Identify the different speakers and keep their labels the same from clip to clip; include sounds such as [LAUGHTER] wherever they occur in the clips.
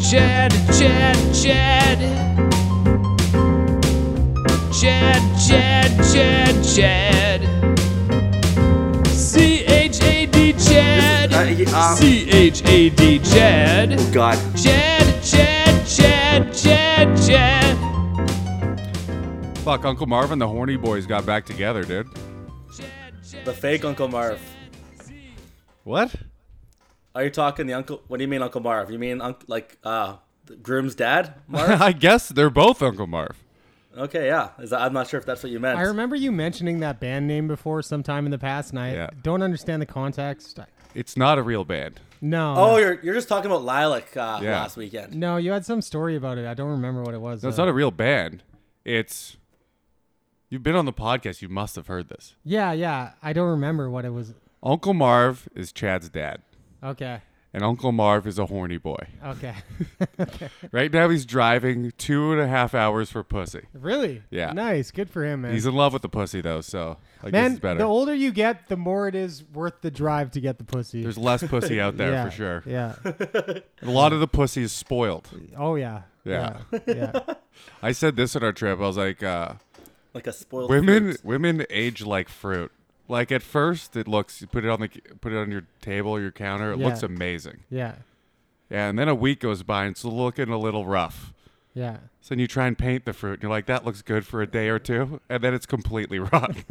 Speaker 1: Chad, Chad, Chad. Chad, Chad, Chad, Chad. C H A D,
Speaker 2: This
Speaker 1: Chad.
Speaker 2: is- uh, uh,
Speaker 1: C H A D, Chad.
Speaker 2: God.
Speaker 1: Chad, Chad, Chad, Chad, Chad.
Speaker 3: Fuck, Uncle Marv and the Horny Boys got back together, dude.
Speaker 4: The fake Uncle Marv.
Speaker 3: What?
Speaker 4: Are you talking the uncle? What do you mean Uncle Marv? You mean unc like uh, the groom's dad,
Speaker 3: [LAUGHS]
Speaker 4: Marv?
Speaker 3: [LAUGHS] I guess they're both Uncle Marv.
Speaker 4: okay, yeah. Is that, I'm not sure if that's what you meant.
Speaker 5: I remember you mentioning that band name before sometime in the past, and I
Speaker 3: Yeah.
Speaker 5: don't understand the context. I-
Speaker 3: It's not a real band.
Speaker 5: No.
Speaker 4: Oh, you're you're just talking about Lilac uh,
Speaker 3: Yeah.
Speaker 4: last weekend.
Speaker 5: no, you had some story about it. I don't remember what it was.
Speaker 3: No, it's
Speaker 5: though.
Speaker 3: not a real band. It's. You've been on the podcast. You must have heard this.
Speaker 5: yeah, yeah. I don't remember what it was.
Speaker 3: Uncle Marv is Chad's dad,
Speaker 5: Okay.
Speaker 3: and Uncle Marv is a horny boy.
Speaker 5: Okay. [LAUGHS]
Speaker 3: Right now, he's driving two and a half hours for pussy.
Speaker 5: really?
Speaker 3: Yeah.
Speaker 5: Nice. Good for him, man.
Speaker 3: He's in love with the pussy, though, so I guess
Speaker 5: man,
Speaker 3: it's better.
Speaker 5: the older you get, the more it is worth the drive to get the pussy.
Speaker 3: There's less pussy out there
Speaker 5: yeah,
Speaker 3: for sure.
Speaker 5: Yeah.
Speaker 3: A lot of the pussy is spoiled.
Speaker 5: Oh yeah.
Speaker 3: [LAUGHS] Yeah.
Speaker 5: Yeah.
Speaker 3: I said this on our trip. I was like, uh,
Speaker 4: Like a spoiled
Speaker 3: women
Speaker 4: fruit.
Speaker 3: women age like fruit. Like at first, it looks you put it on the put it on your table, or your counter. It
Speaker 5: Yeah.
Speaker 3: looks amazing.
Speaker 5: Yeah.
Speaker 3: Yeah, and then a week goes by and it's looking a little rough.
Speaker 5: Yeah.
Speaker 3: So then you try and paint the fruit, and you're like, that looks good for a day or two, and then it's completely [LAUGHS] rotten.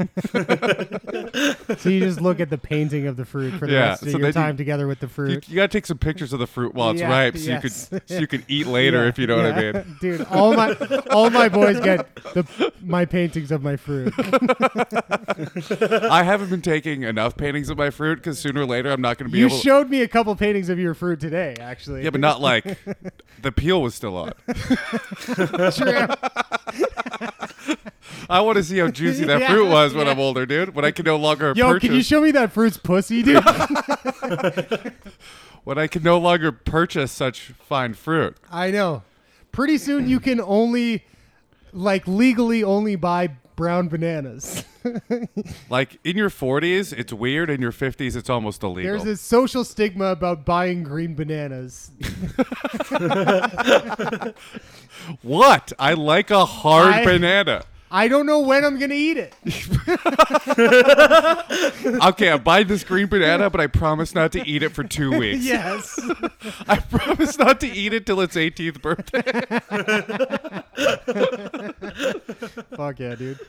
Speaker 5: So you just look at the painting of the fruit for the
Speaker 3: Yeah,
Speaker 5: rest of
Speaker 3: so then
Speaker 5: your
Speaker 3: you-
Speaker 5: time together with the
Speaker 3: you,
Speaker 5: fruit.
Speaker 3: you gotta take some pictures of the fruit while it's
Speaker 5: Yeah,
Speaker 3: ripe, so
Speaker 5: yes.
Speaker 3: you could so you can eat later
Speaker 5: Yeah,
Speaker 3: if you know
Speaker 5: yeah.
Speaker 3: what I mean.
Speaker 5: [LAUGHS] Dude, all my all my boys get the my paintings of my fruit.
Speaker 3: I haven't been taking enough paintings of my fruit because sooner or later I'm not gonna [LAUGHS] be
Speaker 5: You
Speaker 3: able.
Speaker 5: showed me a couple paintings of your fruit today, actually.
Speaker 3: yeah, but not like the peel was still on. [LAUGHS]
Speaker 5: True.
Speaker 3: I want to see how juicy
Speaker 5: [LAUGHS]
Speaker 3: that
Speaker 5: Yeah,
Speaker 3: fruit was when
Speaker 5: yeah.
Speaker 3: I'm older, dude. When I can no longer
Speaker 5: Yo,
Speaker 3: purchase
Speaker 5: can you show me that fruit's pussy,
Speaker 3: [LAUGHS]
Speaker 5: dude?
Speaker 3: when I can no longer purchase such fine fruit.
Speaker 5: I know. Pretty soon you can only like legally only buy brown bananas. [LAUGHS]
Speaker 3: Like in your 40s, it's weird. In your 50s, it's almost illegal.
Speaker 5: There's this social stigma about buying green bananas.
Speaker 3: What? I like a hard
Speaker 5: I- [LAUGHS]
Speaker 3: banana.
Speaker 5: I don't know when I'm going to eat it.
Speaker 3: Okay, I buy this green banana, but I promise not to eat it
Speaker 5: [LAUGHS]
Speaker 3: for two
Speaker 5: [LAUGHS]
Speaker 3: weeks.
Speaker 5: Yes.
Speaker 3: I promise not to eat it till its 18th birthday. [LAUGHS]
Speaker 5: Fuck yeah, dude.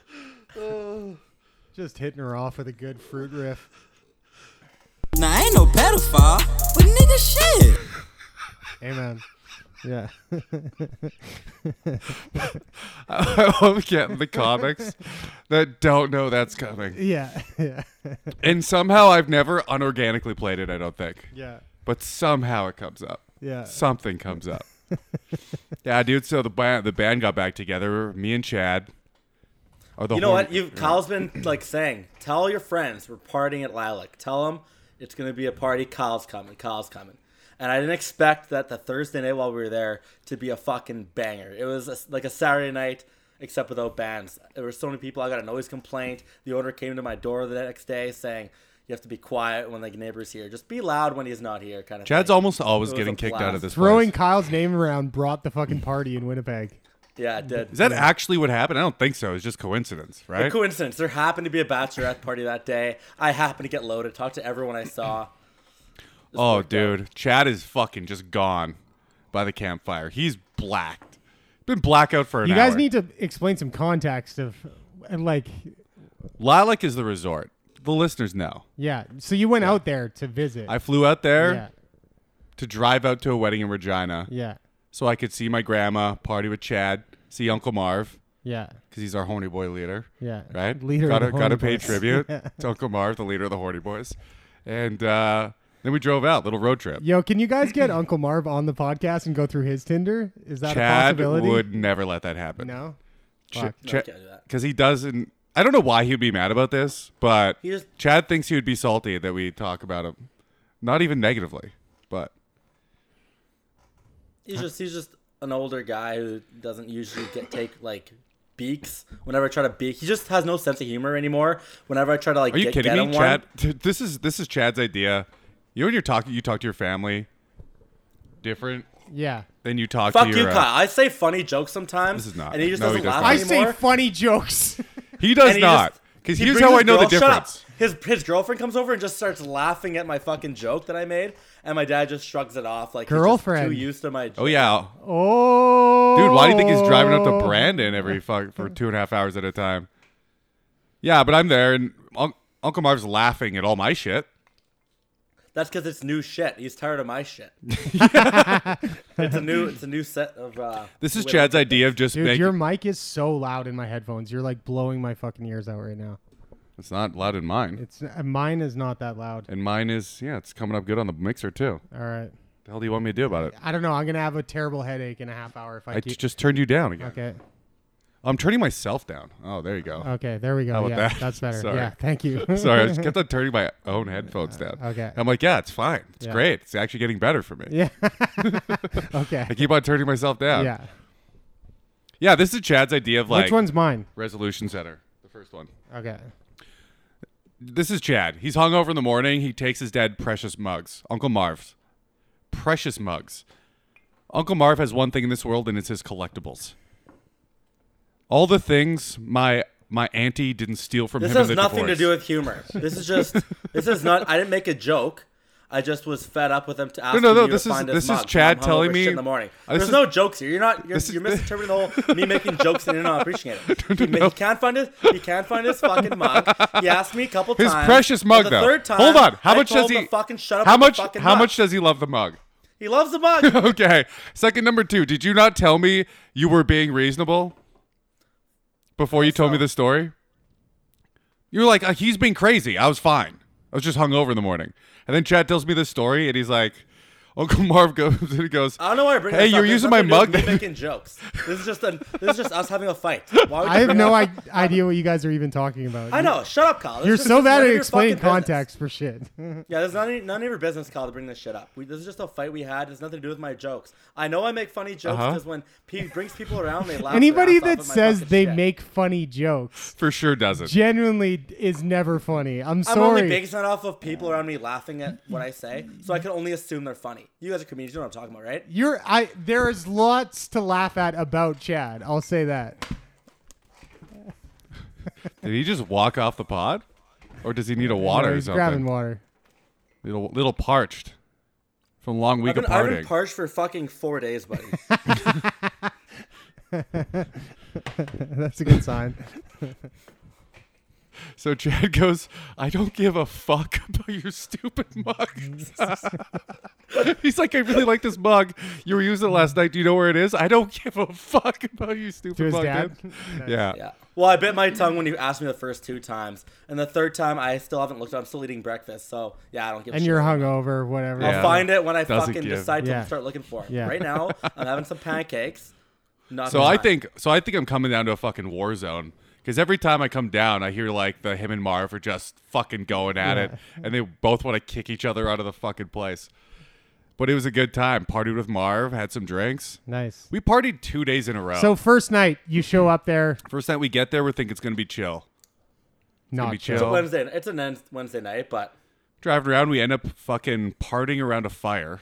Speaker 5: Just hitting her off with a good fruit riff.
Speaker 6: Nah, I ain't no pedophile, but nigga shit.
Speaker 5: Amen. Yeah.
Speaker 3: I love getting the comics that don't know that's coming.
Speaker 5: Yeah. Yeah.
Speaker 3: And somehow I've never unorganically played it, I don't think.
Speaker 5: Yeah.
Speaker 3: But somehow it comes up.
Speaker 5: Yeah.
Speaker 3: Something comes up. [LAUGHS] yeah, dude. So the band, the band got back together. Me and Chad. Are the
Speaker 4: You know
Speaker 3: horn-
Speaker 4: what? You Kyle's been like saying, tell your friends we're partying at Lilac. Tell them it's gonna be a party. Kyle's coming. Kyle's coming. And I didn't expect that the Thursday night while we were there to be a fucking banger. It was a, like a Saturday night except without bands. There were so many people. I got a noise complaint. The owner came to my door the next day saying. You have to be quiet when the neighbor's here. Just be loud when he's not here, kind of.
Speaker 3: Chad's
Speaker 4: thing.
Speaker 3: almost always
Speaker 4: It was
Speaker 3: getting
Speaker 4: a
Speaker 3: kicked
Speaker 4: blast.
Speaker 3: out of this.
Speaker 5: Throwing
Speaker 3: place.
Speaker 5: Kyle's name around brought the fucking party in Winnipeg.
Speaker 4: Yeah, it did.
Speaker 3: Is that actually what happened? I don't think so. It's just coincidence,
Speaker 4: A
Speaker 3: right?
Speaker 4: coincidence. There happened to be a bachelorette party that day. I happened to get loaded, talked to everyone I saw.
Speaker 3: oh, dude. Chad is fucking just gone by the campfire. He's blacked. Been blackout for an
Speaker 5: You guys
Speaker 3: hour.
Speaker 5: need to explain some context of, and like,
Speaker 3: Lilac is the resort. The listeners know.
Speaker 5: yeah. So you went out there to visit.
Speaker 3: I flew out there
Speaker 5: yeah.
Speaker 3: to drive out to a wedding in Regina
Speaker 5: Yeah.
Speaker 3: so I could see my grandma, party with Chad, see Uncle Marv.
Speaker 5: Yeah.
Speaker 3: because he's our horny boy leader.
Speaker 5: Yeah.
Speaker 3: Right?
Speaker 5: Leader of
Speaker 3: Gotta,
Speaker 5: the horny
Speaker 3: gotta pay
Speaker 5: boys.
Speaker 3: tribute
Speaker 5: [LAUGHS] Yeah.
Speaker 3: to Uncle Marv, the leader of the horny boys. And uh, then we drove out, little road trip.
Speaker 5: Yo, can you guys get Uncle Marv on the podcast and go through his Tinder? Is that a
Speaker 3: Chad
Speaker 5: possibility?
Speaker 3: would never let that happen.
Speaker 5: no. Fuck.
Speaker 3: Because
Speaker 4: can't do that.
Speaker 3: he doesn't. I don't know why he'd be mad about this, but
Speaker 4: He just-
Speaker 3: Chad thinks he would be salty that we talk about him. Not even negatively, but
Speaker 4: He's just he's just an older guy who doesn't usually get take like beaks. Whenever I try to beak, he just has no sense of humor anymore. Whenever I try to like
Speaker 3: are you
Speaker 4: get,
Speaker 3: kidding
Speaker 4: get
Speaker 3: me,
Speaker 4: him
Speaker 3: Chad?
Speaker 4: one,
Speaker 3: This is this is Chad's idea. You know when you're talking, you talk to your family, different,
Speaker 5: Yeah.
Speaker 3: then you talk
Speaker 4: Fuck
Speaker 3: to
Speaker 4: you,
Speaker 3: your. uh,
Speaker 4: Kyle. I say funny jokes sometimes.
Speaker 3: This is not-
Speaker 4: And he just
Speaker 3: no, he
Speaker 4: doesn't
Speaker 3: does
Speaker 4: laugh
Speaker 3: not.
Speaker 5: I
Speaker 4: anymore.
Speaker 5: say funny jokes.
Speaker 3: He does
Speaker 4: and he
Speaker 3: not.
Speaker 4: just-
Speaker 3: Because
Speaker 4: he
Speaker 3: here's
Speaker 4: brings
Speaker 3: how I
Speaker 4: his
Speaker 3: know the
Speaker 4: girl- shut up.
Speaker 3: difference.
Speaker 4: His his girlfriend comes over and just starts laughing at my fucking joke that I made, and my dad just shrugs it off like he's just
Speaker 5: Girlfriend.
Speaker 4: too used to my. Joke.
Speaker 3: Oh yeah,
Speaker 5: [LAUGHS] Oh.
Speaker 3: dude. Why do you think he's driving up to Brandon every fuck for two and a half hours at a time? Yeah, but I'm there, and un- Uncle Marv's laughing at all my shit.
Speaker 4: That's because it's new shit. He's tired of my
Speaker 3: [LAUGHS]
Speaker 4: shit. it's a new it's a new set of. Uh,
Speaker 3: This is
Speaker 4: wit-
Speaker 3: Chad's idea of just
Speaker 5: Dude,
Speaker 3: making.
Speaker 5: your mic is so loud in my headphones. You're like blowing my fucking ears out right now.
Speaker 3: It's not loud in mine,
Speaker 5: It's uh, mine is not that loud.
Speaker 3: and mine is yeah, it's coming up good on the mixer too.
Speaker 5: All right.
Speaker 3: The hell do you want me to do about it?
Speaker 5: I don't know. I'm gonna have a terrible headache in a half hour if I,
Speaker 3: I Uh.
Speaker 5: keep.
Speaker 3: just turned you down again.
Speaker 5: okay.
Speaker 3: I'm turning myself down. Oh, there you go.
Speaker 5: Okay. There we go.
Speaker 3: about
Speaker 5: yeah,
Speaker 3: that?
Speaker 5: that's better.
Speaker 3: [LAUGHS] Sorry.
Speaker 5: Yeah. Thank you.
Speaker 3: [LAUGHS] Sorry, I just kept on turning my own headphones down.
Speaker 5: Okay.
Speaker 3: I'm like, yeah, it's fine. It's
Speaker 5: Yeah.
Speaker 3: great. It's actually getting better for me.
Speaker 5: yeah. [LAUGHS] okay.
Speaker 3: I keep on turning myself down.
Speaker 5: Yeah.
Speaker 3: Yeah, this is Chad's idea of like
Speaker 5: Which one's mine?
Speaker 3: resolution center. The first one.
Speaker 5: Okay.
Speaker 3: This is Chad. He's hungover in the morning. He takes his dad precious mugs. Uncle Marv's. Precious mugs. Uncle Marv has one thing in this world and it's his collectibles. All the things my my auntie didn't steal from
Speaker 4: This
Speaker 3: him in
Speaker 4: has
Speaker 3: the
Speaker 4: nothing to
Speaker 3: divorce.
Speaker 4: do with humor. This is just. this is not. I didn't make a joke. I just was fed up with him to ask
Speaker 3: no,
Speaker 4: me
Speaker 3: no,
Speaker 4: to
Speaker 3: this is-
Speaker 4: find his
Speaker 3: this is
Speaker 4: mug, and
Speaker 3: Chad
Speaker 4: I'm hungover
Speaker 3: telling
Speaker 4: shit
Speaker 3: me-
Speaker 4: in the morning.
Speaker 3: Uh,
Speaker 4: There's
Speaker 3: this is-
Speaker 4: no jokes here. You're not. You're,
Speaker 3: this is-
Speaker 4: you're misinterpreting the whole me making jokes and you're not
Speaker 3: [LAUGHS]
Speaker 4: appreciating it. He, ma- he can't find his. He can't find his fucking mug. He asked me a couple
Speaker 3: His
Speaker 4: times.
Speaker 3: precious
Speaker 4: For
Speaker 3: mug
Speaker 4: the
Speaker 3: though.
Speaker 4: Third time,
Speaker 3: Hold on. How
Speaker 4: I
Speaker 3: much
Speaker 4: told
Speaker 3: does
Speaker 4: him
Speaker 3: he
Speaker 4: to fucking shut up
Speaker 3: How
Speaker 4: with the
Speaker 3: much
Speaker 4: fucking
Speaker 3: how
Speaker 4: mug.
Speaker 3: much does he love the mug?
Speaker 4: He loves the mug.
Speaker 3: [LAUGHS] okay. Second number two. Did you not tell me you were being reasonable before you told me the story? You were like, uh, he's being crazy. I was fine. I was just hungover in the morning. And then Chad tells me this story, and he's like, [LAUGHS] Uncle Marv goes [LAUGHS] and he goes,
Speaker 4: I don't know why I bring.
Speaker 3: Hey,
Speaker 4: this up.
Speaker 3: you're
Speaker 4: This has
Speaker 3: using my
Speaker 4: nothing to do with
Speaker 3: mug
Speaker 4: Me
Speaker 3: then.
Speaker 4: making jokes. This is just a, This is just us having a fight. Why would you
Speaker 5: [LAUGHS] I have
Speaker 4: bring
Speaker 5: no
Speaker 4: [LAUGHS] up-
Speaker 5: I- idea what you guys are even talking about.
Speaker 4: I know. Shut up, Kyle. This
Speaker 5: You're
Speaker 4: is-
Speaker 5: so
Speaker 4: this is none
Speaker 5: bad
Speaker 4: of
Speaker 5: at
Speaker 4: your
Speaker 5: explaining
Speaker 4: fucking business.
Speaker 5: context for
Speaker 4: [LAUGHS]
Speaker 5: shit.
Speaker 4: Yeah, there's none of, none of your business, Kyle, to bring this shit up. We, this is just a fight we had. It has nothing to do with my jokes. I know I make funny jokes
Speaker 3: Uh-huh.
Speaker 4: because when Pete brings people
Speaker 5: [LAUGHS]
Speaker 4: around, they laugh. their
Speaker 5: Anybody
Speaker 4: ass off
Speaker 5: that
Speaker 4: at my
Speaker 5: says
Speaker 4: fucking
Speaker 5: they
Speaker 4: shit.
Speaker 5: make funny jokes
Speaker 3: for sure doesn't.
Speaker 5: genuinely is never funny. I'm
Speaker 4: I'm
Speaker 5: sorry.
Speaker 4: only basing it off of people around me laughing at what I say, so I can only assume they're funny. You guys are comedians, you know what I'm talking about, right?
Speaker 5: You're I there is lots to laugh at about Chad. I'll say that.
Speaker 3: Did he just walk off the pod? Or does he need a water
Speaker 5: No,
Speaker 3: or
Speaker 5: he's grabbing
Speaker 3: something?
Speaker 5: water. [LAUGHS]
Speaker 3: Little, little parched from a long week
Speaker 4: I've been,
Speaker 3: of
Speaker 4: I've
Speaker 3: partying.
Speaker 4: been parched for fucking four
Speaker 5: [LAUGHS]
Speaker 4: days, buddy.
Speaker 5: That's a good sign.
Speaker 3: So Chad [LAUGHS] goes, I don't give a fuck [LAUGHS] about your stupid mug. [LAUGHS] He's like, I really like this mug. You were using it last night. Do you know where it is? I don't give a fuck about your stupid
Speaker 5: To his
Speaker 3: mug.
Speaker 5: dad? [LAUGHS]
Speaker 3: dude." Yeah.
Speaker 4: yeah. Well, I bit my tongue when you asked me the first two times, and the third time I still haven't looked. I'm still eating breakfast, so yeah, I don't give. a
Speaker 5: And
Speaker 4: shit.
Speaker 5: you're hungover, whatever.
Speaker 4: I'll
Speaker 3: Yeah.
Speaker 4: find it when I
Speaker 3: Doesn't
Speaker 4: fucking
Speaker 3: give.
Speaker 4: decide to
Speaker 5: Yeah.
Speaker 4: start looking for it.
Speaker 5: Yeah.
Speaker 4: Right
Speaker 5: [LAUGHS]
Speaker 4: now, I'm having some pancakes. Not
Speaker 3: So I
Speaker 4: mine.
Speaker 3: think so I think I'm coming down to a fucking war zone. Because every time I come down, I hear like the him and Marv are just fucking going at it. And they both want to kick each other out of the fucking place. But it was a good time. Partied with Marv, had some drinks.
Speaker 5: Nice.
Speaker 3: We partied two days in a row.
Speaker 5: So first night you show up there,
Speaker 3: first night we get there, we think it's gonna be chill.
Speaker 5: not
Speaker 3: be
Speaker 5: chill.
Speaker 3: chill.
Speaker 4: Wednesday. It's an end Wednesday night, but
Speaker 3: driving around, we end up fucking partying around a fire.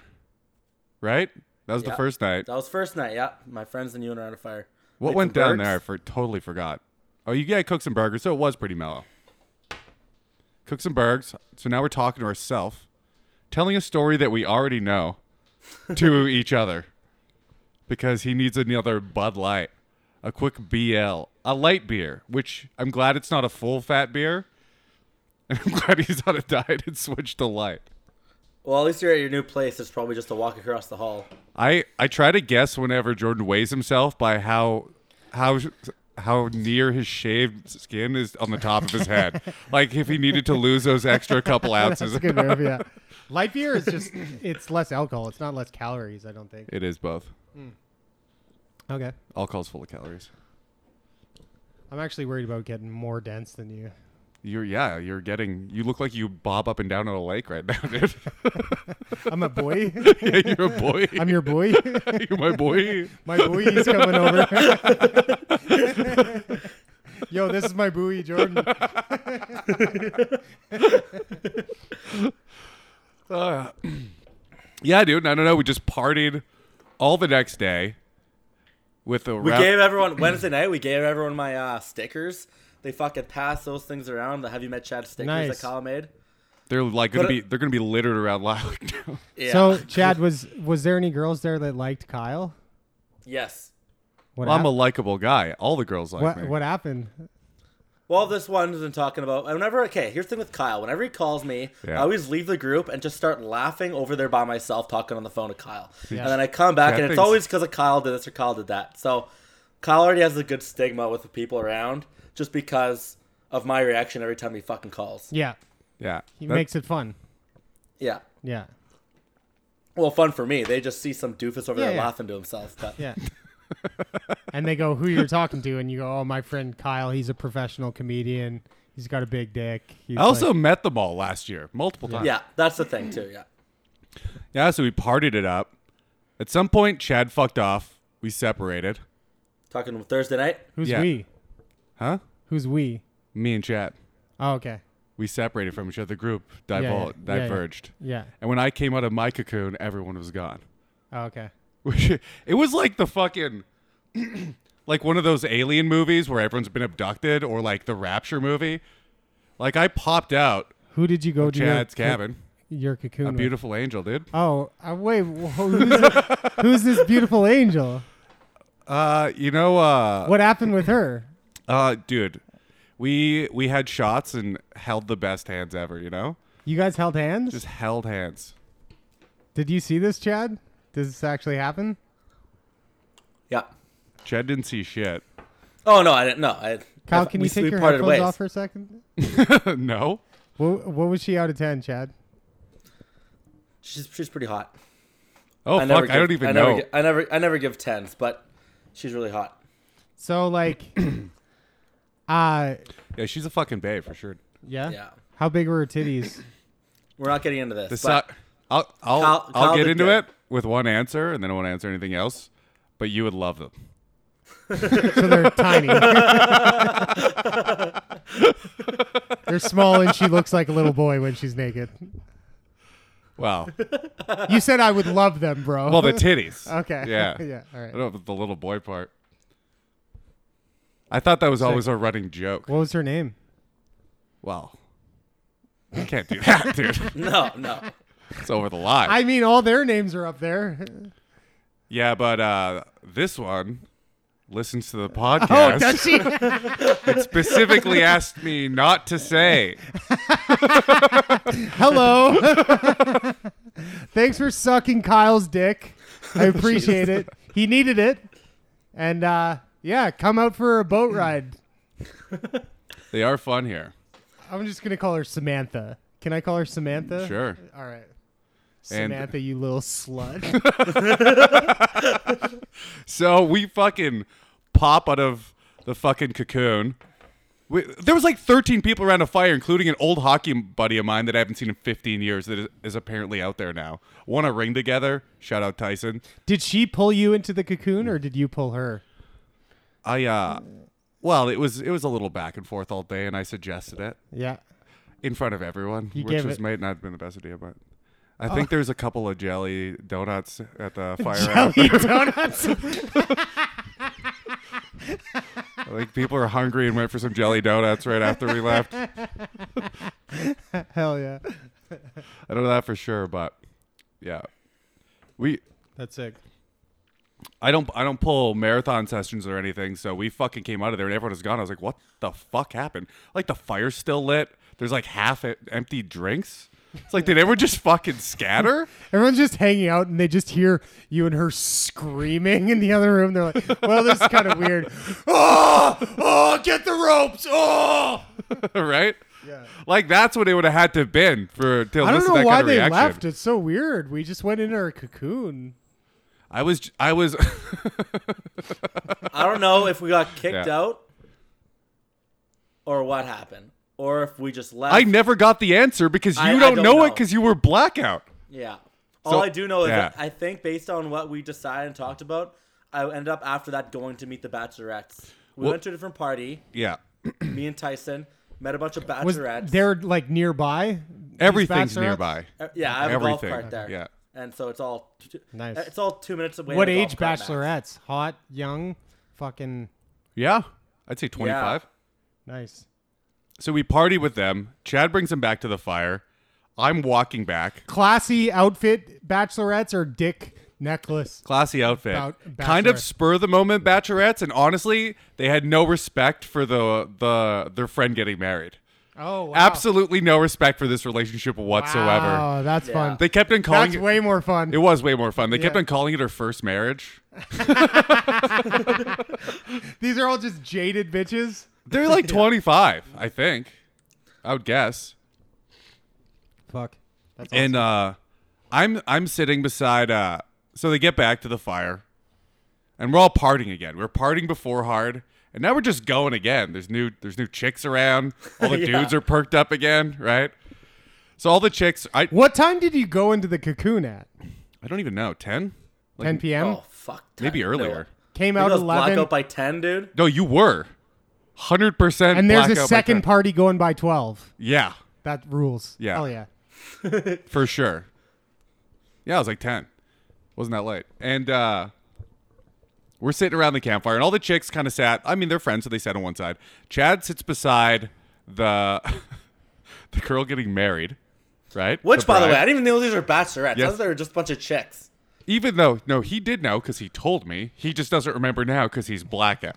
Speaker 3: Right? That was the
Speaker 4: Yeah.
Speaker 3: first night.
Speaker 4: that was first night. Yeah, my friends and you and around a fire.
Speaker 3: What
Speaker 4: Made
Speaker 3: went
Speaker 4: some
Speaker 3: down
Speaker 4: burgers.
Speaker 3: there? I for, totally forgot. Oh, you yeah, cooked some burgers, so it was pretty mellow. Cooked some burgers. So now we're talking to ourselves, telling a story that we
Speaker 4: [LAUGHS]
Speaker 3: already know to each other. Because he needs another Bud Light, a quick BL, a light beer, which I'm glad it's not a full fat beer. [LAUGHS] And I'm glad he's on a diet and switched to light.
Speaker 4: Well, at least you're at your new place. It's probably just a walk across the hall.
Speaker 3: I I try to guess whenever Jordan weighs himself by how how how near his shaved skin is on the top of his head.
Speaker 5: [LAUGHS]
Speaker 3: like if he needed to lose those extra couple
Speaker 5: [LAUGHS]
Speaker 3: ounces.
Speaker 5: That's a good move, yeah. Light beer is just it's less alcohol. It's not less calories, I don't think.
Speaker 3: [LAUGHS] It is both.
Speaker 5: Okay.
Speaker 3: Alcohol's full of calories.
Speaker 5: I'm actually worried about getting more dense than you.
Speaker 3: You're yeah, you're getting you look like you bob up and down on a lake right now, [LAUGHS] dude.
Speaker 5: I'm a boy.
Speaker 3: yeah, you're a boy.
Speaker 5: [LAUGHS] I'm your boy.
Speaker 3: [LAUGHS] you're my boy.
Speaker 5: My buoy's coming over. [LAUGHS] Yo, this is my buoy, Jordan.
Speaker 3: Yeah, dude. I don't know. We just partied all the next day with a
Speaker 4: We gave everyone Wednesday night. We gave everyone my uh, stickers. They fucking passed those things around. The Have You Met Chad stickers
Speaker 5: Nice.
Speaker 4: that Kyle made.
Speaker 3: They're like
Speaker 4: But-
Speaker 3: gonna be they're gonna be littered around [LAUGHS] Lilac now.
Speaker 4: Yeah.
Speaker 5: So Chad was was there any girls there that liked Kyle?
Speaker 4: yes.
Speaker 5: What
Speaker 3: I'm a
Speaker 5: hap-
Speaker 3: likable guy. All the girls like
Speaker 5: what,
Speaker 3: me.
Speaker 5: what happened?
Speaker 4: Well, this one isn't talking about. Whenever okay, here's the thing with Kyle. Whenever he calls me,
Speaker 3: Yeah.
Speaker 4: I always leave the group and just start laughing over there by myself, talking on the phone to Kyle.
Speaker 5: Yeah.
Speaker 4: And then I come back,
Speaker 3: Chad
Speaker 4: and it's
Speaker 3: thinks-
Speaker 4: always because of Kyle did this or Kyle did that. So Kyle already has a good stigma with the people around, just because of my reaction every time he fucking calls.
Speaker 5: Yeah,
Speaker 3: Yeah,
Speaker 5: he
Speaker 3: That-
Speaker 5: makes it fun.
Speaker 4: Yeah.
Speaker 5: Yeah,
Speaker 4: Well, fun for me. They just see some doofus over
Speaker 5: Yeah,
Speaker 4: there
Speaker 5: yeah.
Speaker 4: laughing to himself. But
Speaker 5: yeah. and they go, "Who you're talking to?" And you go, "Oh, my friend Kyle. He's a professional comedian. He's got a big dick." He's
Speaker 3: I also
Speaker 5: like-
Speaker 3: met them all last year, multiple times.
Speaker 4: yeah, that's the thing too. Yeah.
Speaker 3: yeah. So we partied it up. At some point, Chad fucked off. We separated.
Speaker 4: Talking Thursday night.
Speaker 5: who's
Speaker 3: yeah.
Speaker 5: we?
Speaker 3: Huh?
Speaker 5: Who's we?
Speaker 3: Me and Chad.
Speaker 5: Oh, okay.
Speaker 3: We separated from each other. The group divul-
Speaker 5: Yeah, yeah, yeah, yeah.
Speaker 3: diverged.
Speaker 5: Yeah.
Speaker 3: And when I came out of my cocoon, everyone was gone. [LAUGHS]
Speaker 5: Oh, okay.
Speaker 3: it was like the fucking [CLEARS THROAT] like one of those alien movies where everyone's been abducted or like the rapture movie. Like I popped out
Speaker 5: Who did you go to? your
Speaker 3: Chad's
Speaker 5: co-
Speaker 3: cabin.
Speaker 5: Your cocoon.
Speaker 3: A
Speaker 5: with?
Speaker 3: beautiful angel, dude.
Speaker 5: Oh, uh, wait. wh- Who's,
Speaker 3: [LAUGHS]
Speaker 5: this- who's this beautiful angel?
Speaker 3: Uh, you know, uh,
Speaker 5: What happened with her?
Speaker 3: uh, dude, we we had shots and held the best hands ever. You know,
Speaker 5: You guys held hands?
Speaker 3: just held hands.
Speaker 5: Did you see this, Chad? Does this actually happen?
Speaker 4: Yeah.
Speaker 3: Chad didn't see shit. [LAUGHS]
Speaker 4: Oh no, I didn't. No, I.
Speaker 5: Kyle, can
Speaker 4: we-
Speaker 5: you take
Speaker 4: we
Speaker 5: your
Speaker 4: parted
Speaker 5: headphones
Speaker 4: ways.
Speaker 5: off for a second?
Speaker 3: no,
Speaker 5: What, what was she out of 10, Chad?
Speaker 4: She's she's pretty hot.
Speaker 3: oh
Speaker 4: I never
Speaker 3: fuck, I
Speaker 4: give-
Speaker 3: don't even
Speaker 4: I never
Speaker 3: know.
Speaker 4: gi- I never I never give tens, but she's really hot.
Speaker 5: So, like, uh,
Speaker 3: yeah, she's a fucking babe for sure.
Speaker 5: yeah?
Speaker 4: Yeah,
Speaker 5: How big were her titties?
Speaker 4: we're not getting into this.
Speaker 3: This
Speaker 4: but
Speaker 3: I- I'll I'll,
Speaker 4: Kyle-
Speaker 3: I'll
Speaker 4: Kyle
Speaker 3: get
Speaker 4: did
Speaker 3: into
Speaker 4: good.
Speaker 3: it with one answer, and then I won't answer anything else. But you would love them.
Speaker 5: So they're tiny. they're small, and she looks like a little boy when she's naked.
Speaker 3: Wow.
Speaker 5: You said I would love them, bro.
Speaker 3: Well, the titties.
Speaker 5: [LAUGHS] Okay.
Speaker 3: Yeah.
Speaker 5: Yeah, all right.
Speaker 3: I don't know about the little boy part. I thought that was always a running joke.
Speaker 5: what was her name?
Speaker 3: Well, you can't do that, dude.
Speaker 4: [LAUGHS] no, no.
Speaker 3: It's over the line.
Speaker 5: I mean, all their names are up there.
Speaker 3: yeah, but uh, this one listens to the
Speaker 5: [LAUGHS]
Speaker 3: podcast.
Speaker 5: Oh, does she?
Speaker 3: [LAUGHS] Specifically asked me not to say.
Speaker 5: Hello. [LAUGHS] Thanks for sucking Kyle's dick. [LAUGHS] I appreciate it. He needed it. And uh, yeah, come out for a boat ride.
Speaker 3: They are fun here.
Speaker 5: I'm just going to call her Samantha. Can I call her Samantha?
Speaker 3: Sure.
Speaker 5: All right.
Speaker 3: And-
Speaker 5: Samantha, you little slut. [LAUGHS]
Speaker 3: So we fucking pop out of the fucking cocoon. We, there was like 13 people around a fire, including an old hockey buddy of mine that I haven't seen in 15 years that is, is apparently out there now. Won a ring together. Shout out Tyson.
Speaker 5: did she pull you into the cocoon or did you pull her?
Speaker 3: I uh, well, it was it was a little back and forth all day, and I suggested it
Speaker 5: [LAUGHS] Yeah.
Speaker 3: in front of everyone,
Speaker 5: You
Speaker 3: which
Speaker 5: gave
Speaker 3: was
Speaker 5: it- Oh.
Speaker 3: might not have been the best idea, but. I think there's a couple of jelly donuts
Speaker 5: [LAUGHS]
Speaker 3: at the fire.
Speaker 5: Jelly donuts.
Speaker 3: I think people are hungry and went for some jelly donuts right after we left.
Speaker 5: Hell yeah.
Speaker 3: I don't know that for sure, but yeah, we.
Speaker 5: That's sick.
Speaker 3: I don't. I don't pull marathon sessions or anything. So we fucking came out of there and everyone was gone. I was like, what the fuck happened? Like the fire's still lit. There's like half e- empty drinks. It's like did everyone just fucking [LAUGHS] scatter?
Speaker 5: Everyone's just hanging out and they just hear you and her screaming in the other room. They're like, well, this is kind of weird.
Speaker 3: oh, oh, get the ropes. Oh, [LAUGHS] right.
Speaker 5: Yeah.
Speaker 3: Like that's what it would have had to have been for to
Speaker 5: I
Speaker 3: elicit
Speaker 5: don't know
Speaker 3: that
Speaker 5: why
Speaker 3: kind of
Speaker 5: they
Speaker 3: reaction.
Speaker 5: left. It's so weird. We just went into our cocoon.
Speaker 3: I was. I was. [LAUGHS]
Speaker 4: I don't know if we got kicked
Speaker 3: Yeah.
Speaker 4: out or what happened, or if we just left.
Speaker 3: I never got the answer because you
Speaker 4: I- I
Speaker 3: don't,
Speaker 4: don't
Speaker 3: know, it
Speaker 4: know.
Speaker 3: because you were blackout.
Speaker 4: Yeah.
Speaker 3: So-
Speaker 4: All I do know is
Speaker 3: yeah.
Speaker 4: that I think based on what we decided and talked about, I ended up after that going to meet the Bachelorettes. We
Speaker 3: Well-
Speaker 4: went to a different party.
Speaker 3: Yeah.
Speaker 4: Me and Tyson met a bunch of
Speaker 5: Was
Speaker 4: Bachelorettes.
Speaker 5: they're like nearby?
Speaker 3: [CLEARS THROAT] Everything's
Speaker 5: bachelorettes?
Speaker 3: nearby.
Speaker 4: Uh, yeah, I have a golf
Speaker 3: Everything.
Speaker 4: cart there.
Speaker 3: Yeah.
Speaker 4: and so it's all t- t-
Speaker 5: Nice.
Speaker 4: It's all two minutes away.
Speaker 5: What
Speaker 4: to golf
Speaker 5: age
Speaker 4: cart max.
Speaker 5: bachelorettes? Hot, young, fucking
Speaker 3: Yeah, I'd say 25.
Speaker 5: nice.
Speaker 3: So we party with them. Chad brings them back to the fire. I'm walking back.
Speaker 5: Classy outfit bachelorettes or dick necklace.
Speaker 3: Classy outfit.
Speaker 5: Bout-
Speaker 3: kind of
Speaker 5: bachelor.
Speaker 3: spur the moment bachelorettes, and honestly, they had no respect for the the their friend getting married.
Speaker 5: Oh, wow.
Speaker 3: Absolutely no respect for this relationship whatsoever.
Speaker 5: Wow, Oh, that's
Speaker 4: Yeah.
Speaker 5: fun.
Speaker 3: They kept on calling
Speaker 5: That's
Speaker 3: it,
Speaker 5: way more fun.
Speaker 3: it was way more fun. They kept
Speaker 5: Yeah.
Speaker 3: on calling it her first marriage.
Speaker 5: These are all just jaded bitches. [LAUGHS]
Speaker 3: They're like 25, I think. I would guess.
Speaker 5: Fuck. That's
Speaker 3: And uh I'm I'm sitting beside uh so they get back to the fire and we're all partying again. We were partying before hard and now we're just going again. There's new there's new chicks around. All
Speaker 5: [LAUGHS]
Speaker 3: the
Speaker 4: Yeah.
Speaker 3: dudes are perked up again, right? So all the chicks I
Speaker 5: What time did you go into the cocoon at?
Speaker 3: I don't even know, 10?
Speaker 5: 10 p.m.
Speaker 4: Oh fuck.
Speaker 3: Maybe earlier.
Speaker 5: Came
Speaker 4: No.
Speaker 5: out
Speaker 4: You was black
Speaker 5: 11.
Speaker 4: out by ten, dude.
Speaker 3: No, you were. 100%
Speaker 5: and there's
Speaker 3: blackout
Speaker 5: a
Speaker 3: by
Speaker 5: second
Speaker 3: ten.
Speaker 5: party going by 12.
Speaker 3: Yeah,
Speaker 5: That rules.
Speaker 3: Yeah.
Speaker 5: Hell yeah.
Speaker 3: for sure. Yeah, I was like 10. Wasn't that late. And uh we're sitting around the campfire and all the chicks kind of sat, I mean they're friends so they sat on one side. Chad sits beside the [LAUGHS] the girl getting married, right?
Speaker 4: Which, by the way, I
Speaker 3: bride.
Speaker 4: didn't even know these were bachelorettes. I
Speaker 3: Yes.
Speaker 4: thought they were just a bunch of chicks.
Speaker 3: even though no, he did know cuz he told me. He just doesn't remember now cuz
Speaker 4: [LAUGHS]
Speaker 3: he's blackout.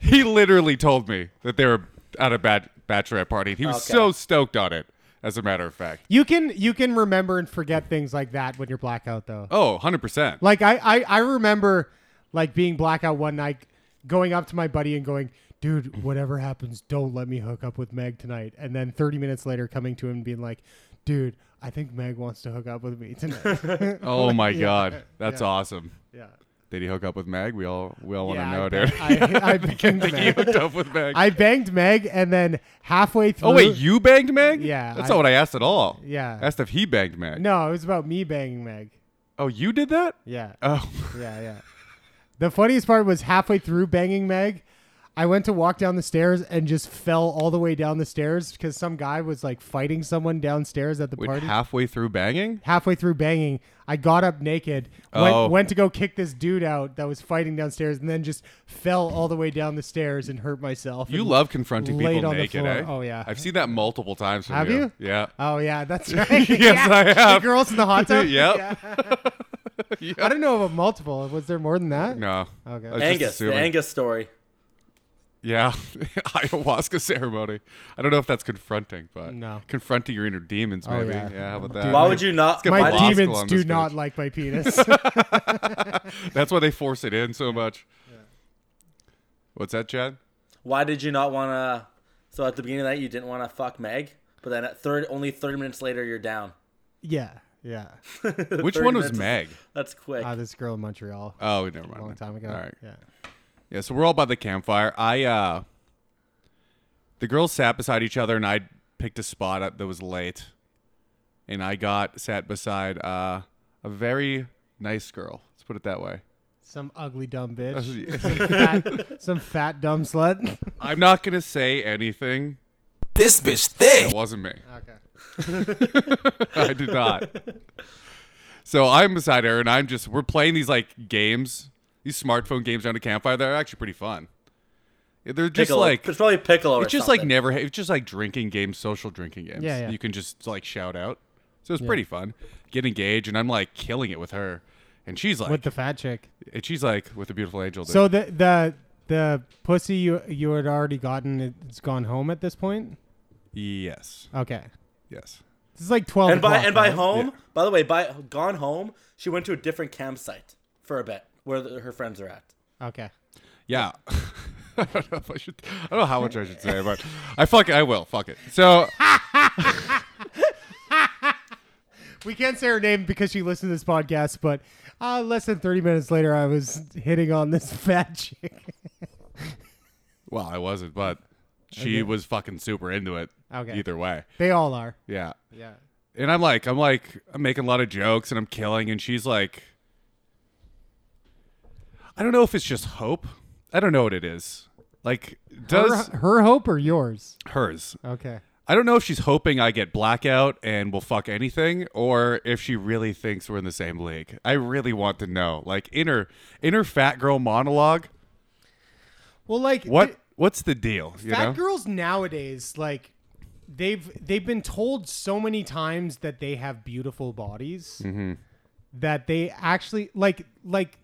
Speaker 3: he literally told me that they were at a bad bachelorette party and he was
Speaker 4: Okay.
Speaker 3: so stoked on it as a matter of fact.
Speaker 5: You can you can remember and forget things like that when you're blackout though.
Speaker 3: Oh, 100%.
Speaker 5: Like I, I I remember like being blackout one night, going up to my buddy and going, "Dude, whatever happens, don't let me hook up with Meg tonight." And then 30 minutes later, coming to him and being like, "Dude, I think Meg wants to hook up with me tonight."
Speaker 3: Oh my god, that's awesome.
Speaker 5: yeah.
Speaker 3: Did he hook up with Meg? We all we all
Speaker 5: Yeah,
Speaker 3: want to know,
Speaker 5: I,
Speaker 3: dude.
Speaker 5: ba- I, [LAUGHS] I banged
Speaker 3: he
Speaker 5: Meg.
Speaker 3: [LAUGHS] hooked up with Meg.
Speaker 5: I banged Meg, and then halfway through.
Speaker 3: oh wait, you banged Meg?
Speaker 5: Yeah,
Speaker 3: that's
Speaker 5: I-
Speaker 3: not what I asked at all.
Speaker 5: Yeah.
Speaker 3: I asked if he banged Meg.
Speaker 5: No, it was about me banging Meg.
Speaker 3: Oh, you did that?
Speaker 5: Yeah.
Speaker 3: Oh,
Speaker 5: Yeah, yeah. The funniest part was halfway through banging Meg, I went to walk down the stairs and just fell all the way down the stairs because some guy was like fighting someone downstairs at the
Speaker 3: wait,
Speaker 5: party.
Speaker 3: halfway through banging?
Speaker 5: halfway through banging, I got up naked, went,
Speaker 3: Oh.
Speaker 5: went to go kick this dude out that was fighting downstairs, and then just fell all the way down the stairs and hurt myself.
Speaker 3: You
Speaker 5: and
Speaker 3: love confronting
Speaker 5: laid
Speaker 3: people
Speaker 5: on the
Speaker 3: naked,
Speaker 5: floor.
Speaker 3: eh?
Speaker 5: Oh, yeah.
Speaker 3: I've seen that multiple times. From
Speaker 5: Have you? [LAUGHS]
Speaker 3: Yeah. [LAUGHS]
Speaker 5: Oh yeah, that's right.
Speaker 3: Yes, I
Speaker 5: [LAUGHS]
Speaker 3: have.
Speaker 5: The girls in the hot tub.
Speaker 3: [LAUGHS] Yep.
Speaker 5: Yeah. I don't know about multiple. Was there more than that?
Speaker 3: No.
Speaker 5: Okay.
Speaker 3: I was just
Speaker 4: Angus, the
Speaker 3: assuming.
Speaker 4: Angus story.
Speaker 3: Yeah, [LAUGHS] ayahuasca ceremony. I don't know if that's confronting, but
Speaker 5: No.
Speaker 3: confronting your inner demons,
Speaker 5: Oh,
Speaker 3: maybe.
Speaker 5: yeah.
Speaker 3: how about
Speaker 5: Dude,
Speaker 3: that?
Speaker 4: Why would you not?
Speaker 3: get
Speaker 4: why
Speaker 5: My
Speaker 3: Lost
Speaker 4: did-
Speaker 5: demons
Speaker 3: along
Speaker 5: do
Speaker 3: this
Speaker 5: not
Speaker 3: bitch.
Speaker 5: like my penis. [LAUGHS]
Speaker 3: [LAUGHS] That's why they force it in so much. What's that, Chad?
Speaker 4: Why did you not want to? So at the beginning of that, you didn't want to fuck Meg, but then at third, only thirty minutes later, you're down.
Speaker 5: yeah, yeah.
Speaker 3: Which
Speaker 4: 30
Speaker 3: one
Speaker 4: minutes
Speaker 3: was
Speaker 4: is-
Speaker 3: Meg?
Speaker 4: That's quick.
Speaker 3: Uh,
Speaker 5: Ah, this girl in Montreal
Speaker 3: Oh, never mind.
Speaker 5: a long time ago.
Speaker 3: All right.
Speaker 5: Yeah.
Speaker 3: Yeah, so we're all by the campfire. I uh the girls sat beside each other and I picked a spot up that was late. And I got sat beside uh a very nice girl. Let's put it that way.
Speaker 5: Some ugly dumb [LAUGHS] bitch. Fat- some fat dumb slut.
Speaker 3: [LAUGHS] I'm not going to say anything.
Speaker 6: This bitch thick.
Speaker 3: It wasn't me.
Speaker 5: okay.
Speaker 3: [LAUGHS] I did not. So I'm beside her, and I'm just we're playing these like games, these smartphone games around a campfire. They're actually pretty fun. Yeah, They're just
Speaker 4: Piccolo.
Speaker 3: like
Speaker 4: it's probably piccolo. or
Speaker 3: it's just like
Speaker 4: something.
Speaker 3: never. It's just like drinking games, social drinking games.
Speaker 5: Yeah, yeah.
Speaker 3: You can just like shout out. So it's pretty fun. Get engaged, and I'm like killing it with her, and she's like,
Speaker 5: With the fat chick.
Speaker 3: and she's like with the beautiful angel. dude.
Speaker 5: So the the the pussy you you had already gotten it's gone home at this point.
Speaker 3: yes,
Speaker 5: Okay.
Speaker 3: yes.
Speaker 5: This is like twelve.
Speaker 4: And by
Speaker 5: o'clock,
Speaker 4: and by
Speaker 5: right?
Speaker 4: home, by the way, by gone home, she went to a different campsite for a bit where the, her friends are at.
Speaker 5: Okay.
Speaker 3: Yeah. [LAUGHS] I don't know if I should. I don't know how much I should say, but I fuck. it, I will. Fuck it. So
Speaker 5: We can't say her name because she listened to this podcast, but uh, less than thirty minutes later, I was hitting on this [LAUGHS] fat chick.
Speaker 3: Well, I wasn't, but she was fucking super into it.
Speaker 5: Okay.
Speaker 3: Either way.
Speaker 5: They all are.
Speaker 3: Yeah.
Speaker 5: Yeah.
Speaker 3: And I'm like, I'm like, I'm making a lot of jokes and I'm killing, and she's like, I don't know if it's just hope. I don't know what it is. Like, does
Speaker 5: her, her hope or yours?
Speaker 3: hers.
Speaker 5: Okay.
Speaker 3: I don't know if she's hoping I get blackout and will fuck anything, or if she really thinks we're in the same league. I really want to know, like in her in her fat girl monologue,
Speaker 5: Well, like
Speaker 3: what
Speaker 5: th-
Speaker 3: what's the deal? You
Speaker 5: fat
Speaker 3: know,
Speaker 5: girls nowadays, like they've they've been told so many times that they have beautiful bodies
Speaker 3: Mm-hmm.
Speaker 5: that they actually like like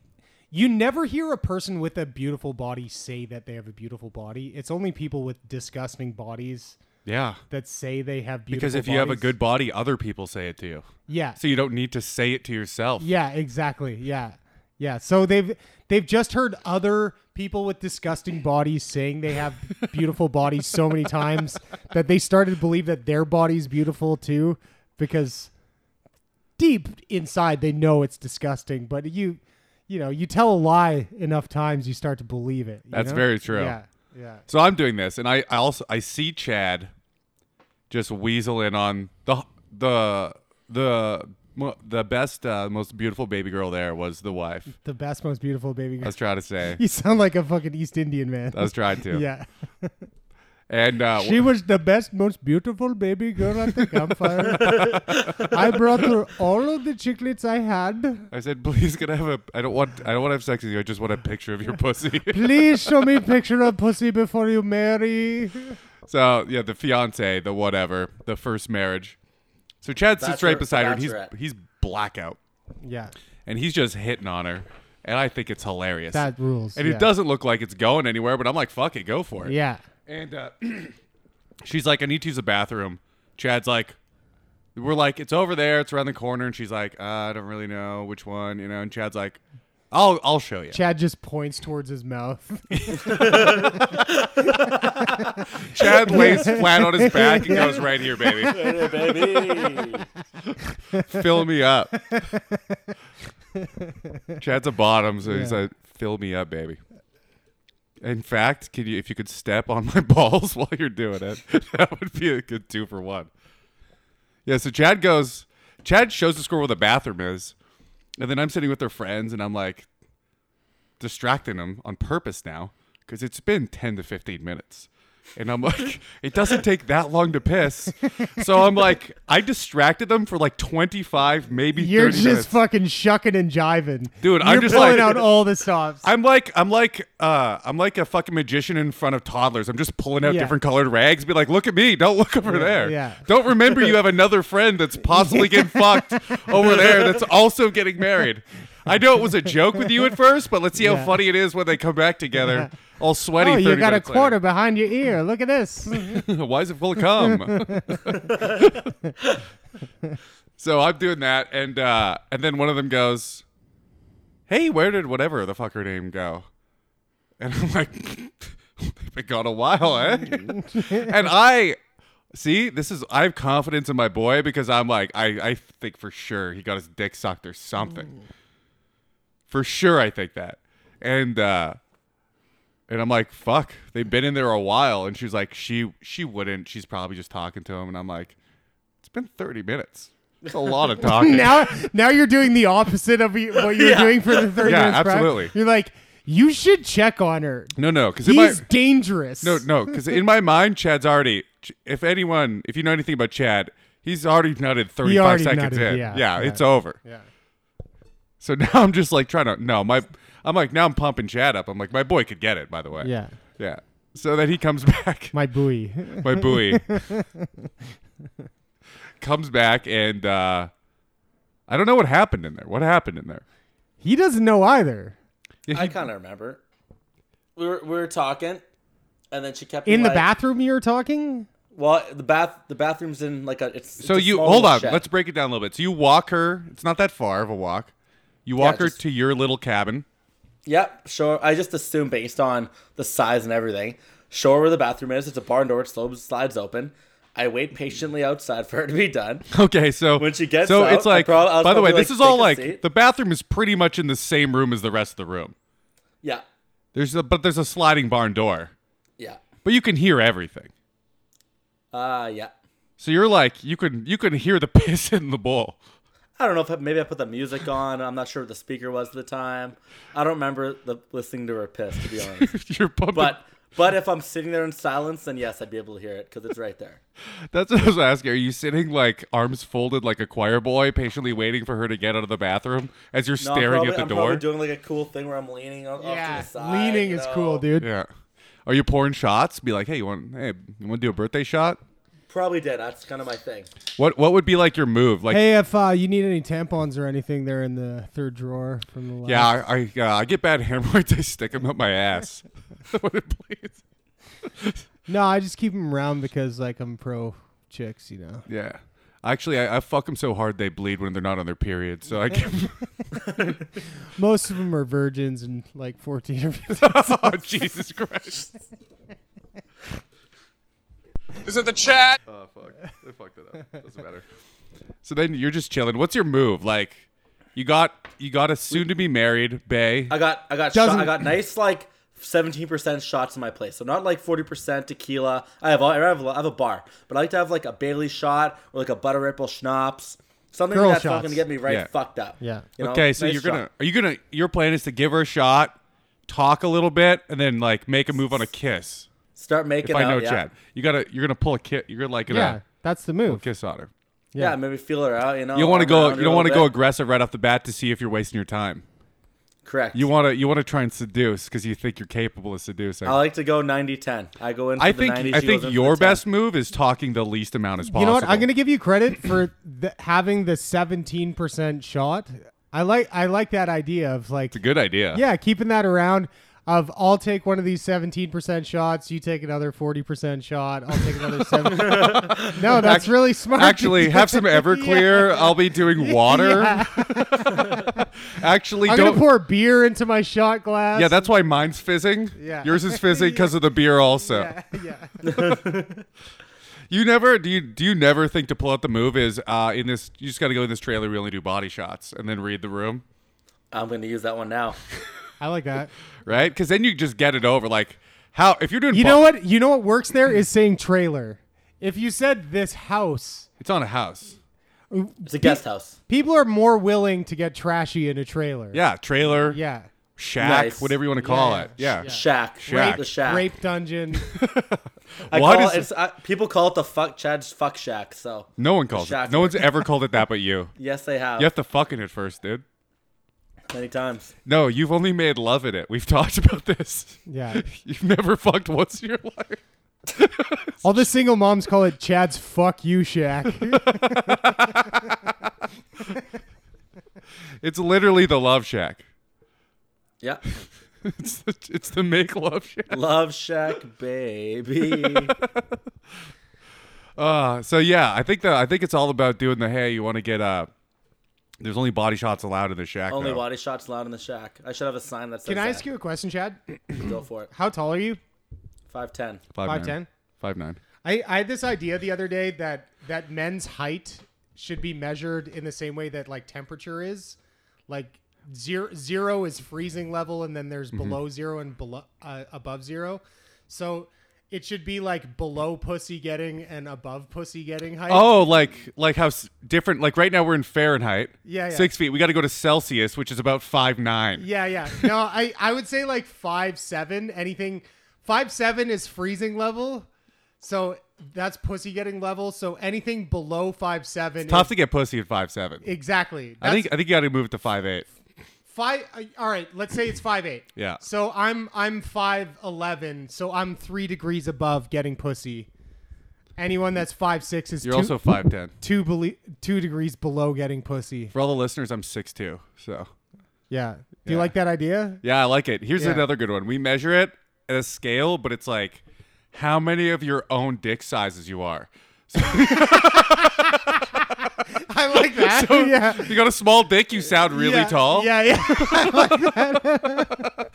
Speaker 5: you never hear a person with a beautiful body say that they have a beautiful body. It's only people with disgusting bodies
Speaker 3: yeah.
Speaker 5: that say they have beautiful.
Speaker 3: Because if you have a
Speaker 5: bodies.
Speaker 3: good body, other people say it to you,
Speaker 5: yeah,
Speaker 3: so you don't need to say it to yourself.
Speaker 5: Yeah, exactly. Yeah. Yeah. So they've they've just heard other people with disgusting bodies saying they have beautiful bodies so many times that they started to believe that their body's beautiful too because deep inside they know it's disgusting, but you you know, you tell a lie enough times you start to believe it. you
Speaker 3: That's
Speaker 5: know?
Speaker 3: very true.
Speaker 5: Yeah. Yeah.
Speaker 3: So I'm doing this, and I, I also I see Chad just weasel in on the the the mo- the best uh, most beautiful baby girl there was the wife.
Speaker 5: The best, most beautiful baby
Speaker 3: I
Speaker 5: girl.
Speaker 3: was trying
Speaker 5: [LAUGHS]
Speaker 3: to say.
Speaker 5: You sound like a fucking East Indian man.
Speaker 3: I was trying to.
Speaker 5: yeah.
Speaker 3: And uh,
Speaker 5: She was the best, most beautiful baby girl at the
Speaker 3: [LAUGHS]
Speaker 5: campfire. I brought her all of the chiclets I had.
Speaker 3: I said, please, can I have a? I don't want. I don't want to have sex with you. I just want a picture
Speaker 5: [LAUGHS]
Speaker 3: of your pussy.
Speaker 5: Please show me a picture of pussy before you marry.
Speaker 3: so yeah, the fiance, the whatever, the first marriage. So Chad sits
Speaker 4: Bachelor-
Speaker 3: right beside her. And he's
Speaker 4: bachelorette.
Speaker 3: he's blackout,
Speaker 5: Yeah,
Speaker 3: and he's just hitting on her, and I think it's hilarious.
Speaker 5: that rules.
Speaker 3: and
Speaker 5: yeah.
Speaker 3: it doesn't look like it's going anywhere, but I'm like, fuck it, go for it.
Speaker 5: Yeah,
Speaker 3: And uh, [CLEARS THROAT] she's like, I need to use the bathroom. Chad's like, we're like, it's over there, it's around the corner. And she's like, uh, I don't really know which one, you know. And Chad's like, I'll I'll show you.
Speaker 5: Chad just points towards his
Speaker 3: [LAUGHS]
Speaker 5: mouth.
Speaker 3: Chad lays flat on his back and goes right here, baby.
Speaker 4: Hey, baby.
Speaker 3: Fill me up.
Speaker 5: [LAUGHS]
Speaker 3: Chad's a bottom, so he's like, fill me up, baby. In fact, can you if you could step on my [LAUGHS] balls while you're doing it, [LAUGHS] that would be a good two for one. Yeah, so Chad goes Chad shows the score where the bathroom is, and then I'm sitting with their friends and I'm like distracting them on purpose now, because it's been ten to fifteen minutes. And I'm like, [LAUGHS] it doesn't take that long to piss. So I'm like, I distracted them for like 25, maybe
Speaker 5: You're
Speaker 3: 30
Speaker 5: just
Speaker 3: minutes.
Speaker 5: fucking shucking and jiving,
Speaker 3: Dude,
Speaker 5: You're
Speaker 3: I'm just
Speaker 5: pulling
Speaker 3: like-
Speaker 5: out all the stops.
Speaker 3: I'm like I'm like uh I'm like a fucking magician in front of toddlers. I'm just pulling out
Speaker 5: Yeah.
Speaker 3: different colored rags, be like, look at me, don't look over there.
Speaker 5: yeah.
Speaker 3: Don't remember you have another friend that's
Speaker 5: [LAUGHS]
Speaker 3: possibly getting fucked over there that's also getting married. I know it was a joke with you at first, but let's see
Speaker 5: Yeah.
Speaker 3: how funny it is when they come
Speaker 5: [LAUGHS]
Speaker 3: back together, all sweaty.
Speaker 5: oh, you
Speaker 3: 30
Speaker 5: got a
Speaker 3: minutes later.
Speaker 5: quarter behind your ear. Look at this.
Speaker 3: [LAUGHS]
Speaker 5: [LAUGHS]
Speaker 3: Why is it full of cum? [LAUGHS] so I'm doing that, and uh, and then one of them goes, "Hey, where did whatever the fuck her name go?" And I'm like, [LAUGHS] "They've been gone a while,
Speaker 5: [LAUGHS]
Speaker 3: eh?" and I see this is I have confidence in my boy because I'm like I I think for sure he got his dick sucked or
Speaker 5: Mm.
Speaker 3: something. For sure, I think that, and. uh and I'm like, fuck, they've been in there a while. And she's like, she she wouldn't. She's probably just talking to him. And I'm like, it's been 30 minutes. It's a
Speaker 5: [LAUGHS]
Speaker 3: lot of talking.
Speaker 5: now now you're doing the opposite of y- what you were doing for the 30
Speaker 3: Yeah,
Speaker 5: minutes prior.
Speaker 3: absolutely.
Speaker 5: You're like, you should check on her.
Speaker 3: no, no, because in my
Speaker 5: He's dangerous.
Speaker 3: no, no, because in my mind, Chad's already. If anyone, if you know anything about Chad, he's already nutted 35
Speaker 5: already
Speaker 3: seconds
Speaker 5: nutted,
Speaker 3: in.
Speaker 5: yeah,
Speaker 3: yeah,
Speaker 5: yeah.
Speaker 3: it's over.
Speaker 5: Yeah.
Speaker 3: So [LAUGHS] now I'm just like trying to no my I'm like now I'm pumping Chad up. I'm like my boy could get it by the way.
Speaker 5: Yeah.
Speaker 3: yeah. So then he comes [LAUGHS] back.
Speaker 5: My buoy. [LAUGHS]
Speaker 3: my buoy comes back and uh i don't know what happened in there what happened in there
Speaker 5: he doesn't know either.
Speaker 4: I kind of remember. We were we were talking, and then she kept
Speaker 5: In the
Speaker 4: like-
Speaker 5: bathroom you were talking?
Speaker 4: Well, the bath the bathroom's in like a. It's
Speaker 3: so you hold on let's break it down a little bit so you walk her it's not that far of a walk you walk her
Speaker 4: just-
Speaker 3: to your little cabin
Speaker 4: Yep, sure. I just assume based on the size and everything, sure where the bathroom is. It's a barn door. It slopes, slides open. I wait patiently outside for her to be done.
Speaker 3: [LAUGHS] okay so
Speaker 4: When she gets
Speaker 3: so
Speaker 4: out,
Speaker 3: it's
Speaker 4: I
Speaker 3: like
Speaker 4: prob- I was
Speaker 3: by the way
Speaker 4: probably
Speaker 3: this
Speaker 4: like,
Speaker 3: is all
Speaker 4: "Take a
Speaker 3: like
Speaker 4: seat."
Speaker 3: the bathroom is pretty much in the same room as the rest of the room
Speaker 4: Yeah,
Speaker 3: there's a but there's a sliding barn door
Speaker 4: yeah,
Speaker 3: but you can hear everything
Speaker 4: uh, yeah.
Speaker 3: so you're like you can you can hear the [LAUGHS] piss in the bowl [LAUGHS]
Speaker 4: I don't know if I, maybe I put the music on. I'm not sure
Speaker 3: [LAUGHS]
Speaker 4: what the speaker was at the time. I don't remember the listening to her piss to be honest.
Speaker 3: you're pumping
Speaker 4: But But if I'm sitting there in silence, then yes, I'd be able to hear it because it's right there.
Speaker 3: That's what I was asking. Are you sitting like arms folded like a choir boy, patiently waiting for her to get out of the bathroom as you're
Speaker 4: No, I'm
Speaker 3: staring
Speaker 4: probably,
Speaker 3: at the
Speaker 4: I'm
Speaker 3: door?
Speaker 4: probably doing like a cool thing where I'm leaning off
Speaker 5: Yeah,
Speaker 4: to the side.
Speaker 5: leaning
Speaker 4: you
Speaker 5: is
Speaker 4: know?
Speaker 5: cool, dude.
Speaker 3: yeah. Are you pouring shots? Be like, hey, you want hey, you want to do a birthday shot?
Speaker 4: Probably did. That's kind of my thing.
Speaker 3: What what would be like your move? Like,
Speaker 5: Hey, if uh, you need any tampons or anything, they're in the third drawer from the left.
Speaker 3: yeah, I I, uh, I get bad [LAUGHS] hemorrhoids. I stick them up my ass. [LAUGHS] Would it please?
Speaker 5: No, I just keep them around because like I'm pro chicks, you know.
Speaker 3: Yeah. Actually, I, I fuck them so hard they bleed when they're not on their period. So
Speaker 1: [LAUGHS]
Speaker 3: I can.
Speaker 5: Most of them are virgins and like 14 or 15.
Speaker 3: [LAUGHS] oh, Jesus Christ.
Speaker 1: [LAUGHS] Is it the chat?
Speaker 3: Oh fuck! I fucked it up. Doesn't matter. So then you're just chilling. What's your move? Like, you got you got a soon to be married bay.
Speaker 4: I got I got shot,
Speaker 5: Doesn't-
Speaker 4: I got nice like 17% shots in my place. So not like 40% tequila. I have all, I have a- I have a bar, but I like to have like a Bailey shot or like a butter ripple schnapps. Something
Speaker 5: Girl
Speaker 4: that's not
Speaker 5: shots.
Speaker 4: going to get me right
Speaker 3: Yeah.
Speaker 4: fucked up.
Speaker 5: Yeah.
Speaker 4: You know?
Speaker 3: okay, so
Speaker 4: Nice
Speaker 3: you're gonna
Speaker 4: shot.
Speaker 3: are you gonna your plan is to give her a shot, talk a little bit, and then like make a move on a kiss.
Speaker 4: start making
Speaker 3: If I
Speaker 4: out,
Speaker 3: know
Speaker 4: yeah.
Speaker 3: Chad, you gotta you're gonna pull a kiss. You're gonna like
Speaker 5: Yeah,
Speaker 3: gonna
Speaker 5: that's the move.
Speaker 3: kiss on her.
Speaker 4: yeah.
Speaker 5: Yeah.
Speaker 4: maybe feel her out, you know.
Speaker 3: You
Speaker 5: Oh,
Speaker 3: don't want to
Speaker 4: arm
Speaker 3: go.
Speaker 4: around her
Speaker 3: You
Speaker 4: a
Speaker 3: don't want to
Speaker 4: little
Speaker 3: go
Speaker 4: bit.
Speaker 3: aggressive right off the bat to see if you're wasting your time.
Speaker 4: Correct.
Speaker 3: You want to you want to try and seduce because you think you're capable of seducing.
Speaker 4: I like to go 90-10. I go in for
Speaker 3: I
Speaker 4: the
Speaker 3: think
Speaker 4: 90,
Speaker 3: I
Speaker 4: she
Speaker 3: think
Speaker 4: goes in for
Speaker 3: your
Speaker 4: the 10.
Speaker 3: best move is talking the least amount as possible.
Speaker 5: You know what? I'm gonna give you credit for th- having the 17% shot. I like I like that idea of like
Speaker 3: It's a good idea.
Speaker 5: yeah, keeping that around. Of I'll take one of these 17% shots. You take another 40% shot. I'll take another
Speaker 3: [LAUGHS]
Speaker 5: seven. no, that's
Speaker 3: Act-
Speaker 5: really smart. [LAUGHS]
Speaker 3: Actually, have some Everclear. I'll be doing water.
Speaker 5: Yeah.
Speaker 3: Actually,
Speaker 5: I'm
Speaker 3: don't.
Speaker 5: gonna pour beer into my shot glass.
Speaker 3: yeah, that's why mine's fizzing.
Speaker 5: [LAUGHS] Yeah.
Speaker 3: Yours is fizzing because of the beer. Also,
Speaker 5: [LAUGHS] yeah.
Speaker 3: you never do. You do you never think to pull out the move is uh, in this? You just got to go in this trailer. We only do body shots, and then read the room,
Speaker 4: I'm going to use that one now.
Speaker 5: I like that.
Speaker 3: right? Because then you just get it over. Like how if you're doing,
Speaker 5: You
Speaker 3: bo-
Speaker 5: know what? You know what works there is saying trailer. If you said this house,
Speaker 3: It's on a house.
Speaker 4: It's a guest house.
Speaker 5: people are more willing to get trashy in a trailer.
Speaker 3: Yeah, trailer,
Speaker 5: Yeah.
Speaker 3: shack,
Speaker 4: Nice.
Speaker 3: whatever you want to call
Speaker 5: Yeah.
Speaker 3: it. Yeah.
Speaker 4: Shack.
Speaker 3: Shack.
Speaker 4: The shack.
Speaker 5: Rape dungeon.
Speaker 4: I
Speaker 3: Why
Speaker 4: call
Speaker 3: does
Speaker 4: it, it's, I, people call it the fuck Chad's fuck shack. So
Speaker 3: No one calls
Speaker 4: Shack.
Speaker 3: it. No one's ever called it that but you.
Speaker 4: yes, they have
Speaker 3: You have to fuck in it first, dude.
Speaker 4: many times.
Speaker 3: No, you've only made love in it. We've [LAUGHS] talked about this.
Speaker 5: [LAUGHS] Yeah.
Speaker 3: You've never fucked once in your life.
Speaker 5: All the single moms call it Chad's fuck you shack.
Speaker 3: It's literally the love shack. [LAUGHS]
Speaker 4: Yeah,
Speaker 3: It's the, it's the make love shack.
Speaker 4: love shack,
Speaker 3: [LAUGHS]
Speaker 4: baby.
Speaker 3: Uh, so yeah, I think the I think it's all about doing the hey, you want to get uh there's only body shots allowed in the shack.
Speaker 4: Only
Speaker 3: though.
Speaker 4: body shots allowed in the shack. I should have a sign that says.
Speaker 5: Can I
Speaker 4: that.
Speaker 5: ask you a question, Chad?
Speaker 4: Go for it.
Speaker 5: How tall are you?
Speaker 4: Five ten.
Speaker 5: Five ten.
Speaker 3: Five nine.
Speaker 5: I, I had this idea the other day that that men's height should be measured in the same way that like temperature is, like zero zero is freezing level, and then
Speaker 3: Mm-hmm.
Speaker 5: there's below zero and below uh, above zero. So it should be like below pussy getting and above pussy getting height.
Speaker 3: Oh, like like how s- different? Like right now we're in Fahrenheit.
Speaker 5: Yeah, yeah.
Speaker 3: Six feet. We got to go to Celsius, which is about five nine.
Speaker 5: Yeah, yeah. No, I I would say like five seven. Anything five seven is freezing level, so that's pussy getting level. So anything below five seven.
Speaker 3: Tough
Speaker 5: is-
Speaker 3: to get pussy at five seven.
Speaker 5: Exactly.
Speaker 3: I
Speaker 5: That's-
Speaker 3: think I think you got to move it to five eight.
Speaker 5: five uh, all right let's say it's five eight
Speaker 3: Yeah.
Speaker 5: so i'm i'm five eleven so i'm three degrees above getting pussy anyone that's five six is
Speaker 3: You're
Speaker 5: two,
Speaker 3: also five ten.
Speaker 5: two, bele- two degrees below getting pussy
Speaker 3: For all the listeners, I'm six two. So
Speaker 5: yeah do you
Speaker 3: Yeah.
Speaker 5: like that
Speaker 3: [LAUGHS]
Speaker 5: idea
Speaker 3: yeah, I like it. Here's
Speaker 5: Yeah.
Speaker 3: another good one. We measure it at a scale, but it's like how many of your own dick sizes you are.
Speaker 5: i like that [LAUGHS]
Speaker 3: So
Speaker 5: yeah
Speaker 3: if you got a small dick, you sound really
Speaker 5: Yeah,
Speaker 3: tall.
Speaker 5: Yeah, yeah. [LAUGHS] I
Speaker 3: [LAUGHS]
Speaker 5: like that.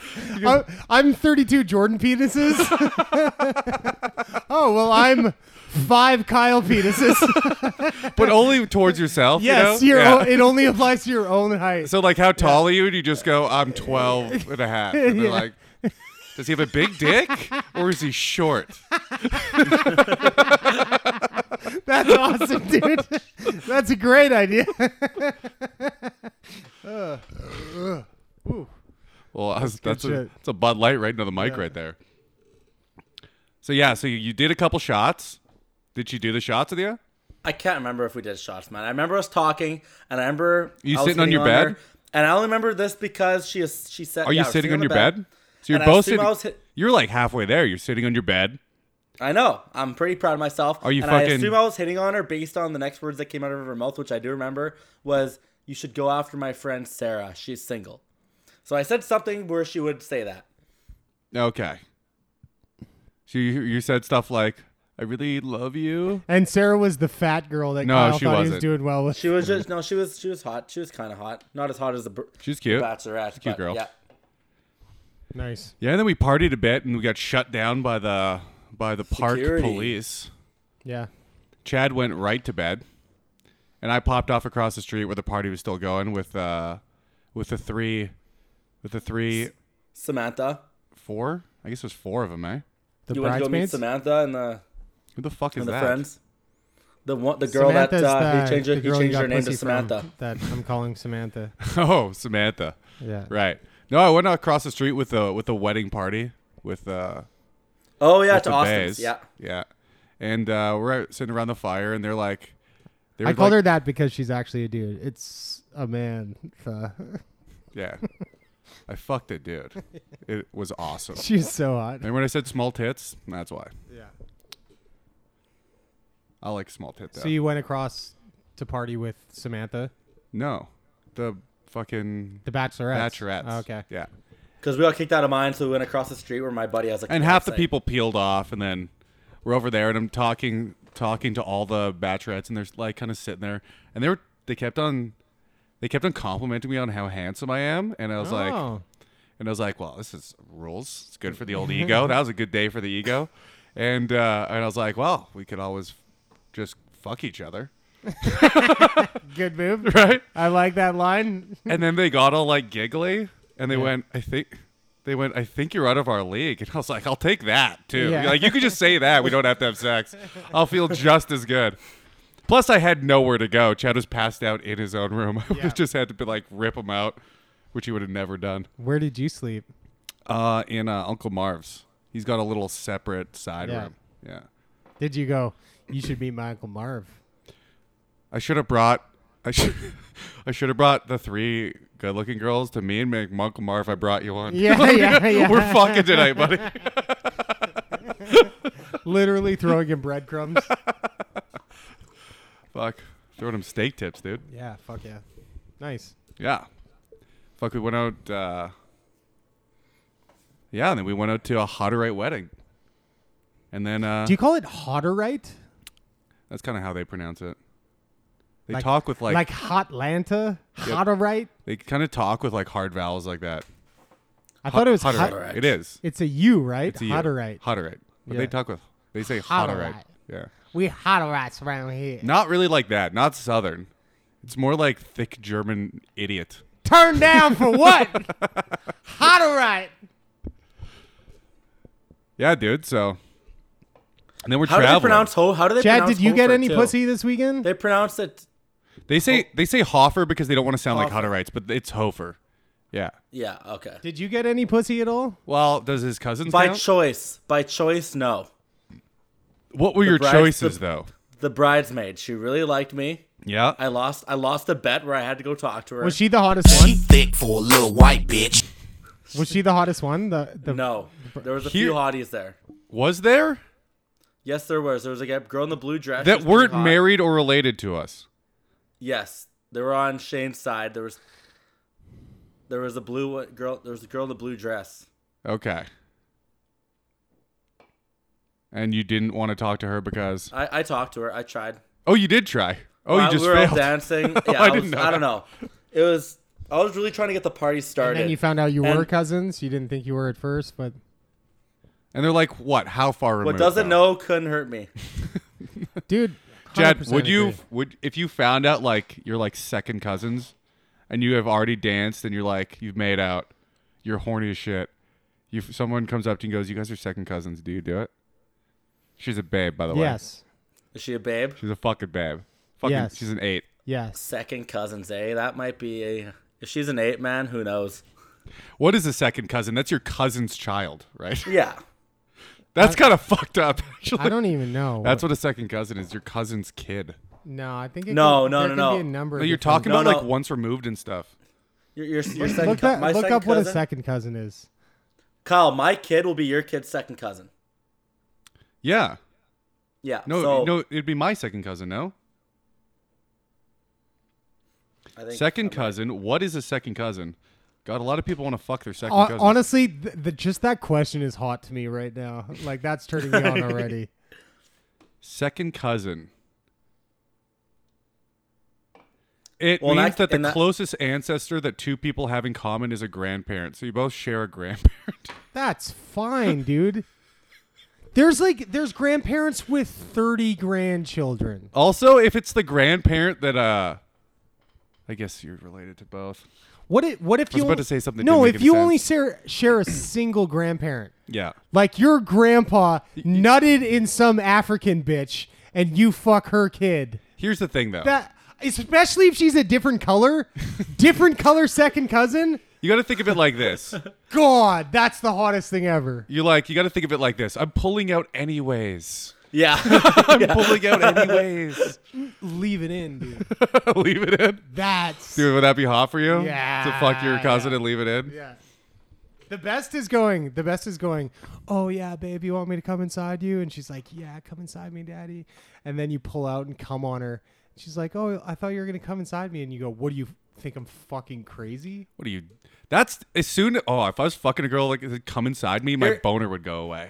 Speaker 5: I'm- I'm 32 Jordan penises. [LAUGHS] oh, well, I'm five Kyle penises. [LAUGHS]
Speaker 3: But only towards yourself. you
Speaker 5: yes,
Speaker 3: know?
Speaker 5: your
Speaker 3: Yeah.
Speaker 5: own, it only applies to your own height.
Speaker 3: So like how tall are you? And you just go, I'm 12
Speaker 5: [LAUGHS]
Speaker 3: and a half. And they're
Speaker 5: Yeah.
Speaker 3: like, does he have a big dick or is he short?
Speaker 5: That's awesome, dude. [LAUGHS] That's a great idea. [LAUGHS]
Speaker 3: Well, I was- that's,
Speaker 5: good
Speaker 3: a,
Speaker 5: shit.
Speaker 3: that's a Bud Light right into the mic right there. So yeah, so you, you did a couple shots. Did she do the shots with you?
Speaker 4: I can't remember if we did shots, man. I remember us talking, and I remember
Speaker 3: You
Speaker 4: I was
Speaker 3: sitting on your
Speaker 4: her,
Speaker 3: bed?
Speaker 4: and I only remember this because she is. She said,
Speaker 3: Are
Speaker 4: yeah,
Speaker 3: you
Speaker 4: we're
Speaker 3: sitting on your
Speaker 4: the
Speaker 3: bed? So you're
Speaker 4: And I
Speaker 3: both
Speaker 4: assume
Speaker 3: sitting.
Speaker 4: I was hit-
Speaker 3: You're like halfway there. You're sitting on your bed.
Speaker 4: I know. I'm pretty proud of myself.
Speaker 3: Are you
Speaker 4: and I
Speaker 3: fucking-
Speaker 4: assume I was hitting on her based on the next words that came out of her mouth, which I do remember was, "You should go after my friend Sarah. She's single." So I said something where she would say that.
Speaker 3: Okay. So you, you said stuff like, "I really love you."
Speaker 5: And Sarah was the fat girl that
Speaker 3: No,
Speaker 5: Kyle
Speaker 3: she
Speaker 5: thought he
Speaker 3: wasn't.
Speaker 5: was doing well with.
Speaker 4: She was just no. She was she was hot. She was kind of hot. Not as hot as the, br-
Speaker 3: She's
Speaker 4: the
Speaker 3: cute.
Speaker 4: Bachelorette.
Speaker 3: cute
Speaker 4: but
Speaker 3: girl.
Speaker 4: Yeah.
Speaker 5: nice.
Speaker 3: Yeah, and then we partied a bit, and we got shut down by the by the park
Speaker 4: Security.
Speaker 3: police.
Speaker 5: Yeah.
Speaker 3: Chad went right to bed, and I popped off across the street where the party was still going with uh with the three with the three
Speaker 4: Samantha.
Speaker 3: four. I guess it was four of them, eh?
Speaker 5: The
Speaker 4: You want to go meet
Speaker 5: bridesmaids.
Speaker 4: Samantha and the
Speaker 3: Who the fuck is
Speaker 4: and the
Speaker 3: that?
Speaker 4: friends. The one, the girl
Speaker 5: Samantha's
Speaker 4: that uh,
Speaker 5: the-
Speaker 4: he changed, her,
Speaker 5: the
Speaker 4: he
Speaker 5: girl you
Speaker 4: changed
Speaker 5: got
Speaker 4: her name to
Speaker 5: pussy from
Speaker 4: Samantha.
Speaker 5: That I'm calling Samantha.
Speaker 3: [LAUGHS] Oh, Samantha.
Speaker 5: Yeah.
Speaker 3: [LAUGHS] Right. No, I went across the street with the with the wedding party with uh
Speaker 4: Oh yeah, to
Speaker 3: the
Speaker 4: Austin.
Speaker 3: bays.
Speaker 4: Yeah.
Speaker 3: Yeah. And uh, we're out sitting around the fire and they're like they were
Speaker 5: I called her
Speaker 3: like-
Speaker 5: that because she's actually a dude. It's a man. Uh,
Speaker 3: Yeah. [LAUGHS] I fucked it, dude. It was awesome.
Speaker 5: [LAUGHS] she's so hot.
Speaker 3: And when I said small tits, that's why.
Speaker 5: Yeah.
Speaker 3: I like small tit though.
Speaker 5: So you went across to party with Samantha,
Speaker 3: no. The fucking
Speaker 5: the Bachelorette.
Speaker 3: bachelorettes.
Speaker 5: okay.
Speaker 3: Yeah.
Speaker 4: Because we got kicked out of mine, so we went across the street where my buddy has a
Speaker 3: And half the
Speaker 4: campsite.
Speaker 3: people peeled off, and then we're over there, and I'm talking talking to all the bachelorettes, and they're like kind of sitting there, and they were they kept on they kept on complimenting me on how handsome I am, and I was like,
Speaker 5: Oh.
Speaker 3: and I was like, well, this is rules. It's good
Speaker 5: [LAUGHS]
Speaker 3: for the old ego. That was a good day for the ego, and uh, and I was like, well, we could always just fuck
Speaker 5: [LAUGHS]
Speaker 3: each other,
Speaker 5: good move.
Speaker 3: right?
Speaker 5: I like that line.
Speaker 3: and then they got all like giggly and they went i think they went i think you're out of our league and i was like i'll take that too
Speaker 5: Yeah.
Speaker 3: like you could just say that we don't have to
Speaker 5: [LAUGHS]
Speaker 3: have sex i'll feel just as good plus i had nowhere to go chad was passed out in his own room [LAUGHS] i would
Speaker 5: Yeah.
Speaker 3: have just had to be like rip him out which he would have never done
Speaker 5: Where did you sleep?
Speaker 3: uh in uh, uncle marv's he's got a little separate side
Speaker 5: Yeah.
Speaker 3: room yeah
Speaker 5: Did you go? You should meet my uncle Marv.
Speaker 3: i should have brought i should [LAUGHS] i should have brought the three good looking girls to me and make uncle marv i brought you on [LAUGHS]
Speaker 5: Yeah, yeah, yeah.
Speaker 3: we're fucking tonight buddy [LAUGHS]
Speaker 5: Literally throwing him breadcrumbs.
Speaker 4: [LAUGHS]
Speaker 3: Fuck. Throwing him steak tips, dude.
Speaker 5: yeah. Fuck yeah. Nice.
Speaker 3: Yeah. Fuck, we went out. Uh, yeah, and then we went out to a Hotterite wedding. And then uh,
Speaker 5: Do you call it hotter right?
Speaker 3: that's kind of how they pronounce it. They
Speaker 5: Like-
Speaker 3: talk with like,
Speaker 5: Like Hotlanta? Hotter right?
Speaker 3: they kind of talk with like hard vowels like that.
Speaker 5: I thought it was
Speaker 3: Hotterite.
Speaker 5: hot-
Speaker 3: It is.
Speaker 5: It's a U, right?
Speaker 3: It's a U.
Speaker 5: Hotterite.
Speaker 3: Hotterite. But
Speaker 5: Yeah.
Speaker 3: they talk with they say
Speaker 5: Hotterite.
Speaker 3: Hotterite. Yeah.
Speaker 5: We Hotterites around here.
Speaker 3: Not really like that. Not southern. It's more like thick German idiot.
Speaker 5: Turned down for what?
Speaker 3: [LAUGHS]
Speaker 5: Hotterite.
Speaker 3: Yeah, dude. So. And then we're
Speaker 4: How do
Speaker 3: traveling.
Speaker 4: they pronounce ho? How do they?
Speaker 5: Chad,
Speaker 4: pronounce
Speaker 5: did you get
Speaker 4: Hofer,
Speaker 5: any
Speaker 4: too?
Speaker 5: pussy this weekend?
Speaker 4: They pronounce it.
Speaker 3: They say they say Hoffer because they don't want to sound like
Speaker 4: Hoffer.
Speaker 3: Hutterites, but it's Hofer. Yeah.
Speaker 4: Yeah. Okay.
Speaker 5: Did you get any pussy at all?
Speaker 3: Well, does his cousins
Speaker 4: By
Speaker 3: count?
Speaker 4: choice. By choice. No.
Speaker 3: what were your
Speaker 4: brides-
Speaker 3: choices
Speaker 4: the-
Speaker 3: though?
Speaker 4: The bridesmaid. She really liked me.
Speaker 3: Yeah.
Speaker 4: I lost. I lost a bet where I had to go talk to her.
Speaker 5: Was she the hottest one?
Speaker 6: thick for a little white bitch.
Speaker 5: Was she the hottest one? The, the
Speaker 4: no. There was a
Speaker 3: Here-
Speaker 4: few hotties there.
Speaker 3: Was there
Speaker 4: Yes, there was. There was a g- girl in the blue dress. She
Speaker 3: that
Speaker 4: was pretty
Speaker 3: weren't
Speaker 4: hot.
Speaker 3: married or related to us?
Speaker 4: Yes, they were on Shane's side. There was there was a blue one- girl. There was a girl in the blue dress.
Speaker 3: Okay. And you didn't want to talk to her because
Speaker 4: I, I talked to her. I tried.
Speaker 3: Oh, you did try. Oh,
Speaker 4: Uh,
Speaker 3: you just
Speaker 4: we were all
Speaker 3: failed.
Speaker 4: dancing.
Speaker 3: [LAUGHS] Oh,
Speaker 4: Yeah,
Speaker 3: I
Speaker 4: I,
Speaker 3: didn't
Speaker 4: was,
Speaker 3: know
Speaker 4: I don't
Speaker 3: that.
Speaker 4: know. It was. I was really trying to get the party
Speaker 5: And
Speaker 4: started.
Speaker 5: then you found out you were
Speaker 4: And-
Speaker 5: cousins. You didn't think you were at first, but
Speaker 3: And they're like, "What? How far removed?"
Speaker 4: what doesn't
Speaker 3: though?
Speaker 4: know couldn't hurt me.
Speaker 5: dude.
Speaker 3: Chad,
Speaker 5: 100%
Speaker 3: would you
Speaker 5: agree.
Speaker 3: would if you found out like you're like second cousins and you have already danced and you're like you've made out, you're horny as shit. You someone comes up to you and goes, "You guys are second cousins. Do you do it?" She's a babe, by the way.
Speaker 5: Yes.
Speaker 4: Is she a babe?
Speaker 3: she's a fucking babe. Fucking,
Speaker 5: Yes.
Speaker 3: she's an eight. [LAUGHS]
Speaker 5: Yes.
Speaker 4: Second cousins, eh? That might be a. If she's an eight man, who knows?
Speaker 3: What is a second cousin? That's your cousin's child, right?
Speaker 4: Yeah.
Speaker 3: [LAUGHS] That's kind of fucked up, actually.
Speaker 5: I don't even know.
Speaker 3: That's what a second cousin is. Your cousin's kid.
Speaker 5: No, I think it
Speaker 4: No,
Speaker 5: could-
Speaker 4: no,
Speaker 5: there
Speaker 4: no,
Speaker 5: could
Speaker 4: no.
Speaker 5: Be a number.
Speaker 3: No,
Speaker 5: of
Speaker 3: you're
Speaker 5: different-
Speaker 3: talking
Speaker 4: No,
Speaker 3: about
Speaker 4: no.
Speaker 3: like once removed and stuff.
Speaker 4: Your, your, your second
Speaker 5: Look,
Speaker 4: cou-
Speaker 5: that,
Speaker 4: my
Speaker 5: look
Speaker 4: second
Speaker 5: up what a
Speaker 4: cousin-
Speaker 5: second cousin is.
Speaker 4: Kyle, my kid will be your kid's second cousin.
Speaker 3: Yeah.
Speaker 4: Yeah.
Speaker 3: No,
Speaker 4: so
Speaker 3: no, it'd be my second cousin. No,
Speaker 4: I think
Speaker 3: second cousin. What is a second cousin? God, a lot of people want to fuck their second
Speaker 5: Hon-
Speaker 3: cousin.
Speaker 5: Honestly, th- the, just that question is hot to me right now. [LAUGHS] Like that's turning me
Speaker 3: [LAUGHS]
Speaker 5: on already.
Speaker 3: second cousin. It
Speaker 4: Well, in
Speaker 3: means
Speaker 4: that-
Speaker 3: that, the
Speaker 4: in that-
Speaker 3: closest ancestor that two people have in common is a grandparent. So you both share a grandparent. [LAUGHS]
Speaker 5: That's fine, dude. There's like there's grandparents with 30 grandchildren.
Speaker 3: also, if it's the grandparent that uh, I guess you're related to both.
Speaker 5: What if what if
Speaker 3: was
Speaker 5: you
Speaker 3: about
Speaker 5: only-
Speaker 3: to say something that
Speaker 5: No, if
Speaker 3: didn't make any
Speaker 5: you only share share a single grandparent.
Speaker 3: Yeah.
Speaker 5: Like your grandpa nutted in some African bitch and you fuck her kid.
Speaker 3: Here's the thing, though.
Speaker 5: That especially if she's a different [LAUGHS] color, different color second cousin.
Speaker 3: you got to think of it like this.
Speaker 5: God, that's the hottest thing ever.
Speaker 3: You're like, you got to think of it like this. I'm pulling out anyways.
Speaker 4: Yeah.
Speaker 3: [LAUGHS] I'm pulling out anyways.
Speaker 5: Leave it in, dude.
Speaker 3: [LAUGHS] leave it in.
Speaker 5: [LAUGHS] That's
Speaker 3: Dude, would that be hot for you?
Speaker 5: Yeah,
Speaker 3: To fuck your cousin
Speaker 5: yeah.
Speaker 3: and leave it in?
Speaker 5: yeah. The best is going. The best is going. Oh yeah, babe, you want me to come inside you? And she's like, Yeah, come inside me, daddy. And then you pull out and come on her. She's like, Oh, I thought you were gonna come inside me. And you go, What do you think? I'm fucking crazy.
Speaker 3: What do you? That's as soon. Oh, if I was fucking a girl like that come inside me, my
Speaker 4: Here-
Speaker 3: boner would go away.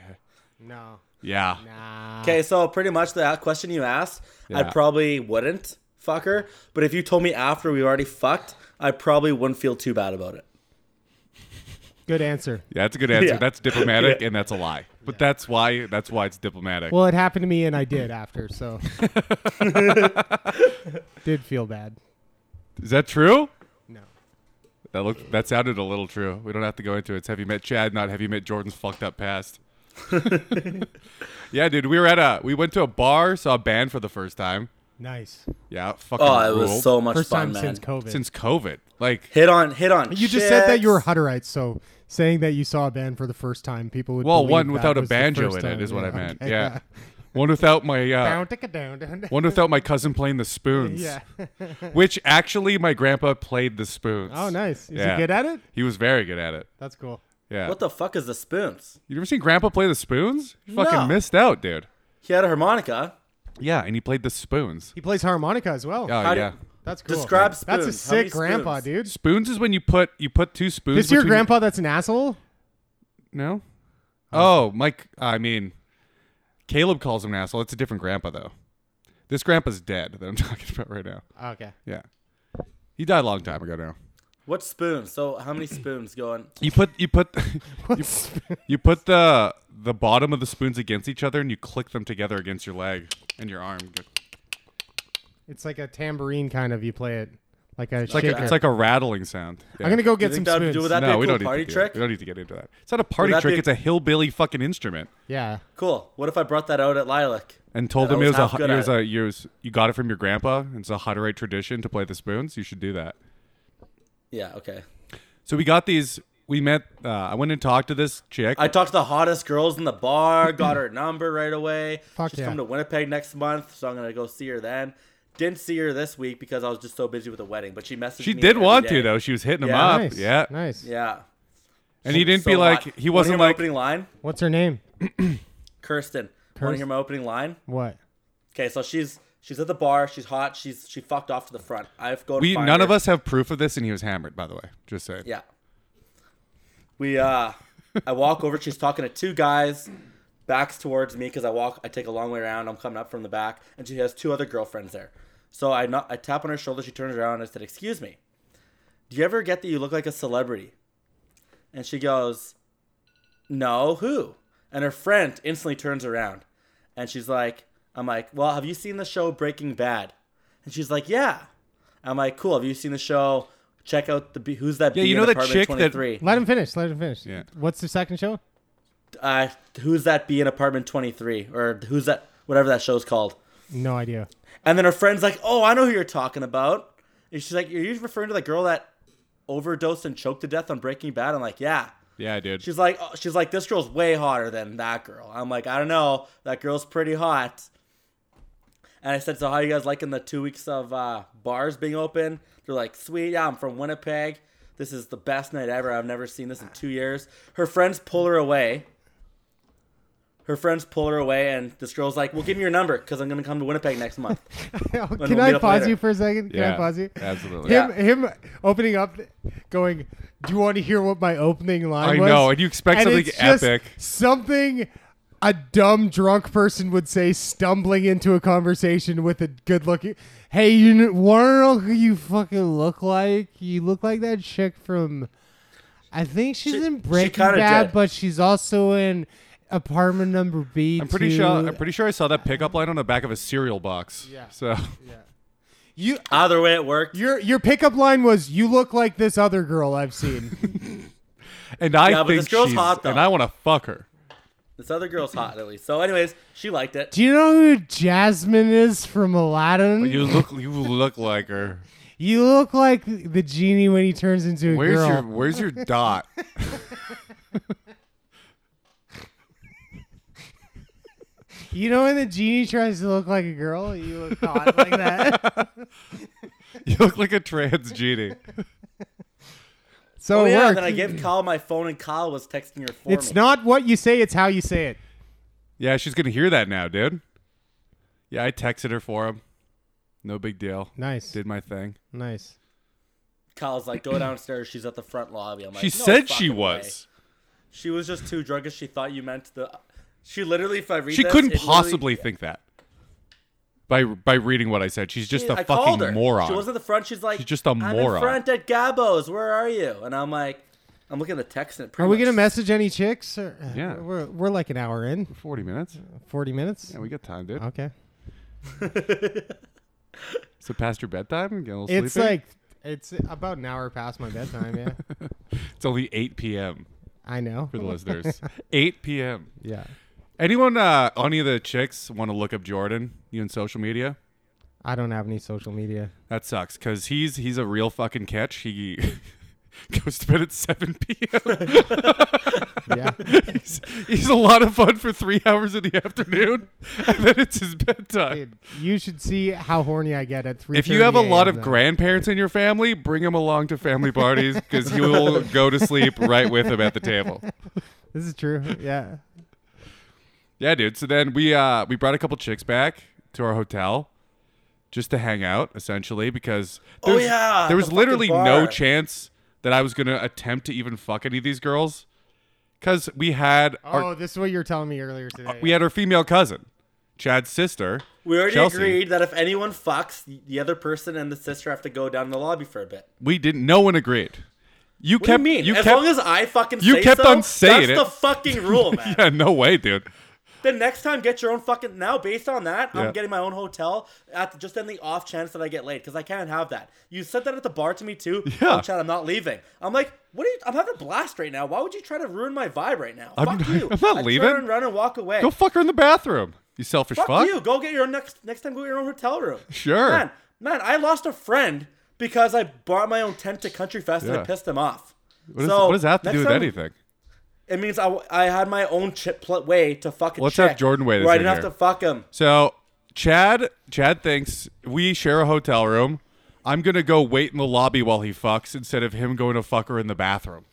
Speaker 5: No.
Speaker 3: Yeah.
Speaker 5: Nah.
Speaker 4: okay, so pretty much the question you asked, I
Speaker 3: Yeah.
Speaker 4: probably wouldn't fuck her. But if you told me after we already fucked, I probably wouldn't feel too bad about it.
Speaker 5: Good answer.
Speaker 3: Yeah, that's a good answer.
Speaker 4: Yeah.
Speaker 3: That's diplomatic, and that's a lie. But that's why. That's why it's diplomatic.
Speaker 5: Well, it happened to me, and I did after, [LAUGHS] so did feel bad.
Speaker 3: Is that true?
Speaker 5: No.
Speaker 3: That looked. That sounded a little true. We don't have to go into it. It's have you met Chad? Not have you met Jordan's fucked up past? yeah, dude. We were at a. We went to a bar, saw a band for the first time.
Speaker 5: Nice.
Speaker 3: Yeah, fucking.
Speaker 4: Oh, it was
Speaker 3: ruled.
Speaker 4: so much
Speaker 5: First
Speaker 4: fun,
Speaker 5: time
Speaker 4: man.
Speaker 5: since COVID.
Speaker 3: since COVID. Like,
Speaker 4: hit on, hit on.
Speaker 5: you just said that you were
Speaker 4: chicks.
Speaker 5: Hutterite, so saying that you saw a band for the first time, people would.
Speaker 3: well,
Speaker 5: believe
Speaker 3: one
Speaker 5: that
Speaker 3: without a
Speaker 5: was the
Speaker 3: banjo
Speaker 5: first
Speaker 3: in it
Speaker 5: time.
Speaker 3: is what I
Speaker 5: Yeah,
Speaker 3: meant.
Speaker 5: okay, [LAUGHS]
Speaker 3: yeah. One without my uh,
Speaker 5: Down, ticka, down, down, down.
Speaker 3: One without my cousin playing the spoons.
Speaker 5: [LAUGHS] Yeah. [LAUGHS]
Speaker 3: Which actually, my grandpa played the spoons.
Speaker 5: Oh, nice. Is
Speaker 3: Yeah.
Speaker 5: he good at it?
Speaker 3: He was very good at it.
Speaker 5: That's cool.
Speaker 3: Yeah.
Speaker 4: What the fuck is the spoons?
Speaker 3: you ever seen grandpa play the spoons? You fucking
Speaker 4: No.
Speaker 3: missed out, dude.
Speaker 4: He had a harmonica.
Speaker 3: Yeah, and he played the spoons.
Speaker 5: He plays harmonica as well.
Speaker 3: Oh,
Speaker 4: How do-
Speaker 3: yeah.
Speaker 5: That's cool.
Speaker 4: Describe
Speaker 5: That's a
Speaker 4: spoons. How many
Speaker 5: sick grandpa,
Speaker 4: spoons?
Speaker 5: dude.
Speaker 3: Spoons is when you put you put two spoons.
Speaker 5: This your
Speaker 3: between-
Speaker 5: grandpa that's an asshole?
Speaker 3: No. Oh, Mike. I mean, Caleb calls him an asshole. It's a different grandpa though. This grandpa's dead that I'm [LAUGHS] talking about right now.
Speaker 5: [LAUGHS] Okay.
Speaker 3: Yeah, he died a long time ago now.
Speaker 4: What spoons? So how many spoons going?
Speaker 3: You put you put [LAUGHS] you,
Speaker 5: What's-
Speaker 3: you put the the bottom of the spoons against each other and you click them together against your leg and your arm. Go-
Speaker 5: It's like a tambourine kind of. You play it like a
Speaker 3: It's like
Speaker 5: shaker.
Speaker 3: a, it's like a rattling sound. Yeah.
Speaker 5: I'm gonna go
Speaker 4: you
Speaker 5: get some
Speaker 4: think that would
Speaker 5: spoons.
Speaker 4: do that? That'd be
Speaker 3: no,
Speaker 4: a
Speaker 3: we
Speaker 4: cool
Speaker 3: don't need
Speaker 4: party
Speaker 3: to do
Speaker 4: trick?
Speaker 3: That. We don't need to get into that. It's not a party
Speaker 4: that
Speaker 3: trick.
Speaker 4: be-
Speaker 3: It's a hillbilly fucking instrument.
Speaker 5: Yeah.
Speaker 4: Cool. What if I brought that out at Lilac?
Speaker 3: And told
Speaker 4: Yeah,
Speaker 3: him
Speaker 4: I was
Speaker 3: it was a
Speaker 4: half
Speaker 3: hu-
Speaker 4: good
Speaker 3: it
Speaker 4: at
Speaker 3: was
Speaker 4: it.
Speaker 3: a you was- you got it from your grandpa. It's a Hutterite tradition to play the spoons. You should do that.
Speaker 4: Yeah. Okay.
Speaker 3: So we got these. We met. Uh, I went and talked to this chick.
Speaker 4: I talked to the hottest girls in the bar, got her number right away.
Speaker 5: Fuck
Speaker 4: She's
Speaker 5: yeah.
Speaker 4: coming to Winnipeg next month, so I'm gonna go see her then. Didn't see her this week because I was just so busy with the wedding, but she messaged
Speaker 3: she
Speaker 4: me
Speaker 3: did
Speaker 4: every
Speaker 3: want
Speaker 4: day.
Speaker 3: to though. She was hitting him
Speaker 4: Yeah.
Speaker 3: up.
Speaker 5: Nice.
Speaker 3: Yeah.
Speaker 5: Nice.
Speaker 4: Yeah.
Speaker 3: And he didn't
Speaker 4: So
Speaker 3: be
Speaker 4: hot.
Speaker 3: like he
Speaker 4: Wanna hear
Speaker 3: wasn't
Speaker 4: my
Speaker 3: like
Speaker 4: opening line.
Speaker 5: What's her name?
Speaker 4: Kirsten. Want to
Speaker 5: Kirsten.
Speaker 4: hear my opening line?
Speaker 5: What?
Speaker 4: Okay, so she's she's at the bar. She's hot. She's she fucked off to the front. I've gone.
Speaker 3: we
Speaker 4: find
Speaker 3: none
Speaker 4: her.
Speaker 3: of us have proof of this and he was hammered by the way. Just saying.
Speaker 4: Yeah. We uh [LAUGHS] I walk over, she's talking to two guys, backs towards me because I walk I take a long way around, I'm coming up from the back, and she has two other girlfriends there. So I not I tap on her shoulder, she turns around and I said, Excuse me. Do you ever get that you look like a celebrity? And she goes, No, who? And her friend instantly turns around and she's like, I'm like, Well, have you seen the show Breaking Bad? And she's like, Yeah. I'm like, cool. Have you seen the show? Check out the B- who's that?
Speaker 3: Yeah,
Speaker 4: B
Speaker 3: you
Speaker 4: in
Speaker 3: know that
Speaker 4: apartment
Speaker 3: chick that-
Speaker 4: 23?
Speaker 5: Let him finish. Let him finish.
Speaker 3: Yeah.
Speaker 5: What's the second show?
Speaker 4: uh, who's that be in apartment 23 or who's that whatever that show's called
Speaker 5: No idea. [LAUGHS]
Speaker 4: and then her friend's like oh i know who you're talking about and she's like are you referring to the girl that overdosed and choked to death on breaking bad i'm like yeah
Speaker 3: Yeah, dude.
Speaker 4: She's like, oh, she's like, this girl's way hotter than that girl. I'm like, I don't know, that girl's pretty hot. And I said, so how you guys liking the two weeks of uh, bars being open? They're like, sweet, yeah, I'm from Winnipeg. This is the best night ever. I've never seen this in two years. Her friends pull her away. Her friends pull her away, and this girl's like, well, give me your number because I'm gonna come to Winnipeg next month.
Speaker 5: Can
Speaker 4: we'll
Speaker 5: I
Speaker 4: meet up
Speaker 5: pause
Speaker 4: later.
Speaker 5: you for a second? Can
Speaker 3: yeah,
Speaker 5: I pause you?
Speaker 3: Absolutely.
Speaker 5: Him,
Speaker 4: Yeah.
Speaker 5: him opening up, going, "Do you want to hear what my opening line
Speaker 3: I
Speaker 5: was?"
Speaker 3: know, and you expect
Speaker 5: And
Speaker 3: something
Speaker 5: it's just
Speaker 3: epic.
Speaker 5: something a dumb drunk person would say, stumbling into a conversation with a good-looking. Hey, you kn- wanna know who you fucking look like? You look like that chick from. I think she's
Speaker 4: She-
Speaker 5: in
Speaker 4: she
Speaker 5: Breaking
Speaker 4: kinda
Speaker 5: Bad,
Speaker 4: did.
Speaker 5: but she's also in apartment number B.
Speaker 3: I'm pretty sure. I'm pretty sure I saw that pickup line on the back of a cereal box.
Speaker 5: Yeah.
Speaker 3: So
Speaker 5: you
Speaker 4: Either way, it worked.
Speaker 5: your your pickup line was, "You look like this other girl I've
Speaker 3: [LAUGHS]
Speaker 5: seen."
Speaker 3: and I
Speaker 4: Yeah, but
Speaker 3: think
Speaker 4: this girl's
Speaker 3: she's
Speaker 4: hot, though.
Speaker 3: and I want to fuck her.
Speaker 4: This other girl's hot at least. So, anyways, she liked it.
Speaker 5: Do you know who Jasmine is from Aladdin?
Speaker 3: You look you look like her.
Speaker 5: You look like the genie when he turns into a
Speaker 3: Where's
Speaker 5: girl.
Speaker 3: your Where's your dot?
Speaker 5: You know when the genie tries to look like a girl, you look
Speaker 3: [LAUGHS]
Speaker 5: hot like that.
Speaker 3: You look like a trans genie.
Speaker 5: So
Speaker 4: Oh,
Speaker 5: it
Speaker 4: yeah,
Speaker 5: worked.
Speaker 4: then I gave Kyle my phone, and Kyle was texting her for
Speaker 5: it's
Speaker 4: me.
Speaker 5: not what you say; it's how you say it.
Speaker 3: Yeah, she's gonna hear that now, dude. Yeah, I texted her for him. No big deal.
Speaker 5: Nice,
Speaker 3: Did my thing.
Speaker 5: nice.
Speaker 4: Kyle's like, go downstairs. She's at the front lobby. I'm like,
Speaker 3: She
Speaker 4: "No
Speaker 3: said she
Speaker 4: fucking way."
Speaker 3: was.
Speaker 4: She was just too drunk as she thought you meant the. She literally, if I read,
Speaker 3: She
Speaker 4: this,
Speaker 3: couldn't
Speaker 4: it literally-
Speaker 3: possibly think that. By by reading what I said, she's just a
Speaker 4: I called her.
Speaker 3: fucking moron.
Speaker 4: She was at the front. She's like,
Speaker 3: She's just a
Speaker 4: "I'm
Speaker 3: moron."
Speaker 4: In front at Gabbo's. Where are you? And I'm like, I'm looking at the text. And it pretty
Speaker 5: Are we
Speaker 4: much-
Speaker 5: gonna message any chicks? Or,
Speaker 3: Yeah.
Speaker 5: we're we're like an hour in,
Speaker 3: Forty minutes.
Speaker 5: forty minutes.
Speaker 3: Yeah, we got time, dude.
Speaker 5: Okay,
Speaker 3: So past your bedtime and get a little
Speaker 5: it's
Speaker 3: sleepy?
Speaker 5: like it's about an hour past my bedtime.
Speaker 3: [LAUGHS]
Speaker 5: Yeah,
Speaker 3: it's only eight p.m.
Speaker 5: I know.
Speaker 3: for the [LAUGHS] listeners. eight p.m.
Speaker 5: Yeah,
Speaker 3: Anyone, uh, any of the chicks want to look up Jordan? You in social media?
Speaker 5: I don't have any social
Speaker 3: [LAUGHS]
Speaker 5: media.
Speaker 3: That sucks because he's he's a real fucking catch. He [LAUGHS] goes to bed at seven p.m.
Speaker 5: Yeah.
Speaker 3: [LAUGHS] he's, he's a lot of fun for three hours in the afternoon, [LAUGHS] and then it's his bedtime.
Speaker 5: Dude, you should see how horny I get at three.
Speaker 3: if you have a lot of grandparents in your family, bring him along to family parties because he will go to sleep right with him at the table.
Speaker 5: this is true. [LAUGHS] Yeah,
Speaker 3: Yeah, dude. So then we uh we brought a couple chicks back to our hotel just to hang out, essentially, because
Speaker 4: Oh,
Speaker 3: there was-
Speaker 4: yeah,
Speaker 3: there
Speaker 4: the
Speaker 3: was literally
Speaker 4: fucking
Speaker 3: no
Speaker 4: bar.
Speaker 3: chance that I was gonna attempt to even fuck any of these girls. Cause we had our
Speaker 5: Oh, this is what you were telling me earlier today.
Speaker 3: we had our female cousin, Chad's sister.
Speaker 4: We already
Speaker 3: Chelsea.
Speaker 4: agreed that if anyone fucks, the other person and the sister have to go down the lobby for a bit.
Speaker 3: We didn't no one agreed. You
Speaker 4: What
Speaker 3: kept
Speaker 4: do you mean?
Speaker 3: you
Speaker 4: as
Speaker 3: kept
Speaker 4: long as I fucking
Speaker 3: you
Speaker 4: say
Speaker 3: kept
Speaker 4: so,
Speaker 3: on saying
Speaker 4: that's
Speaker 3: it.
Speaker 4: the fucking rule, man.
Speaker 3: [LAUGHS] Yeah, no way, dude.
Speaker 4: Then next time, get your own fucking. Now, based on that,
Speaker 3: Yeah.
Speaker 4: I'm getting my own hotel at just in the off chance that I get late because I can't have that. You said that at the bar to me too.
Speaker 3: Yeah.
Speaker 4: Oh, Chad, I'm not leaving. I'm like, what are you? I'm having a blast right now. Why would you try to ruin my vibe right now?
Speaker 3: I'm
Speaker 4: fuck
Speaker 3: not-
Speaker 4: you.
Speaker 3: [LAUGHS] I'm not
Speaker 4: I
Speaker 3: leaving.
Speaker 4: Turn and run and walk away.
Speaker 3: Go fuck her in the bathroom. You selfish
Speaker 4: fuck,
Speaker 3: fuck.
Speaker 4: you. Go get your own next next time. Go get your own hotel room.
Speaker 3: Sure.
Speaker 4: Man, man, I lost a friend because I bought my own tent to Country Fest and
Speaker 3: Yeah.
Speaker 4: I pissed him off.
Speaker 3: What, is-
Speaker 4: So,
Speaker 3: what does that have to
Speaker 4: next
Speaker 3: do with
Speaker 4: time-
Speaker 3: anything?
Speaker 4: It means I, I had my own chip pl- way to fucking.
Speaker 3: Let's
Speaker 4: chick
Speaker 3: have Jordan weigh this
Speaker 4: Where I
Speaker 3: in
Speaker 4: didn't have
Speaker 3: here.
Speaker 4: to fuck him.
Speaker 3: So Chad Chad thinks we share a hotel room. I'm gonna go wait in the lobby while he fucks instead of him going to fuck her in the bathroom.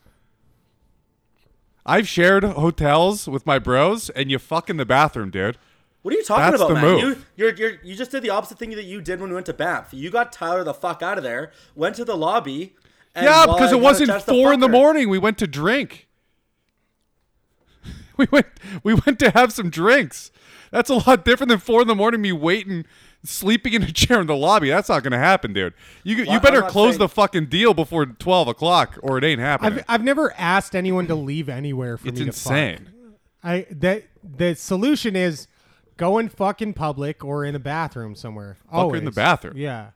Speaker 3: I've shared hotels with my bros, and you fuck in the bathroom, dude.
Speaker 4: What are you talking
Speaker 3: That's
Speaker 4: about,
Speaker 3: the
Speaker 4: man?
Speaker 3: move.
Speaker 4: You you're, you're, you just did the opposite thing that you did when we went to Banff. You got Tyler the fuck out of there, went to the lobby. And
Speaker 3: yeah,
Speaker 4: while
Speaker 3: because
Speaker 4: I had a
Speaker 3: it wasn't
Speaker 4: chance to
Speaker 3: four
Speaker 4: fuck
Speaker 3: in the
Speaker 4: her-
Speaker 3: morning. We went to drink. [LAUGHS] We went we went to have some drinks. That's a lot different than four in the morning. Me waiting, sleeping in a [LAUGHS] chair in the lobby. That's not gonna happen, dude. You
Speaker 4: Well,
Speaker 3: you
Speaker 4: I'm
Speaker 3: better
Speaker 4: not
Speaker 3: close
Speaker 4: saying-
Speaker 3: the fucking deal before twelve o'clock, or it ain't happening.
Speaker 5: I've, I've never asked anyone to leave anywhere for
Speaker 3: It's
Speaker 5: me to
Speaker 3: insane.
Speaker 5: fuck. I that the solution is go and fuck in public or in a bathroom somewhere.
Speaker 3: her in the bathroom.
Speaker 5: Yeah.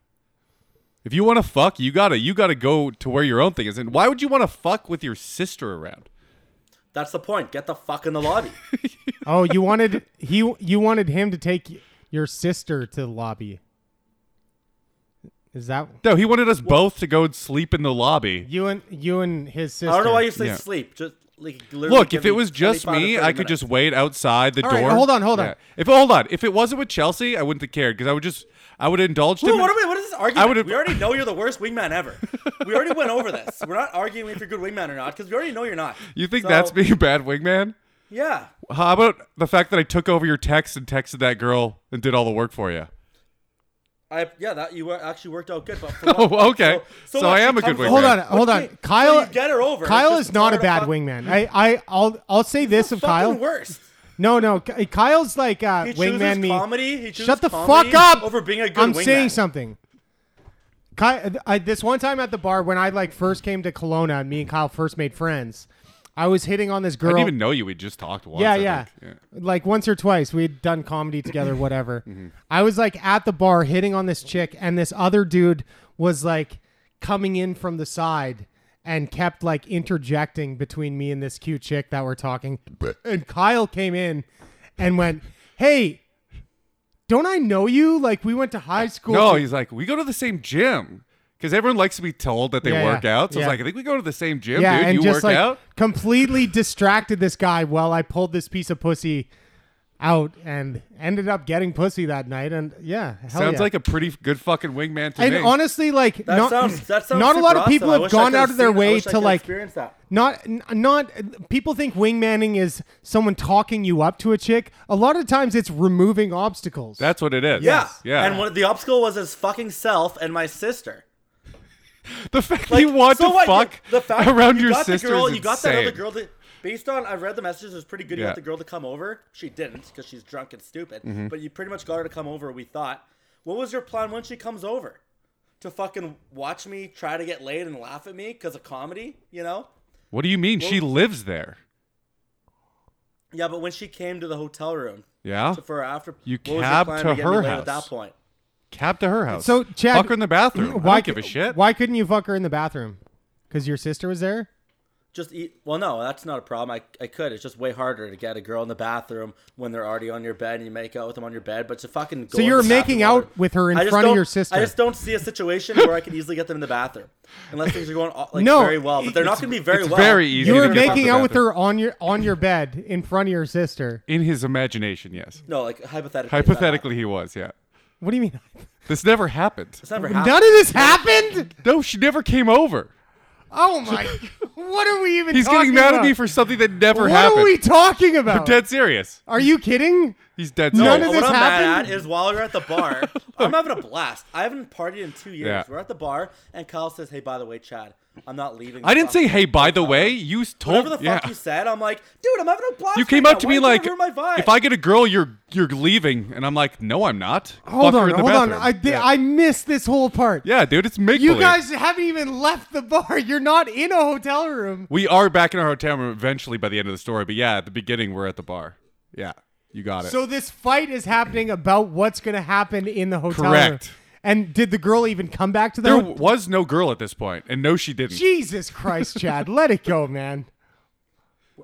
Speaker 3: If you want to fuck, you gotta you gotta go to where your own thing is. And why would you want to fuck with your sister around?
Speaker 4: That's the point. Get the fuck in the
Speaker 3: [LAUGHS]
Speaker 4: lobby.
Speaker 5: Oh, you wanted he you wanted him to take your sister to the lobby. Is that
Speaker 3: No, he wanted us both to go and sleep in the lobby.
Speaker 5: you and you and his sister?
Speaker 4: I don't know why you say
Speaker 3: Yeah.
Speaker 4: sleep. Just like literally
Speaker 3: Look,
Speaker 4: give
Speaker 3: if it
Speaker 4: me
Speaker 3: was just
Speaker 4: 25 to
Speaker 3: me,
Speaker 4: 30
Speaker 3: I could
Speaker 4: minutes.
Speaker 3: just wait outside the
Speaker 5: All right,
Speaker 3: door.
Speaker 5: hold on, hold on.
Speaker 3: If hold on, if it wasn't with Chelsea, I wouldn't have cared because I would just I would have indulged
Speaker 4: Dude,
Speaker 3: him.
Speaker 4: what, are we, what is this argument?
Speaker 3: would've-
Speaker 4: we already know you're the worst wingman
Speaker 3: [LAUGHS]
Speaker 4: ever. We already went over this. We're not arguing if you're a good wingman or not because we already know you're not.
Speaker 3: you think
Speaker 4: So,
Speaker 3: that's being a bad wingman?
Speaker 4: Yeah.
Speaker 3: How about the fact that I took over your text and texted that girl and did all the work for you?
Speaker 4: I yeah that you were, actually worked out good. But for
Speaker 3: [LAUGHS] Oh,
Speaker 4: what?
Speaker 3: okay. So I
Speaker 4: what, she
Speaker 3: am a good
Speaker 4: comes
Speaker 3: wingman.
Speaker 5: Hold on,
Speaker 3: What's
Speaker 5: hold
Speaker 4: the-
Speaker 5: on.
Speaker 4: so
Speaker 5: Kyle,
Speaker 4: you get her over,
Speaker 5: Kyle
Speaker 4: it's
Speaker 5: is not a
Speaker 4: just
Speaker 5: bad
Speaker 4: fuck-
Speaker 5: wingman. I, I, I'll, I'll say this of
Speaker 4: fucking
Speaker 5: Kyle.
Speaker 4: worst.
Speaker 5: No, no. Ky- Kyle's like uh,
Speaker 4: He
Speaker 5: wingman
Speaker 4: chooses
Speaker 5: me.
Speaker 4: comedy. He chooses
Speaker 5: Shut the
Speaker 4: comedy
Speaker 5: fuck up!
Speaker 4: Over being a good
Speaker 5: I'm
Speaker 4: wingman.
Speaker 5: saying something. Kyle, I, this one time at the bar when I like first came to Kelowna and me and Kyle first made friends, I was hitting on this
Speaker 3: I
Speaker 5: girl.
Speaker 3: didn't even know you. We just talked once.
Speaker 5: yeah,
Speaker 3: I
Speaker 5: yeah.
Speaker 3: think.
Speaker 5: Like once or twice we'd done comedy together,
Speaker 3: [LAUGHS]
Speaker 5: whatever.
Speaker 3: Mm-hmm.
Speaker 5: I was like at the bar hitting on this chick, and this other dude was like coming in from the side and kept like interjecting between me and this cute chick that we're talking. And Kyle came in and went, Hey, don't I know you? Like we went to high school.
Speaker 3: No,
Speaker 5: to-
Speaker 3: he's like, we go to the same gym because everyone likes to be told that they
Speaker 5: Yeah,
Speaker 3: work
Speaker 5: yeah,
Speaker 3: out. So
Speaker 5: yeah.
Speaker 3: it's like, I think we go to the same gym,
Speaker 5: yeah,
Speaker 3: dude.
Speaker 5: and
Speaker 3: you
Speaker 5: just
Speaker 3: work
Speaker 5: like
Speaker 3: out.
Speaker 5: completely distracted this guy while I pulled this piece of pussy out and ended up getting pussy that night. And yeah, hell
Speaker 3: Sounds
Speaker 5: yeah.
Speaker 3: like a pretty good fucking wingman to
Speaker 5: and
Speaker 3: me.
Speaker 5: honestly, like
Speaker 4: That
Speaker 5: not,
Speaker 4: sounds. That sounds
Speaker 5: not a
Speaker 4: super
Speaker 5: lot of people
Speaker 4: awesome. I
Speaker 5: have
Speaker 4: wish I
Speaker 5: gone
Speaker 4: could've
Speaker 5: out of their
Speaker 4: seen- I
Speaker 5: way
Speaker 4: wish I
Speaker 5: to
Speaker 4: could've
Speaker 5: like
Speaker 4: experienced that.
Speaker 5: not n- not people think wingmanning is someone talking you up to a chick. A lot of times it's removing obstacles.
Speaker 3: That's what it is.
Speaker 4: Yeah.
Speaker 3: Yeah.
Speaker 4: And one, the obstacle was his fucking self and my sister.
Speaker 3: the fact that
Speaker 4: Like,
Speaker 3: you want
Speaker 4: so
Speaker 3: to
Speaker 4: what?
Speaker 3: fuck
Speaker 4: the fact
Speaker 3: around
Speaker 4: you
Speaker 3: your
Speaker 4: got the
Speaker 3: sister
Speaker 4: girl,
Speaker 3: is
Speaker 4: you got that
Speaker 3: insane.
Speaker 4: other girl that, based on I've read the messages, it was pretty good. You
Speaker 3: Yeah.
Speaker 4: got the girl to come over. She didn't because she's drunk and stupid.
Speaker 5: Mm-hmm.
Speaker 4: But you pretty much got her to come over. We thought. What was your plan when she comes over? To fucking watch me try to get laid and laugh at me because of comedy, you know?
Speaker 3: What do you mean? she lives there.
Speaker 4: Yeah, but when she came to the hotel room
Speaker 3: Yeah.
Speaker 4: to, for her after,
Speaker 3: You
Speaker 4: what was your
Speaker 3: cabbed
Speaker 4: plan
Speaker 3: to
Speaker 4: get
Speaker 3: her
Speaker 4: me laid at
Speaker 3: house.
Speaker 4: that point?
Speaker 3: Cab to her house.
Speaker 5: so Chad,
Speaker 3: fuck her in the bathroom. Why
Speaker 5: Why
Speaker 3: I don't give a
Speaker 5: cou-
Speaker 3: shit?
Speaker 5: Why couldn't you fuck her in the bathroom? Because your sister was there.
Speaker 4: Just eat. Well, no, that's not a problem. I, I could. It's just way harder to get a girl in the bathroom when they're already on your bed and you make out with them on your bed. But to fucking
Speaker 5: So
Speaker 4: go in
Speaker 5: you're
Speaker 4: the
Speaker 5: making
Speaker 4: bathroom-
Speaker 5: out with her in
Speaker 4: I just
Speaker 5: front of
Speaker 4: don't-
Speaker 5: your sister.
Speaker 4: I just don't see a situation where I could easily get them in the bathroom unless things are going all- like
Speaker 5: No,
Speaker 4: very well. But they're not going to be very
Speaker 3: it's
Speaker 4: well.
Speaker 3: very easy.
Speaker 5: You
Speaker 3: to
Speaker 5: were
Speaker 3: get
Speaker 5: making
Speaker 3: the
Speaker 5: out with
Speaker 3: bathroom.
Speaker 5: her on your on your bed in front of your sister.
Speaker 3: in his imagination. Yes.
Speaker 4: No, like hypothetically. if that
Speaker 3: Hypothetically, he was. Yeah.
Speaker 5: What do you mean?
Speaker 3: This never happened.
Speaker 4: happened. It's never
Speaker 5: None
Speaker 4: happened.
Speaker 5: of this happened.
Speaker 3: No, she never came over.
Speaker 5: Oh my! what are we even?
Speaker 3: He's
Speaker 5: talking
Speaker 3: getting mad
Speaker 5: about?
Speaker 3: at me for something that never
Speaker 5: What
Speaker 3: happened.
Speaker 5: are we talking about?
Speaker 3: Dead serious.
Speaker 5: Are you kidding?
Speaker 3: He's dead
Speaker 5: None
Speaker 3: serious.
Speaker 5: of
Speaker 4: But
Speaker 5: this
Speaker 4: what I'm mad
Speaker 5: happened?
Speaker 4: at is while we're at the
Speaker 3: [LAUGHS]
Speaker 4: bar, I'm having a blast. I haven't partied in two years.
Speaker 3: Yeah.
Speaker 4: We're at the bar, and Kyle says, "Hey, by the way, Chad, I'm not leaving."
Speaker 3: I didn't say,
Speaker 4: fucking-
Speaker 3: hey, by the way, you s- told
Speaker 4: Whatever the
Speaker 3: yeah.
Speaker 4: fuck you said, I'm like, dude, I'm having a blast.
Speaker 3: You came
Speaker 4: right
Speaker 3: up to
Speaker 4: now. Why
Speaker 3: me
Speaker 4: are you
Speaker 3: like,
Speaker 4: gonna ruin my vibe?
Speaker 3: if I get a girl, you're you're leaving, and I'm like, no, I'm not.
Speaker 5: Hold
Speaker 3: Fuck her
Speaker 5: on,
Speaker 3: in the
Speaker 5: hold on.
Speaker 3: bathroom.
Speaker 5: I did,
Speaker 3: yeah.
Speaker 5: I missed this whole part.
Speaker 3: yeah, dude, it's make
Speaker 5: You guys haven't even left the bar. [LAUGHS] You're not in a hotel room.
Speaker 3: We are back in our hotel room eventually by the end of the story, but yeah, at the beginning we're at the bar. Yeah, you got it.
Speaker 5: So this fight is happening about what's going to happen in the hotel room.
Speaker 3: Correct.
Speaker 5: And did the girl even come back to the
Speaker 3: there
Speaker 5: hot-
Speaker 3: was no girl at this point, and no, she didn't.
Speaker 5: Jesus Christ, Chad, let it go, man.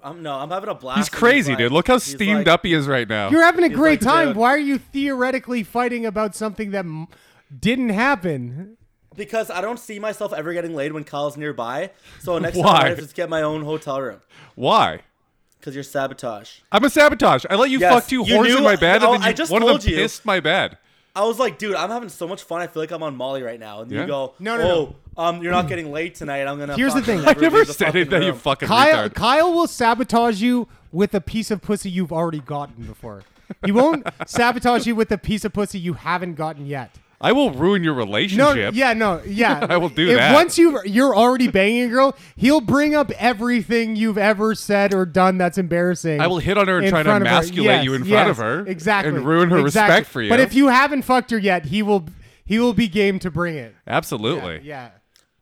Speaker 4: I'm no, I'm having a blast.
Speaker 3: He's crazy,
Speaker 4: like-
Speaker 3: dude. Look how
Speaker 4: he's
Speaker 3: steamed
Speaker 4: like-
Speaker 3: up he is right now.
Speaker 5: You're having a great
Speaker 4: like,
Speaker 5: time.
Speaker 4: dude.
Speaker 5: Why are you theoretically fighting about something that m- didn't happen?
Speaker 4: because I don't see myself ever getting laid when Kyle's nearby. So
Speaker 3: [LAUGHS]
Speaker 4: next time
Speaker 3: Why?
Speaker 4: I might just get my own hotel room
Speaker 3: Why?
Speaker 4: because you're sabotage.
Speaker 3: I'm a sabotage. I let you
Speaker 4: Yes,
Speaker 3: fuck two
Speaker 4: you
Speaker 3: whores
Speaker 4: knew-
Speaker 3: in my bed,
Speaker 4: no,
Speaker 3: and then
Speaker 4: I
Speaker 3: you,
Speaker 4: just
Speaker 3: one of them
Speaker 4: told you.
Speaker 3: pissed my bed.
Speaker 4: I was like, dude, I'm having so much fun. I feel like I'm on Molly right now. And
Speaker 3: Yeah.
Speaker 4: you go,
Speaker 5: No, no, no.
Speaker 4: oh, um, you're not getting laid tonight. I'm gonna.
Speaker 5: Here's the
Speaker 4: fucking
Speaker 5: thing.
Speaker 3: I
Speaker 5: I
Speaker 4: leave
Speaker 3: never
Speaker 4: the
Speaker 3: said
Speaker 4: fucking
Speaker 3: it that you
Speaker 4: room."
Speaker 3: fucking
Speaker 5: Kyle,
Speaker 3: retard.
Speaker 5: Kyle will sabotage you with a piece of pussy you've already gotten before. He won't
Speaker 3: [LAUGHS]
Speaker 5: sabotage you with a piece of pussy you haven't gotten yet.
Speaker 3: I will ruin your
Speaker 5: No,
Speaker 3: relationship.
Speaker 5: yeah,
Speaker 3: [LAUGHS]
Speaker 5: no, yeah.
Speaker 3: I will do
Speaker 5: If-
Speaker 3: that.
Speaker 5: Once you you're already banging a girl, he'll bring up everything you've ever said or done that's embarrassing.
Speaker 3: I will hit on her and
Speaker 5: in
Speaker 3: try to
Speaker 5: front of her.
Speaker 3: emasculate
Speaker 5: Yes,
Speaker 3: you in
Speaker 5: yes,
Speaker 3: front of her
Speaker 5: exactly,
Speaker 3: and ruin her
Speaker 5: exactly.
Speaker 3: respect for you.
Speaker 5: But if you haven't fucked her yet, he will he will be game to bring it.
Speaker 3: absolutely,
Speaker 5: Yeah,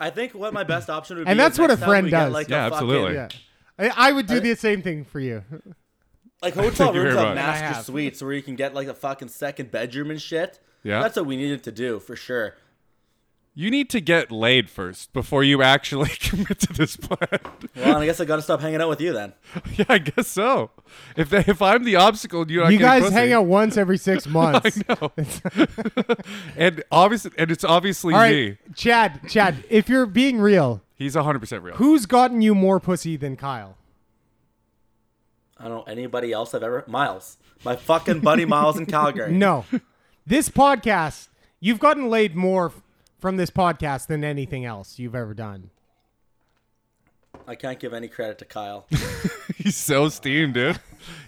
Speaker 4: I think what my best option would be.
Speaker 5: And
Speaker 4: is
Speaker 5: that's what a
Speaker 4: next time we
Speaker 5: friend
Speaker 4: get,
Speaker 5: does.
Speaker 4: Like, a
Speaker 3: Yeah, absolutely.
Speaker 4: fucking-
Speaker 5: yeah. I, I would do the same thing for you.
Speaker 4: Like
Speaker 3: [LAUGHS]
Speaker 4: hotel
Speaker 3: you
Speaker 4: rooms
Speaker 3: very
Speaker 4: have
Speaker 3: much.
Speaker 5: And I
Speaker 4: master
Speaker 5: have.
Speaker 4: suites where you can get like a fucking second bedroom and shit.
Speaker 3: Yeah.
Speaker 4: That's what we needed to do for sure.
Speaker 3: You need to get laid first before you actually [LAUGHS] commit to this plan. [LAUGHS]
Speaker 4: Well, I guess I got to stop hanging out with you then.
Speaker 3: yeah, I guess so. If they, if I'm the obstacle, and you're not
Speaker 5: You
Speaker 3: getting
Speaker 5: guys
Speaker 3: pussy.
Speaker 5: hang out once every
Speaker 3: [LAUGHS]
Speaker 5: six [LAUGHS] months.
Speaker 3: and obviously, and it's obviously
Speaker 5: All right,
Speaker 3: me.
Speaker 5: Chad, Chad, if you're being real,
Speaker 3: He's 100 percent real. [LAUGHS]
Speaker 5: who's gotten you more pussy than Kyle?
Speaker 4: I don't know anybody else I've ever. Miles. My fucking buddy Miles
Speaker 5: [LAUGHS]
Speaker 4: in Calgary.
Speaker 5: No. This podcast, you've gotten laid more f- from this podcast than anything else you've ever done.
Speaker 4: I can't give any credit to Kyle.
Speaker 3: He's so steamed, dude.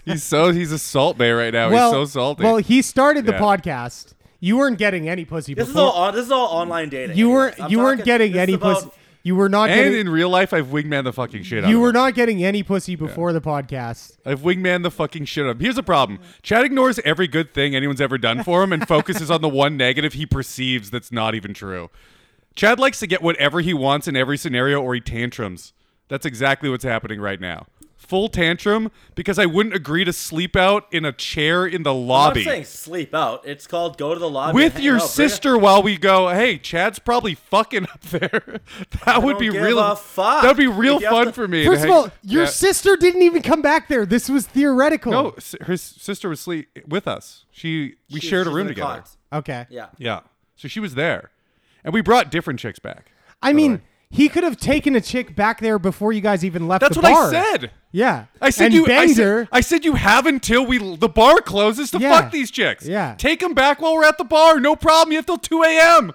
Speaker 3: He's so he's a salt bay right now.
Speaker 5: well,
Speaker 3: Oh, he's so salty.
Speaker 5: Well, he started the
Speaker 3: Yeah.
Speaker 5: podcast. You weren't getting any pussy
Speaker 4: This is
Speaker 5: before.
Speaker 4: all on, this is all online dating.
Speaker 5: you
Speaker 4: anyways.
Speaker 5: weren't
Speaker 4: I'm
Speaker 5: you weren't
Speaker 4: talking-
Speaker 5: getting
Speaker 4: this is
Speaker 5: any
Speaker 4: about-
Speaker 5: pussy. You were not
Speaker 3: and
Speaker 5: getting
Speaker 3: in real life, I've wingman the fucking shit. out
Speaker 5: you
Speaker 3: of
Speaker 5: were
Speaker 3: him.
Speaker 5: not getting any pussy before the podcast.
Speaker 3: I've wingman the fucking shit out of him. Here's the problem: Chad ignores every good thing anyone's ever done
Speaker 4: [LAUGHS]
Speaker 3: for him and focuses on the one negative he perceives that's not even true. Chad likes to get whatever he wants in every scenario, or he tantrums. That's exactly what's happening right now. Full tantrum because I wouldn't agree to sleep out in a chair in the
Speaker 4: I'm
Speaker 3: lobby.
Speaker 4: not saying sleep out. It's called go to the lobby and
Speaker 3: with
Speaker 4: hang
Speaker 3: your
Speaker 4: out. Bring it-
Speaker 3: sister while we go. Hey, Chad's probably fucking up there. [LAUGHS] That would
Speaker 4: don't
Speaker 3: be
Speaker 4: give
Speaker 3: real.
Speaker 4: a fuck.
Speaker 3: That'd be real
Speaker 4: If you have
Speaker 3: fun
Speaker 4: to-
Speaker 3: for me. to
Speaker 5: First of
Speaker 3: hang-
Speaker 5: all, your
Speaker 3: Yeah.
Speaker 5: sister didn't even come back there. This was theoretical.
Speaker 3: No, s- her s- sister was sleep with us. She we
Speaker 4: She's-
Speaker 3: shared a
Speaker 4: she's
Speaker 3: room
Speaker 4: in the
Speaker 3: together.
Speaker 4: cons.
Speaker 5: Okay.
Speaker 4: Yeah.
Speaker 3: Yeah, so she was there, and we brought different chicks back.
Speaker 5: I mean, he could have taken a chick back there before you guys even left
Speaker 3: That's
Speaker 5: the
Speaker 3: what
Speaker 5: bar.
Speaker 3: I said.
Speaker 5: Yeah.
Speaker 3: I said
Speaker 5: and
Speaker 3: you. I
Speaker 5: banged
Speaker 3: said,
Speaker 5: her.
Speaker 3: I said you have until we the bar closes to
Speaker 5: Yeah.
Speaker 3: fuck these chicks.
Speaker 5: Yeah.
Speaker 3: take them back while we're at the bar. No problem. You have till two a.m.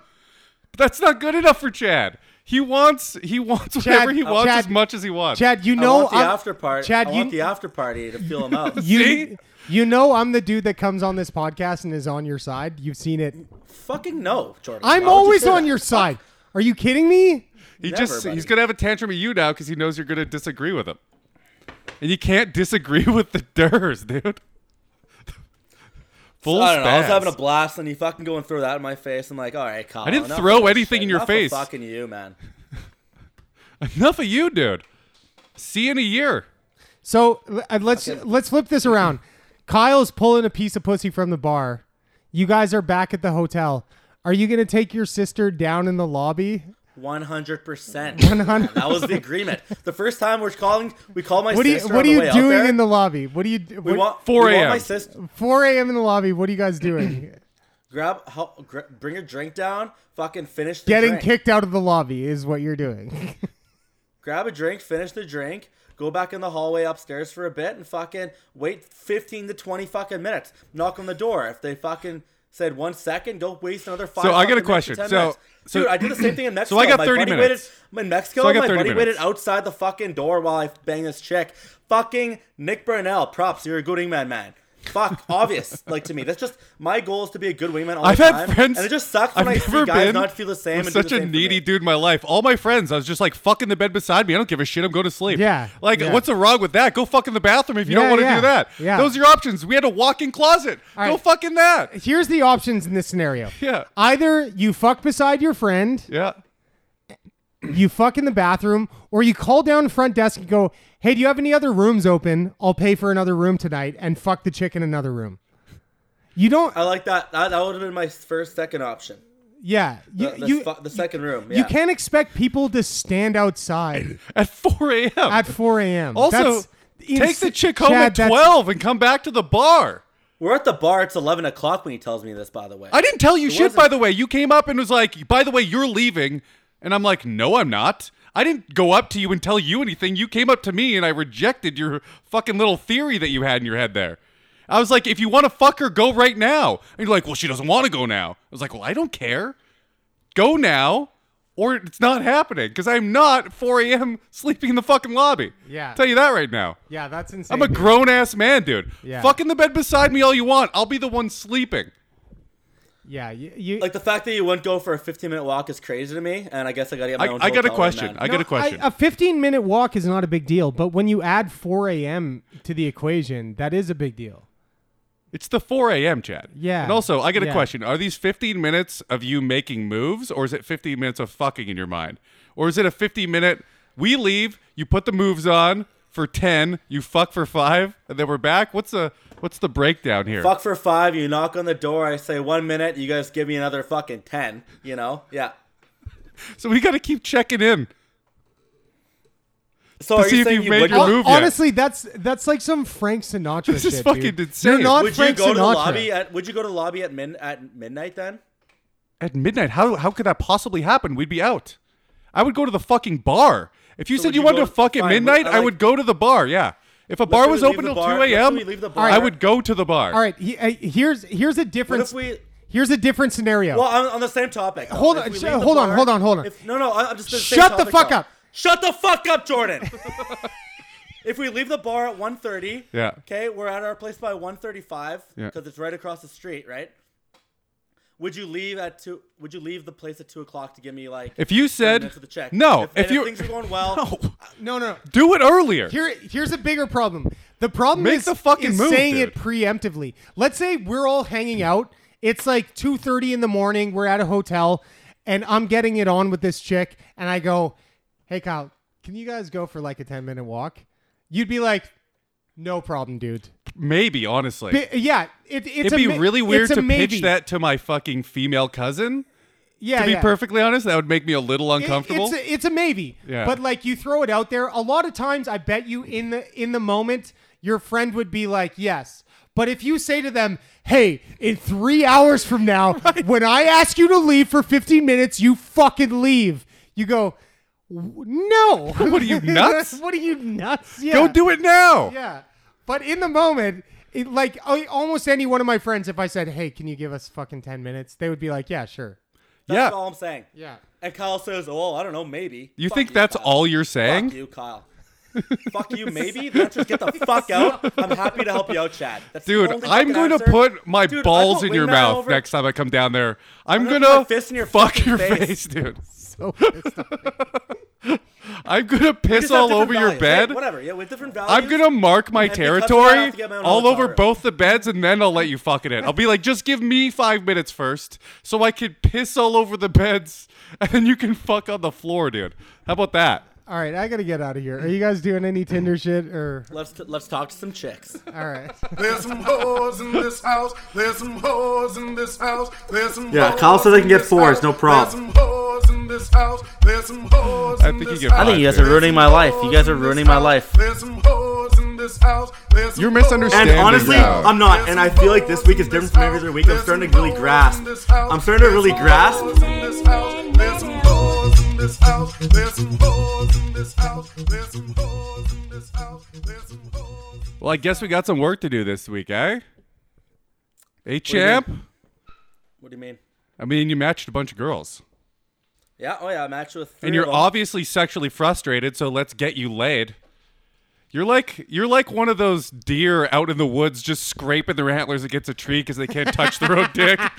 Speaker 3: But that's not good enough for Chad. He wants he wants whatever he wants
Speaker 5: Chad-
Speaker 3: as much as he wants.
Speaker 5: Chad, you
Speaker 4: I
Speaker 5: know
Speaker 4: want the
Speaker 5: I'm-
Speaker 4: after party.
Speaker 5: Chad,
Speaker 4: I
Speaker 5: you
Speaker 4: want the after party to feel
Speaker 5: [LAUGHS]
Speaker 4: him out.
Speaker 5: you
Speaker 3: See?
Speaker 5: you know I'm the dude that comes on this podcast and is on your side. You've seen it.
Speaker 4: Fucking no, Jordan.
Speaker 5: I'm
Speaker 4: Why would you
Speaker 5: always
Speaker 4: say
Speaker 5: on
Speaker 4: that?
Speaker 5: your side. Are you kidding me?
Speaker 3: he
Speaker 4: never,
Speaker 3: just
Speaker 4: buddy.
Speaker 3: he's gonna have a tantrum at you now because he knows you're gonna disagree with him, and you can't disagree [LAUGHS] with the Durs, dude. Full
Speaker 4: I don't know. I was
Speaker 3: spaz.
Speaker 4: having a blast, and you fucking go and throw that in my face. I'm like, all right, Kyle.
Speaker 3: I didn't
Speaker 4: enough
Speaker 3: throw
Speaker 4: of this
Speaker 3: anything
Speaker 4: shit.
Speaker 3: in your
Speaker 4: Enough of
Speaker 3: face.
Speaker 4: Fucking you, man.
Speaker 3: Enough of you, dude. See you in a year.
Speaker 5: So l- uh, let's let's flip this around. Kyle's pulling a piece of pussy from the bar. You guys are back at the hotel. Are you gonna take your sister down in the lobby?
Speaker 4: One
Speaker 5: [LAUGHS]
Speaker 4: hundred percent.
Speaker 5: 100.
Speaker 4: That was the agreement. The first time we're calling, we call my
Speaker 5: What are you
Speaker 4: sister.
Speaker 5: What are
Speaker 4: on the
Speaker 5: you
Speaker 4: way out
Speaker 5: doing
Speaker 4: there.
Speaker 5: in the lobby? What do you? do-
Speaker 4: We
Speaker 5: what-
Speaker 4: want
Speaker 3: 4
Speaker 4: we want
Speaker 3: a.m..
Speaker 4: My sister
Speaker 5: 4 a.m. in the lobby. What are you guys doing?
Speaker 4: [CLEARS THROAT]
Speaker 5: [CLEARS THROAT]
Speaker 4: grab, help, gr- bring your drink down. Fucking finish the
Speaker 5: Getting
Speaker 4: drink.
Speaker 5: kicked out of the lobby is what you're
Speaker 4: [LAUGHS]
Speaker 5: doing.
Speaker 4: Grab a drink, finish the drink, go back in the hallway upstairs for a bit, and fucking wait fifteen to twenty fucking minutes. Knock on the door. If they fucking said one second, go waste another five.
Speaker 3: So I got
Speaker 4: fucking minutes
Speaker 3: a
Speaker 4: to
Speaker 3: question.
Speaker 4: 10
Speaker 3: So-
Speaker 4: minutes.
Speaker 3: so-
Speaker 4: dude, I did the same
Speaker 3: [CLEARS THROAT]
Speaker 4: thing in Mexico.
Speaker 3: I got
Speaker 4: my
Speaker 3: 30
Speaker 4: buddy
Speaker 3: minutes.
Speaker 4: Waited, in Mexico,
Speaker 3: So I got
Speaker 4: my
Speaker 3: 30
Speaker 4: buddy
Speaker 3: minutes.
Speaker 4: waited outside the fucking door while I banged this chick. Fucking Nick Burnell, props. You're a good wingman, man.
Speaker 3: [LAUGHS]
Speaker 4: Fuck, obvious, like to me. That's just my goal is to be a good wingman. All
Speaker 3: I've
Speaker 4: the time,
Speaker 3: had friends.
Speaker 4: and it just sucks
Speaker 3: I've
Speaker 4: when I see
Speaker 3: never
Speaker 4: guys
Speaker 3: been
Speaker 4: not feel the same.
Speaker 3: with
Speaker 4: and do
Speaker 3: such
Speaker 4: the
Speaker 3: a
Speaker 4: same for
Speaker 3: needy
Speaker 4: me.
Speaker 3: dude in my life. All my friends, I was just like fucking the bed beside me. I don't give a shit. I'm going to sleep.
Speaker 5: Yeah,
Speaker 3: Like,
Speaker 5: yeah.
Speaker 3: what's wrong with that? Go fuck in the bathroom if you
Speaker 5: Yeah,
Speaker 3: don't want to
Speaker 5: yeah,
Speaker 3: do that.
Speaker 5: yeah.
Speaker 3: Those are your options. We had a walk-in closet.
Speaker 5: All
Speaker 3: Go
Speaker 5: right.
Speaker 3: fuck in that.
Speaker 5: Here's the options in this scenario.
Speaker 3: Yeah.
Speaker 5: Either you fuck beside your friend,
Speaker 3: Yeah.
Speaker 5: you fuck in the bathroom, or you call down front desk and go, "Hey, do you have any other rooms open? I'll pay for another room tonight," and fuck the chick in another room. You don't.
Speaker 4: I like that. That, that would have been my first second option.
Speaker 5: yeah. You
Speaker 4: the, the
Speaker 5: you,
Speaker 4: fu- the second room. Yeah.
Speaker 5: you can't expect people to stand
Speaker 3: [LAUGHS]
Speaker 5: outside
Speaker 3: At 4 a.m.
Speaker 5: at 4 a.m.
Speaker 3: also,
Speaker 5: That's
Speaker 3: take
Speaker 5: ins-
Speaker 3: the chick home
Speaker 5: Chad,
Speaker 3: at
Speaker 5: that's-
Speaker 3: 12 and come back to the bar.
Speaker 4: We're at the bar. It's eleven o'clock when he tells me this. By the way,
Speaker 3: I didn't tell you shit,
Speaker 4: wasn't-
Speaker 3: by the way. You came up and was like, by the way, you're leaving. And I'm like, no, I'm not. I didn't go up to you and tell you anything. You came up to me and I rejected your fucking little theory that you had in your head there. I was like, if you want to fuck her, go right now. And you're like, well, she doesn't want to go now. I was like, well, I don't care. Go now or it's not happening because I'm not at 4 a.m. [LAUGHS] sleeping in the fucking lobby.
Speaker 5: Yeah.
Speaker 3: Tell you that right now.
Speaker 5: Yeah, that's insane.
Speaker 3: I'm a grown ass man, dude.
Speaker 5: Yeah.
Speaker 3: Fuck in the bed beside me all you want. I'll be the one sleeping.
Speaker 5: yeah, you, you,
Speaker 4: like the fact that you wouldn't go for a fifteen minute walk is crazy to me. And I guess I got to get my
Speaker 3: I,
Speaker 4: own.
Speaker 3: I got a
Speaker 4: hotel room,
Speaker 3: question.
Speaker 4: man.
Speaker 3: I got a
Speaker 5: No,
Speaker 3: question.
Speaker 5: I- A 15 minute walk is not a big deal, but when you add 4 a.m. to the equation, that is a big deal.
Speaker 3: it's the 4 a.m. chat.
Speaker 5: Yeah.
Speaker 3: And also, I got a
Speaker 5: Yeah.
Speaker 3: question. Are these 15 minutes of you making moves, or is it 15 minutes of fucking in your mind? Or is it a 50 minute, we leave, you put the moves on for 10, you fuck for 5, and then we're back? What's the, what's the breakdown here?
Speaker 4: Fuck for five. You knock on the door. I say one minute. You guys give me another fucking ten. You know? Yeah.
Speaker 3: So we got to keep checking in.
Speaker 4: So
Speaker 3: To
Speaker 4: are
Speaker 3: see
Speaker 4: you
Speaker 3: if
Speaker 4: saying
Speaker 3: you've
Speaker 4: you
Speaker 3: made
Speaker 4: would
Speaker 3: your
Speaker 5: Hon-
Speaker 3: move yet.
Speaker 5: honestly, that's that's like some Frank Sinatra
Speaker 3: [LAUGHS] This
Speaker 5: shit.
Speaker 3: is fucking
Speaker 5: dude.
Speaker 3: insane.
Speaker 5: You're not
Speaker 4: Would you
Speaker 5: Frank
Speaker 4: go to the
Speaker 5: Sinatra.
Speaker 4: lobby at Would you go to the lobby at min at midnight then?
Speaker 3: At midnight, how how could that possibly happen? We'd be out. I would go to the fucking bar. If you
Speaker 4: So
Speaker 3: said
Speaker 4: would
Speaker 3: you
Speaker 4: you
Speaker 3: wanted
Speaker 4: go
Speaker 3: to fuck at
Speaker 4: fine,
Speaker 3: midnight,
Speaker 4: I
Speaker 3: I
Speaker 4: like-
Speaker 3: would go to the bar. Yeah. If a bar
Speaker 4: we
Speaker 3: was
Speaker 4: leave
Speaker 3: open
Speaker 4: the
Speaker 3: till
Speaker 4: bar-
Speaker 3: two
Speaker 4: let's
Speaker 3: a.m.,
Speaker 4: we leave the
Speaker 3: I
Speaker 4: bar.
Speaker 3: would go to the bar.
Speaker 5: All right, he, uh, here's here's a
Speaker 4: What
Speaker 5: difference.
Speaker 4: if we?
Speaker 5: here's a different scenario.
Speaker 4: Well, on, on the same topic. though.
Speaker 5: Hold
Speaker 4: If
Speaker 5: on,
Speaker 4: we
Speaker 5: sh-
Speaker 4: leave the
Speaker 5: hold on,
Speaker 4: bar-
Speaker 5: hold on, hold on.
Speaker 4: If, no, no, I- I'm just the same
Speaker 5: Shut the
Speaker 4: topic,
Speaker 5: fuck
Speaker 4: though.
Speaker 5: up.
Speaker 4: Shut the fuck up,
Speaker 5: [LAUGHS]
Speaker 4: Jordan. if we leave the bar at 1.30,
Speaker 3: Yeah.
Speaker 4: okay, we're at our place by 1.35
Speaker 3: Yeah.
Speaker 4: because it's right across the street, right? Would you leave at two? Would you leave the place at two o'clock to give me like?
Speaker 3: If you said
Speaker 4: minutes of the check.
Speaker 3: no,
Speaker 4: If-
Speaker 3: if,
Speaker 4: and if
Speaker 3: you
Speaker 4: things are going well-
Speaker 3: [LAUGHS]
Speaker 5: no,
Speaker 3: no,
Speaker 5: no, no.
Speaker 3: do it earlier.
Speaker 5: Here, here's a bigger problem. The problem
Speaker 3: Make
Speaker 5: is,
Speaker 3: the fucking
Speaker 5: is
Speaker 3: move,
Speaker 5: saying
Speaker 3: dude.
Speaker 5: it preemptively. Let's say we're all hanging out. It's like 2.30 in the morning. We're at a hotel, and I'm getting it on with this chick, and I go, hey, Kyle, can you guys go for like a 10-minute walk? You'd be like, no problem, dude.
Speaker 3: Maybe honestly,
Speaker 5: Bi- yeah, it, it's
Speaker 3: it'd
Speaker 5: a
Speaker 3: be
Speaker 5: ma-
Speaker 3: really weird
Speaker 5: it's a
Speaker 3: to
Speaker 5: maybe.
Speaker 3: pitch that to my fucking female cousin.
Speaker 5: Yeah,
Speaker 3: To be
Speaker 5: yeah.
Speaker 3: perfectly honest, that would make me a little
Speaker 5: It-
Speaker 3: uncomfortable.
Speaker 5: It's a, it's a maybe.
Speaker 3: Yeah.
Speaker 5: But like you throw it out there. A lot of times, I bet you in the in the moment, your friend would be like, yes. But if you say to them, hey, in three hours from
Speaker 3: [LAUGHS]
Speaker 5: now, when I ask you to leave for 15 minutes, you fucking leave. You go, "W- no.
Speaker 3: [LAUGHS] What are you,
Speaker 5: [LAUGHS]
Speaker 3: nuts?
Speaker 5: what are you nuts? Yeah.
Speaker 3: Go do it now.
Speaker 5: Yeah. But in the moment, it, like I- almost any one of my friends, if I said, hey, can you give us fucking 10 minutes? They would be like, yeah, sure.
Speaker 4: That's
Speaker 3: Yeah.
Speaker 4: all I'm saying.
Speaker 5: Yeah.
Speaker 4: And Kyle says, "Oh, I don't know, maybe."
Speaker 3: You
Speaker 4: Fuck
Speaker 3: think that's
Speaker 4: Kyle.
Speaker 3: all you're saying?
Speaker 4: Fuck you, Kyle. fuck you, maybe. That's just get the fuck out. I'm happy to help you out, Chad. That's the
Speaker 3: Dude,
Speaker 4: only
Speaker 3: I'm
Speaker 4: fucking
Speaker 3: going to
Speaker 4: answer.
Speaker 3: put my
Speaker 4: Dude, I
Speaker 3: balls
Speaker 4: want
Speaker 3: in your
Speaker 4: wingman
Speaker 3: mouth
Speaker 4: over-
Speaker 3: next time I come down there. I'm,
Speaker 4: gonna
Speaker 3: gonna,
Speaker 4: put my fist in your
Speaker 3: fuck
Speaker 4: fucking
Speaker 3: your face,
Speaker 4: face. [LAUGHS]
Speaker 3: dude.
Speaker 5: So pissed off.
Speaker 3: I'm gonna
Speaker 4: We
Speaker 3: piss
Speaker 4: just have
Speaker 3: all
Speaker 4: different
Speaker 3: over your
Speaker 4: values. Hey,
Speaker 3: bed.
Speaker 4: whatever. Yeah, with different values.
Speaker 3: I'm gonna mark my
Speaker 4: And because of that, I'll
Speaker 3: territory
Speaker 4: have to get my own
Speaker 3: all
Speaker 4: hotel
Speaker 3: over
Speaker 4: room.
Speaker 3: both the beds, and then I'll let you fuck it in. I'll be like, just give me five minutes first, so I can piss all over the beds, and then you can fuck on the floor, dude. How about that?
Speaker 5: All right, I gotta get out of here. Are you guys doing any [LAUGHS] Tinder shit or?
Speaker 4: Let's t- let's talk to some chicks.
Speaker 5: All
Speaker 3: [LAUGHS]
Speaker 5: right.
Speaker 2: There's some hoes in this house. There's some hoes in this house. There's some
Speaker 4: Yeah,
Speaker 2: hoes
Speaker 4: Kyle said they can
Speaker 2: in
Speaker 4: get
Speaker 2: this
Speaker 4: fours,
Speaker 2: house.
Speaker 4: no problem.
Speaker 2: There's some hoes in this house. There's some hoes
Speaker 3: I
Speaker 2: in
Speaker 3: think you
Speaker 2: this
Speaker 3: get
Speaker 2: house.
Speaker 3: I think you
Speaker 4: guys are ruining my life. You guys
Speaker 2: There's
Speaker 4: are
Speaker 2: some
Speaker 4: ruining my
Speaker 2: hoes in
Speaker 4: life.
Speaker 2: this house. There's some hoes in this house. There's some
Speaker 3: You're
Speaker 2: hoes
Speaker 3: misunderstanding.
Speaker 7: And
Speaker 3: Standing
Speaker 7: honestly,
Speaker 3: out.
Speaker 7: I'm not. And I feel like this week is different from every other week. I'm starting to really grasp. I'm starting to really grasp.
Speaker 2: grasp.
Speaker 3: Well, I guess we got some work to do this week, eh? Hey, champ.
Speaker 4: What do you mean?
Speaker 3: I mean, you matched a bunch of girls.
Speaker 4: Yeah, oh yeah, I matched with. Three
Speaker 3: and you're
Speaker 4: of them.
Speaker 3: obviously sexually frustrated so let's get you laid you're like you're like one of those deer out in the woods just scraping their antlers against a tree because they can't touch their own dick [LAUGHS]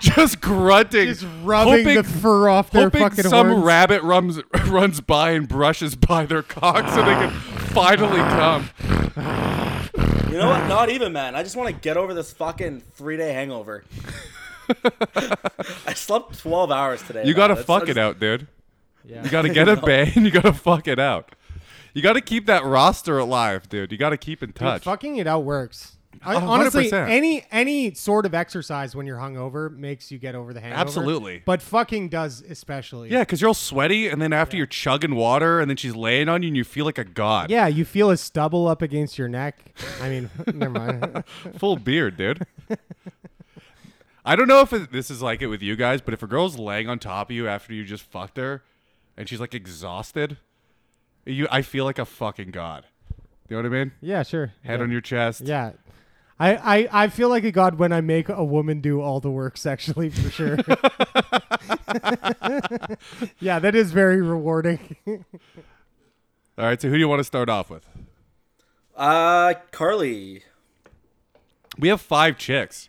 Speaker 3: just grunting
Speaker 5: Just rubbing the fur off their
Speaker 3: hoping
Speaker 5: fucking
Speaker 3: some
Speaker 5: horns.
Speaker 3: rabbit runs [LAUGHS] runs by and brushes by their cock so they can finally come
Speaker 4: You know what? Not even, man. I just want to get over this fucking three day
Speaker 3: [LAUGHS]
Speaker 4: hangover. I slept 12 hours today.
Speaker 3: you
Speaker 4: man.
Speaker 3: gotta
Speaker 4: That's-
Speaker 3: fuck
Speaker 4: that's-
Speaker 3: it out dude you gotta get a bang you gotta fuck it out you gotta keep that roster alive dude you gotta keep in touch Oh,
Speaker 5: Fucking it out works. I,
Speaker 3: A hundred
Speaker 5: honestly,
Speaker 3: percent.
Speaker 5: any any sort of exercise when you're hungover makes you get over the hangover.
Speaker 3: Absolutely.
Speaker 5: But fucking does especially.
Speaker 3: Yeah, because you're all sweaty, and then after you're chugging water, and then she's laying on you, and you feel like a god.
Speaker 5: Yeah, you feel a stubble up against your neck. I mean, [LAUGHS] never mind.
Speaker 3: [LAUGHS] Full beard, dude. [LAUGHS] I don't know if it, this is like it with you guys, but if a girl's laying on top of you after you just fucked her, and she's like exhausted, you, I feel like a fucking god. You know what I mean?
Speaker 5: Yeah, sure.
Speaker 3: Head
Speaker 5: yeah.
Speaker 3: on your chest.
Speaker 5: [LAUGHS] Yeah. I, I, I feel like a god when I make a woman do all the work sexually for sure. [LAUGHS] yeah, that is very
Speaker 3: [LAUGHS]
Speaker 5: rewarding.
Speaker 3: All right. So who do you want to start off with?
Speaker 4: Uh, Carly.
Speaker 3: We have five chicks.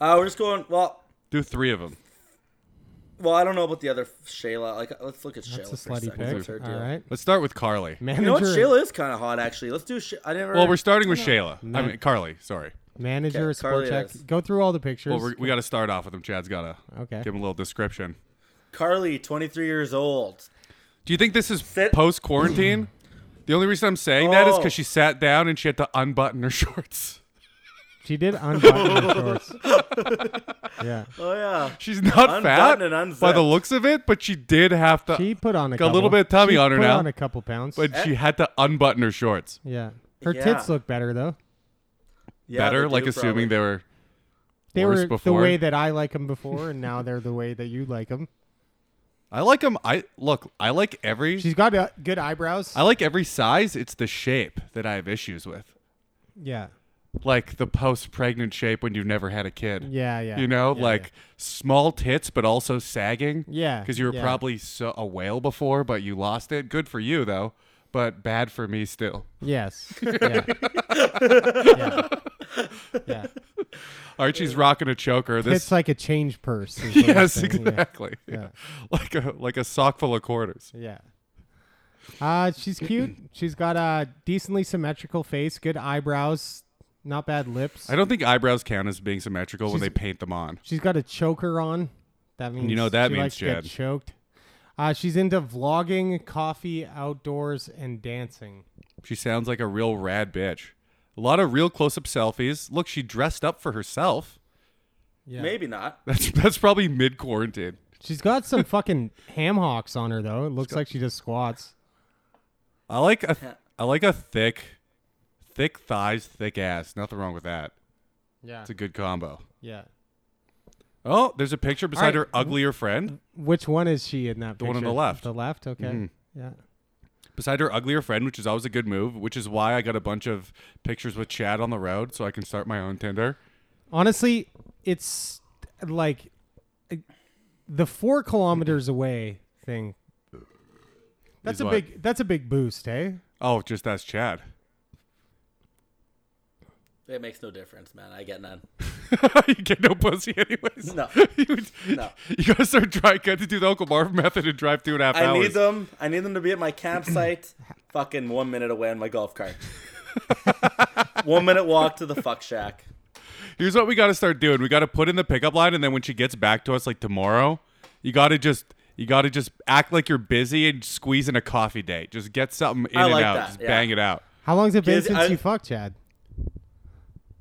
Speaker 4: Uh, we're just going, well,
Speaker 3: Do three of them.
Speaker 4: well, I don't know about the other Shayla. Like, uh, let's look at Shayla.
Speaker 5: That's a
Speaker 4: for a
Speaker 5: slutty
Speaker 4: second. What's her
Speaker 5: pick.
Speaker 4: deal?
Speaker 5: All right.
Speaker 3: Let's start with Carly.
Speaker 5: Manager,
Speaker 4: You know what? Shayla is kind of hot, actually. Let's do. Sh- I never.
Speaker 3: Well, we're starting with Shayla. I mean, Carly. Sorry.
Speaker 5: manager
Speaker 4: Okay,
Speaker 5: of sport
Speaker 4: Carly
Speaker 5: check.
Speaker 4: is.
Speaker 5: Go through all the pictures.
Speaker 3: Well, we're, we got to start off with him. Chad's got to
Speaker 5: Okay.
Speaker 3: give him a little description.
Speaker 4: Carly, 23 years old.
Speaker 3: Do you think this is
Speaker 4: Sit-
Speaker 5: [CLEARS THROAT]
Speaker 3: post quarantine? the only reason I'm saying that is
Speaker 4: Oh.
Speaker 3: because she sat down and she had to unbutton her [LAUGHS] shorts.
Speaker 5: [LAUGHS] She
Speaker 3: [LAUGHS]
Speaker 5: did unbutton her shorts. Yeah.
Speaker 4: Oh yeah.
Speaker 3: She's not fat
Speaker 4: Unbuttoned and
Speaker 3: by
Speaker 4: unzipped.
Speaker 3: the looks of it, but she did have to.
Speaker 5: She put on a,
Speaker 3: Got a
Speaker 5: couple.
Speaker 3: little bit of tummy
Speaker 5: She
Speaker 3: on her
Speaker 5: put
Speaker 3: now.
Speaker 5: on a couple pounds.
Speaker 3: but she had to unbutton her shorts.
Speaker 5: yeah. Her
Speaker 4: Yeah.
Speaker 5: tits look better though.
Speaker 4: Yeah,
Speaker 3: Better,
Speaker 4: they
Speaker 3: like
Speaker 4: do,
Speaker 3: assuming
Speaker 4: probably.
Speaker 3: they were.
Speaker 5: They
Speaker 3: Worse
Speaker 5: were the
Speaker 3: before.
Speaker 5: way that I like them before, and now they're the way that you like them.
Speaker 3: I like them. I look. I like every.
Speaker 5: She's got uh, good eyebrows.
Speaker 3: I like every size. It's the shape that I have issues with,
Speaker 5: yeah.
Speaker 3: like the post-pregnant shape when you've never had a kid.
Speaker 5: Yeah. Yeah.
Speaker 3: You know,
Speaker 5: Yeah,
Speaker 3: like small tits, but also sagging.
Speaker 5: Yeah,
Speaker 3: Because you were
Speaker 5: yeah.
Speaker 3: probably so, a whale before, but you lost it. Good for you, though, but bad for me still.
Speaker 5: yeah. Yes. Yeah. yeah. Yeah.
Speaker 3: Archie's rocking a choker. [LAUGHS] This
Speaker 5: It's like a change purse. is what I'm
Speaker 3: [LAUGHS] yes,
Speaker 5: saying, yeah.
Speaker 3: exactly. Yeah. [LAUGHS] Like a like a sock full of quarters.
Speaker 5: Yeah. Uh, she's cute. she's got a decently symmetrical face, good eyebrows, not bad lips.
Speaker 3: I don't think eyebrows count as being symmetrical when they paint them on.
Speaker 5: She's got a choker on. That means
Speaker 3: You know what that
Speaker 5: she
Speaker 3: means,
Speaker 5: likes to get
Speaker 3: Chad.
Speaker 5: choked. Uh, she's into vlogging, coffee, outdoors, and dancing.
Speaker 3: She sounds like a real rad bitch. A lot of real close-up selfies. Look, she dressed up for herself. [LAUGHS]
Speaker 5: Yeah.
Speaker 4: Maybe not.
Speaker 3: That's that's probably mid quarantine.
Speaker 5: She's got some fucking ham hocks on her though. It looks like she just squats.
Speaker 3: I like a I like a thick, thick thighs, thick ass. Nothing wrong with that.
Speaker 5: Yeah.
Speaker 3: It's a good combo.
Speaker 5: Yeah.
Speaker 3: Oh, there's a picture beside her
Speaker 5: Alright.
Speaker 3: uglier friend.
Speaker 5: Which one is she in that
Speaker 3: The one on
Speaker 5: picture?
Speaker 3: the left. Mm-hmm.
Speaker 5: The left, okay. Yeah.
Speaker 3: Beside her uglier friend, which is always a good move, which is why I got a bunch of pictures with Chad on the road so I can start my own Tinder.
Speaker 5: Honestly, it's like uh, the four kilometers away thing. That's
Speaker 3: Is
Speaker 5: a
Speaker 3: what?
Speaker 5: big. That's a big boost, eh? hey.
Speaker 3: Oh, just that's Chad. [LAUGHS]
Speaker 4: It makes no difference, man. I get none.
Speaker 3: you get no pussy anyways.
Speaker 4: No.
Speaker 3: [LAUGHS] you,
Speaker 4: No.
Speaker 3: you gotta start trying got to do the Uncle Marv method and drive two and a half
Speaker 4: I
Speaker 3: hours.
Speaker 4: need them. I need them to be at my
Speaker 3: [CLEARS THROAT]
Speaker 4: campsite, fucking one minute away on my golf cart. [LAUGHS] one minute walk to the fuck shack.
Speaker 3: Here's what we gotta start doing. We gotta put in the pickup line and then when she gets back to us like tomorrow, you gotta just you gotta just act like you're busy and squeeze in a coffee date. Just get something in
Speaker 4: I
Speaker 3: and
Speaker 4: like
Speaker 3: out.
Speaker 4: that,
Speaker 3: just
Speaker 4: yeah.
Speaker 3: bang it out.
Speaker 5: How long's it been
Speaker 4: Giz,
Speaker 5: since
Speaker 4: I-
Speaker 5: you fucked Chad?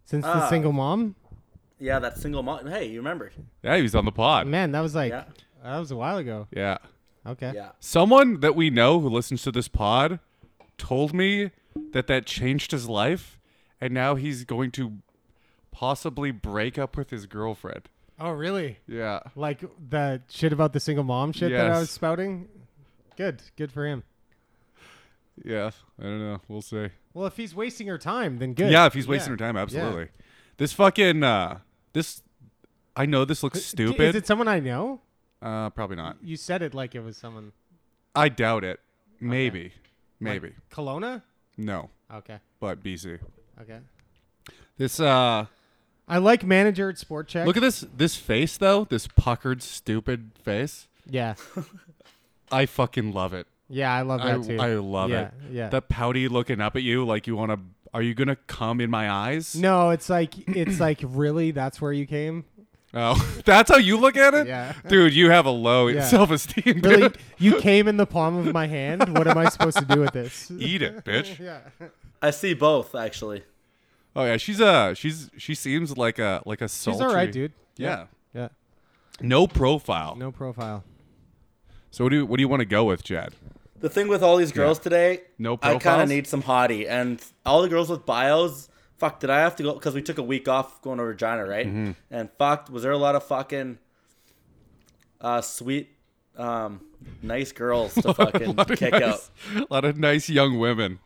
Speaker 5: Since the
Speaker 4: Ah.
Speaker 5: single mom?
Speaker 4: Yeah, that single mom. Hey, you remembered?
Speaker 3: Yeah, he was on the pod.
Speaker 5: Man, that was like
Speaker 4: Yeah.
Speaker 5: that was a while ago.
Speaker 3: Yeah.
Speaker 5: Okay.
Speaker 4: Yeah.
Speaker 3: Someone that we know who listens to this pod told me that that changed his life and now he's going to possibly break up with his girlfriend.
Speaker 5: Oh, really?
Speaker 3: Yeah.
Speaker 5: Like the shit about the single mom shit that I
Speaker 3: Yes.
Speaker 5: was spouting? Good. Good for him.
Speaker 3: Yeah. I don't know. We'll see.
Speaker 5: Well, if he's wasting her time, then good.
Speaker 3: Yeah, if he's wasting
Speaker 5: Yeah.
Speaker 3: her time,
Speaker 5: Yeah.
Speaker 3: absolutely. This fucking uh this I know this looks
Speaker 5: D-
Speaker 3: stupid.
Speaker 5: Is it someone I know?
Speaker 3: uh probably not.
Speaker 5: You said it like it was someone.
Speaker 3: I doubt it. Maybe. Maybe.
Speaker 5: Kelowna?
Speaker 3: no.
Speaker 5: Okay.
Speaker 3: But BC.
Speaker 5: Okay.
Speaker 3: This uh
Speaker 5: I like manager at Sport Check.
Speaker 3: look at this this face though, this puckered stupid face.
Speaker 5: yeah,
Speaker 3: I fucking love it.
Speaker 5: yeah, I love
Speaker 3: I,
Speaker 5: that too.
Speaker 3: I love
Speaker 5: yeah,
Speaker 3: it.
Speaker 5: Yeah,
Speaker 3: That pouty looking up at you like you want to are you going to come in my eyes?
Speaker 5: No, it's like it's like really that's where you came.
Speaker 3: [LAUGHS] Oh, that's how you look at it?
Speaker 5: Yeah.
Speaker 3: Dude, you have a low
Speaker 5: Yeah.
Speaker 3: self-esteem.
Speaker 5: Really,
Speaker 3: dude.
Speaker 5: you came in the palm of my hand. What am I supposed to do with
Speaker 3: [LAUGHS]
Speaker 5: this?
Speaker 3: Eat it, bitch.
Speaker 5: Yeah,
Speaker 4: I see both actually.
Speaker 3: Oh yeah, she's uh she's she seems like a like a
Speaker 5: she's
Speaker 3: sultry.
Speaker 5: all right, dude.
Speaker 3: Yeah.
Speaker 5: yeah.
Speaker 3: No profile.
Speaker 5: No profile.
Speaker 3: So what do you what do you want to go with, Chad? [LAUGHS]
Speaker 4: The thing with all these girls today,
Speaker 3: No
Speaker 4: I kind of
Speaker 3: profiles?
Speaker 4: need some hottie, and all the girls with bios. Fuck, did I have to go? Because we took a week off going to Regina, right?
Speaker 3: Mm-hmm.
Speaker 4: And fuck, was there a lot of fucking uh, sweet, um, nice girls
Speaker 3: [LAUGHS]
Speaker 4: to fucking kick out?
Speaker 3: nice, A lot of nice young women.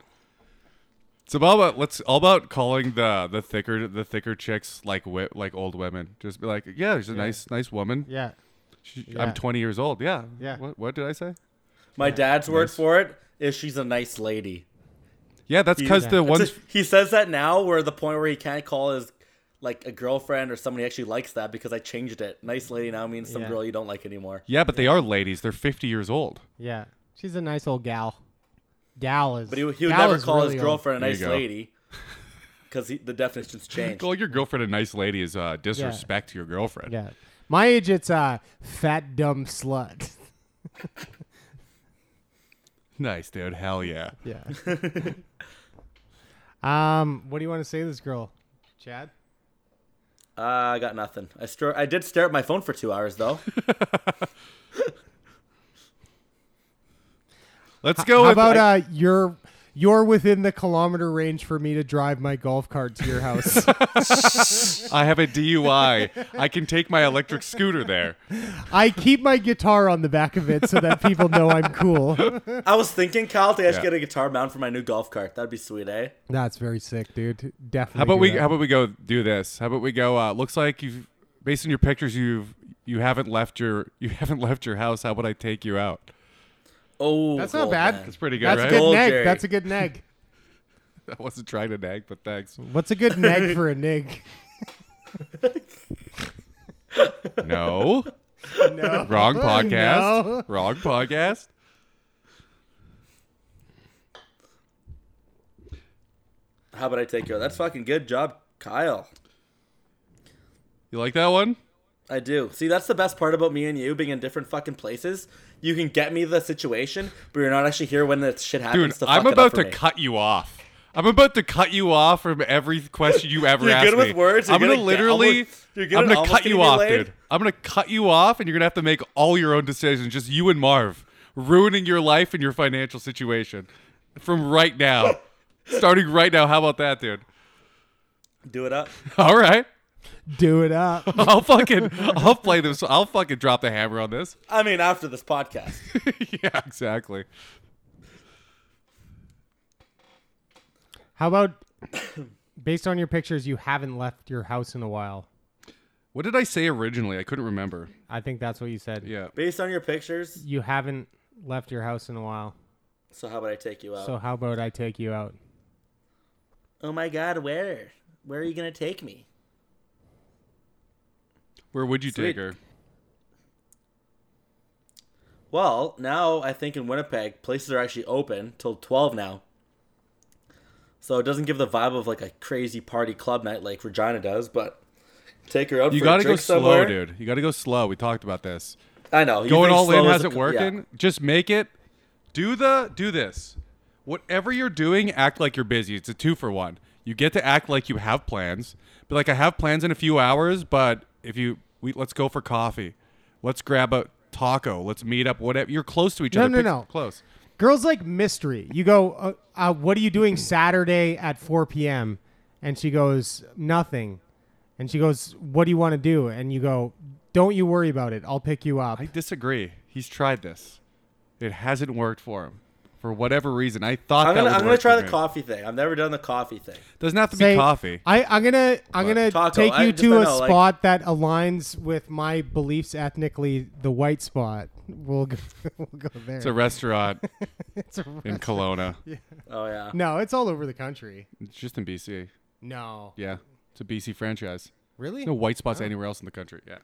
Speaker 3: It's about about let's all about calling the the thicker the thicker chicks like wi- like old women. Just be like, yeah, she's a nice nice woman.
Speaker 5: Yeah,
Speaker 3: She-
Speaker 5: Yeah.
Speaker 3: I'm 20 years old. Yeah.
Speaker 5: Yeah.
Speaker 3: What what did I say?
Speaker 4: My dad's word for it is she's a nice lady.
Speaker 3: Yeah, that's because
Speaker 5: Yeah.
Speaker 3: the ones
Speaker 4: So he says that now, where the point where he can't call his like a girlfriend or somebody actually likes that because I changed it. Nice lady now means some
Speaker 5: Yeah.
Speaker 4: girl you don't like anymore.
Speaker 3: yeah, but they are ladies. They're 50 years old.
Speaker 5: yeah. She's a nice old gal. Gal is.
Speaker 4: But he, he would
Speaker 5: gal
Speaker 4: never
Speaker 5: is
Speaker 4: call
Speaker 5: really
Speaker 4: his
Speaker 5: old.
Speaker 4: girlfriend a
Speaker 3: There you
Speaker 4: nice
Speaker 3: go.
Speaker 5: [LAUGHS]
Speaker 4: lady because the definition's changed.
Speaker 3: Calling your girlfriend a nice lady is uh, disrespect to your girlfriend.
Speaker 5: Yeah, my age, it's uh, fat dumb slut. [LAUGHS]
Speaker 3: Nice, dude. Hell yeah. [LAUGHS]
Speaker 5: [LAUGHS] Yeah. um, what do you want to say to this girl, Chad?
Speaker 4: Uh, I got nothing. I stro- I did stare at my phone for two hours though.
Speaker 3: Let's go
Speaker 5: How
Speaker 3: with
Speaker 5: about
Speaker 3: Oh, I-
Speaker 5: uh, you're you're within the kilometer range for me to drive my golf cart to your
Speaker 3: [LAUGHS]
Speaker 5: house.
Speaker 3: I have a DUI. I can take my electric scooter there.
Speaker 5: I keep my guitar on the back of it so that people know I'm
Speaker 3: [LAUGHS]
Speaker 5: cool.
Speaker 4: I was thinking, Kyle, to I should
Speaker 3: Yeah.
Speaker 4: get a guitar mount for my new golf cart. That'd be sweet, eh?
Speaker 5: That's very sick, dude. Definitely.
Speaker 3: How about
Speaker 5: do
Speaker 3: we
Speaker 5: that.
Speaker 3: how about we go do this? How about we go uh looks like you've based on your pictures you've you haven't left your you [LAUGHS] haven't left your house. How about I take you out?
Speaker 4: Oh,
Speaker 5: That's not
Speaker 4: gold,
Speaker 5: bad.
Speaker 4: man.
Speaker 3: That's pretty good,
Speaker 5: That's
Speaker 3: right?
Speaker 5: a good
Speaker 4: Gold,
Speaker 5: neg.
Speaker 4: Jerry.
Speaker 5: That's a good neg.
Speaker 3: [LAUGHS] I wasn't trying to nag, but [LAUGHS] thanks.
Speaker 5: What's a good neg for a nig?
Speaker 3: [LAUGHS] No.
Speaker 5: No.
Speaker 3: [LAUGHS] Wrong podcast.
Speaker 5: No.
Speaker 3: Wrong podcast.
Speaker 4: How about I take you? out? That's fucking good job, Kyle.
Speaker 3: You like that one?
Speaker 4: I do. See, that's the best part about me and you being in different fucking places. You can get me the situation, but you're not actually here when the shit happens.
Speaker 3: Dude,
Speaker 4: to fuck
Speaker 3: I'm
Speaker 4: it up
Speaker 3: about
Speaker 4: for
Speaker 3: to
Speaker 4: me.
Speaker 3: cut you off. I'm about to cut you off from every question you ever
Speaker 4: You're
Speaker 3: asked
Speaker 4: good with
Speaker 3: me.
Speaker 4: words? You're
Speaker 3: I'm gonna
Speaker 4: gonna get
Speaker 3: literally,
Speaker 4: almost- you're good
Speaker 3: I'm
Speaker 4: at
Speaker 3: gonna
Speaker 4: almost
Speaker 3: cut
Speaker 4: getting
Speaker 3: you
Speaker 4: me
Speaker 3: off,
Speaker 4: laid?
Speaker 3: dude. I'm gonna cut you off, and you're gonna have to make all your own decisions, just you and Marv, ruining your life and your financial situation from
Speaker 4: [LAUGHS]
Speaker 3: right now, starting right now. How about that, dude?
Speaker 4: Do it up.
Speaker 3: All right,
Speaker 5: [LAUGHS] Do it up.
Speaker 3: [LAUGHS] I'll fucking, I'll play this. I'll fucking drop the hammer on this. [LAUGHS]
Speaker 4: I mean, after this podcast.
Speaker 3: yeah, exactly.
Speaker 5: How about [COUGHS] based on your pictures, you haven't left your house in a while.
Speaker 3: What did I say originally? I couldn't remember.
Speaker 5: I think that's what you said.
Speaker 3: Yeah.
Speaker 4: Based on your pictures,
Speaker 5: You haven't left your house in a while.
Speaker 4: so how about I take you out?
Speaker 5: So how about I take you out?
Speaker 4: oh my god, where? Where are you gonna take me?
Speaker 3: Where would you
Speaker 4: Sweet.
Speaker 3: take her?
Speaker 4: Well, now I think in Winnipeg, places are actually open till 12 now. So it doesn't give the vibe of like a crazy party club night like Regina does, but take her out
Speaker 3: You
Speaker 4: for a
Speaker 3: gotta go
Speaker 4: drink
Speaker 3: slow,
Speaker 4: somewhere.
Speaker 3: dude. You gotta go slow. We talked about this.
Speaker 4: I know. you
Speaker 3: Going
Speaker 4: think
Speaker 3: all
Speaker 4: slow
Speaker 3: in
Speaker 4: is
Speaker 3: hasn't
Speaker 4: a-
Speaker 3: working.
Speaker 4: yeah.
Speaker 3: Just make it. Do the do this. Whatever you're doing, act like you're busy. It's a two for one. You get to act like you have plans. But like I have plans in a few hours, but if you we let's go for coffee. Let's grab a taco. Let's meet up. Whatever you're close to each
Speaker 5: No,
Speaker 3: other.
Speaker 5: no,
Speaker 3: Pick-
Speaker 5: no.
Speaker 3: Close.
Speaker 5: Girls like mystery. You go, uh, uh, what are you doing Saturday at 4 p.m.? And she goes, nothing. And she goes, what do you want to do? And you go, don't you worry about it. I'll pick you up.
Speaker 3: I disagree. He's tried this. It hasn't worked for him. For whatever reason, I thought
Speaker 4: I'm
Speaker 3: that
Speaker 4: gonna,
Speaker 3: would
Speaker 4: I'm gonna
Speaker 3: work
Speaker 4: try
Speaker 3: for
Speaker 4: the
Speaker 3: me.
Speaker 4: coffee thing. I've never done the coffee thing.
Speaker 3: Doesn't have to be
Speaker 5: Say,
Speaker 3: coffee.
Speaker 5: I, I'm gonna I'm gonna
Speaker 4: Taco,
Speaker 5: take
Speaker 4: I
Speaker 5: you
Speaker 4: just
Speaker 5: to
Speaker 4: don't
Speaker 5: a
Speaker 4: know, like-
Speaker 5: spot that aligns with my beliefs ethnically. The white spot. We'll go, [LAUGHS] we'll go there. [LAUGHS]
Speaker 3: It's a restaurant
Speaker 5: It's a-
Speaker 3: in
Speaker 5: [LAUGHS]
Speaker 3: Kelowna.
Speaker 4: Oh
Speaker 3: [LAUGHS]
Speaker 4: yeah.
Speaker 5: no, it's all over the country.
Speaker 3: It's just in BC.
Speaker 5: No,
Speaker 3: Yeah. It's a BC franchise.
Speaker 5: really?
Speaker 3: There's no white spots anywhere else in the country. Yeah.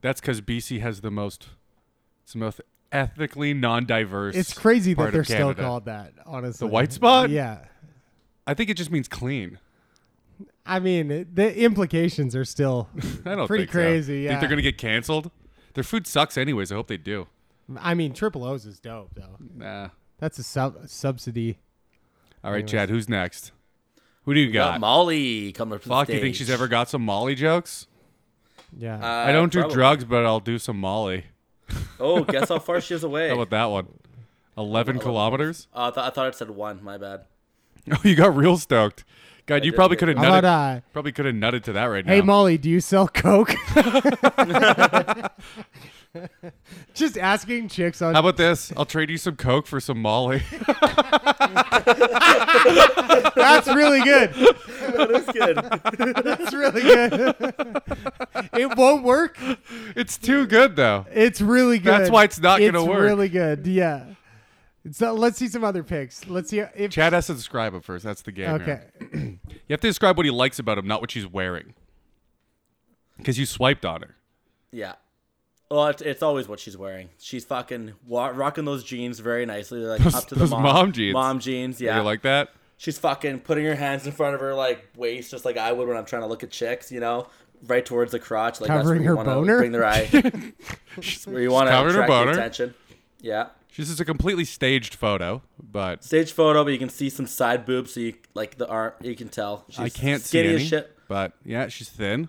Speaker 3: That's because BC has the most, it's the most ethnically non-diverse.
Speaker 5: It's crazy
Speaker 3: part
Speaker 5: that
Speaker 3: of
Speaker 5: they're still
Speaker 3: Canada.
Speaker 5: called that. Honestly,
Speaker 3: The white spot?
Speaker 5: Yeah,
Speaker 3: I think it just means clean.
Speaker 5: I mean it- the implications are still
Speaker 3: I don't
Speaker 5: pretty
Speaker 3: think so.
Speaker 5: crazy. Yeah,
Speaker 3: Think they're gonna get canceled? Their food sucks anyways. I hope they do.
Speaker 5: I mean, Triple O's is dope though.
Speaker 3: Nah.
Speaker 5: That's a sub subsidy.
Speaker 3: All right, Chad. Who's next? Who do you
Speaker 4: Got
Speaker 3: got?
Speaker 4: Molly coming up to the
Speaker 3: Fuck. You think
Speaker 4: stage.
Speaker 3: she's ever got some Molly jokes?
Speaker 5: Yeah,
Speaker 4: Uh,
Speaker 3: I don't do
Speaker 4: probably.
Speaker 3: drugs, but I'll do some Molly.
Speaker 4: Oh, guess how far she is away.
Speaker 3: [LAUGHS] How about that one? Eleven kilometers.
Speaker 4: Oh, I, thought I thought it said one. My
Speaker 3: [LAUGHS]
Speaker 4: bad.
Speaker 3: Oh, you got real stoked. God, you
Speaker 4: did
Speaker 3: probably
Speaker 4: get
Speaker 3: could have
Speaker 5: How about
Speaker 3: nutted.
Speaker 5: uh,
Speaker 3: probably could have nutted to that right
Speaker 5: Hey
Speaker 3: now.
Speaker 5: Molly, do you sell
Speaker 3: [LAUGHS]
Speaker 5: coke? Just asking chicks on
Speaker 3: How about this? I'll trade you some coke for some Molly. [LAUGHS]
Speaker 5: That's really good.
Speaker 4: That is good.
Speaker 5: That's really good. it won't work.
Speaker 3: it's too good though.
Speaker 5: It's really good.
Speaker 3: That's why it's not gonna work.
Speaker 5: It's really good. Yeah. So let's see some other picks. Let's see if
Speaker 3: Chad has to describe him first. That's the game. here.
Speaker 5: Okay.
Speaker 3: You have to describe what he likes about him, not what she's wearing. Because you swiped on her.
Speaker 4: [LAUGHS] yeah. Well, it's, it's always what she's wearing. She's fucking wa- rocking those jeans very nicely. They're like
Speaker 3: Those-
Speaker 4: up to the
Speaker 3: those
Speaker 4: mom,
Speaker 3: mom jeans.
Speaker 4: Mom jeans. Yeah.
Speaker 3: You
Speaker 4: [LAUGHS]
Speaker 3: like that?
Speaker 4: she's fucking putting her hands in front of her like waist, just like I would when I'm trying to look at chicks. You know, right towards the crotch, like
Speaker 5: Covering
Speaker 4: that's where
Speaker 5: her
Speaker 4: you wanna
Speaker 5: boner?
Speaker 4: Bring their eye.
Speaker 3: [LAUGHS]
Speaker 4: where you want to
Speaker 3: Covering her
Speaker 4: attract the
Speaker 3: boner.
Speaker 4: attention. Yeah.
Speaker 3: This is a completely staged photo, but
Speaker 4: Stage photo, but you can see some side boobs, so you like the arm. You can tell. She's
Speaker 3: I can't see
Speaker 4: skinny
Speaker 3: any.
Speaker 4: as shit.
Speaker 3: But yeah, she's thin.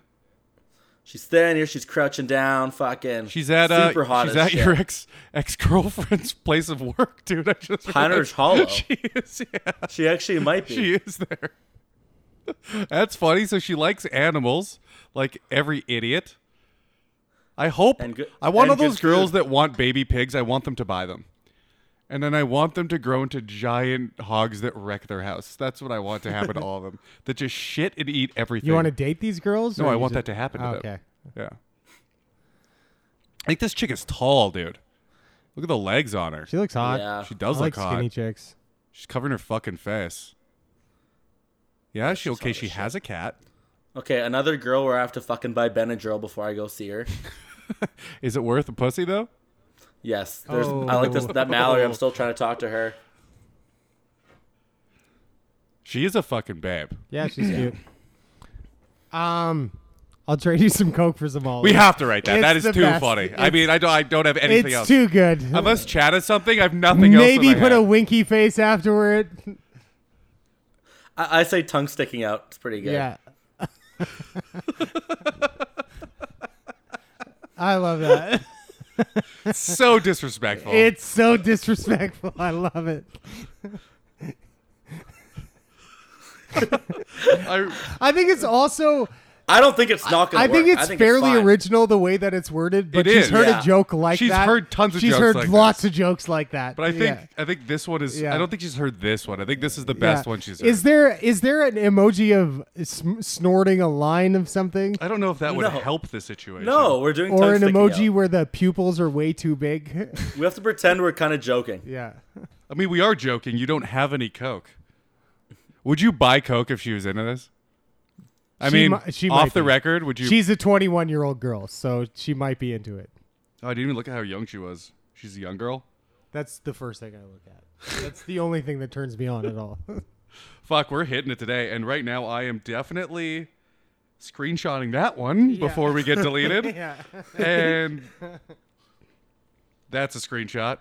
Speaker 4: She's thin here. She's crouching down. Fucking.
Speaker 3: She's at uh,
Speaker 4: super hot
Speaker 3: she's
Speaker 4: as
Speaker 3: at
Speaker 4: shit.
Speaker 3: your ex ex girlfriend's [LAUGHS] place of work, dude. I just
Speaker 4: Hunter's
Speaker 3: realized
Speaker 4: Hollow.
Speaker 3: [LAUGHS] She is, yeah,
Speaker 4: [LAUGHS] She actually might be.
Speaker 3: [LAUGHS] she is there. That's funny. So she likes animals, like every idiot. I hope
Speaker 4: And good-
Speaker 3: I want
Speaker 4: and
Speaker 3: all those
Speaker 4: good
Speaker 3: girls
Speaker 4: food.
Speaker 3: that want baby pigs. I want them to buy them, and then I want them to grow into giant hogs that wreck their house. That's what I want to happen to
Speaker 4: [LAUGHS]
Speaker 3: all of them. That just shit and eat everything.
Speaker 5: You want to date these girls?
Speaker 3: No,
Speaker 5: or
Speaker 3: I
Speaker 5: you
Speaker 3: want
Speaker 5: just-
Speaker 3: that to happen to
Speaker 5: Oh, Okay.
Speaker 3: them. Yeah. Like this chick is tall, dude. Look at the legs on her.
Speaker 5: She looks hot.
Speaker 4: Yeah.
Speaker 3: She
Speaker 5: I
Speaker 3: does
Speaker 5: like
Speaker 3: look
Speaker 5: skinny
Speaker 3: hot.
Speaker 5: chicks.
Speaker 3: She's covering her fucking face. Yeah, she okay. She has a cat.
Speaker 4: Okay, another girl where I have to fucking buy Benadryl before I go see her.
Speaker 3: Is it worth a pussy though?
Speaker 4: Yes, there's. I like this. That Mallory. I'm still trying to talk to her.
Speaker 3: She is a fucking babe.
Speaker 5: Yeah, she's cute. Um, I'll trade you some coke for some olives.
Speaker 3: We have to write that.
Speaker 5: It's
Speaker 3: that is
Speaker 5: the
Speaker 3: too
Speaker 5: best.
Speaker 3: funny. I
Speaker 5: It's-
Speaker 3: mean, I don't. I don't have anything
Speaker 5: It's
Speaker 3: else.
Speaker 5: too good.
Speaker 3: Unless Chad is something, I have nothing else. in
Speaker 5: Maybe
Speaker 3: my
Speaker 5: put
Speaker 3: head.
Speaker 5: a winky face afterward.
Speaker 4: I, I say tongue sticking out. It's pretty [LAUGHS] good.
Speaker 3: [LAUGHS]
Speaker 5: Yeah. I love that.
Speaker 3: so disrespectful.
Speaker 5: It's so disrespectful. I love it.
Speaker 3: I,
Speaker 5: I think it's also
Speaker 4: I don't think it's not gonna.
Speaker 5: I think
Speaker 4: work.
Speaker 5: it's fairly
Speaker 4: fine.
Speaker 5: original the way that it's worded, but
Speaker 3: It
Speaker 5: she's
Speaker 3: is.
Speaker 5: heard
Speaker 4: Yeah.
Speaker 5: a joke like
Speaker 3: She's
Speaker 5: that.
Speaker 3: heard tons of
Speaker 5: She's
Speaker 3: jokes
Speaker 5: heard
Speaker 3: like
Speaker 5: lots of jokes like that.
Speaker 3: but I think
Speaker 5: Yeah.
Speaker 3: I think this one is.
Speaker 5: Yeah.
Speaker 3: I don't think she's heard this one. I think this is the best
Speaker 5: Yeah.
Speaker 3: one she's heard.
Speaker 5: Is there is there an emoji of sm- snorting a line of something,
Speaker 3: I don't know if that would
Speaker 4: No.
Speaker 3: help the situation.
Speaker 4: No, we're doing tongue
Speaker 5: or an
Speaker 4: sticking
Speaker 5: emoji
Speaker 4: out.
Speaker 5: where the pupils are way too big? [LAUGHS]
Speaker 4: We have to pretend we're kind of joking.
Speaker 5: yeah.
Speaker 3: I mean, we are joking. You don't have any Coke. Would you buy Coke if she was into this? I
Speaker 5: She
Speaker 3: mean,
Speaker 5: mi- she
Speaker 3: off
Speaker 5: might
Speaker 3: the
Speaker 5: be.
Speaker 3: record, would you?
Speaker 5: She's a 21 year old girl, so she might be into it.
Speaker 3: oh, I didn't even look at how young she was. She's a young girl.
Speaker 5: That's the first thing I look at. That's the only thing that turns me on at all.
Speaker 3: Fuck, we're hitting it today. And right now, I am definitely screenshotting that one before we
Speaker 5: [LAUGHS]
Speaker 3: get deleted. And that's
Speaker 5: [LAUGHS]
Speaker 3: a screenshot.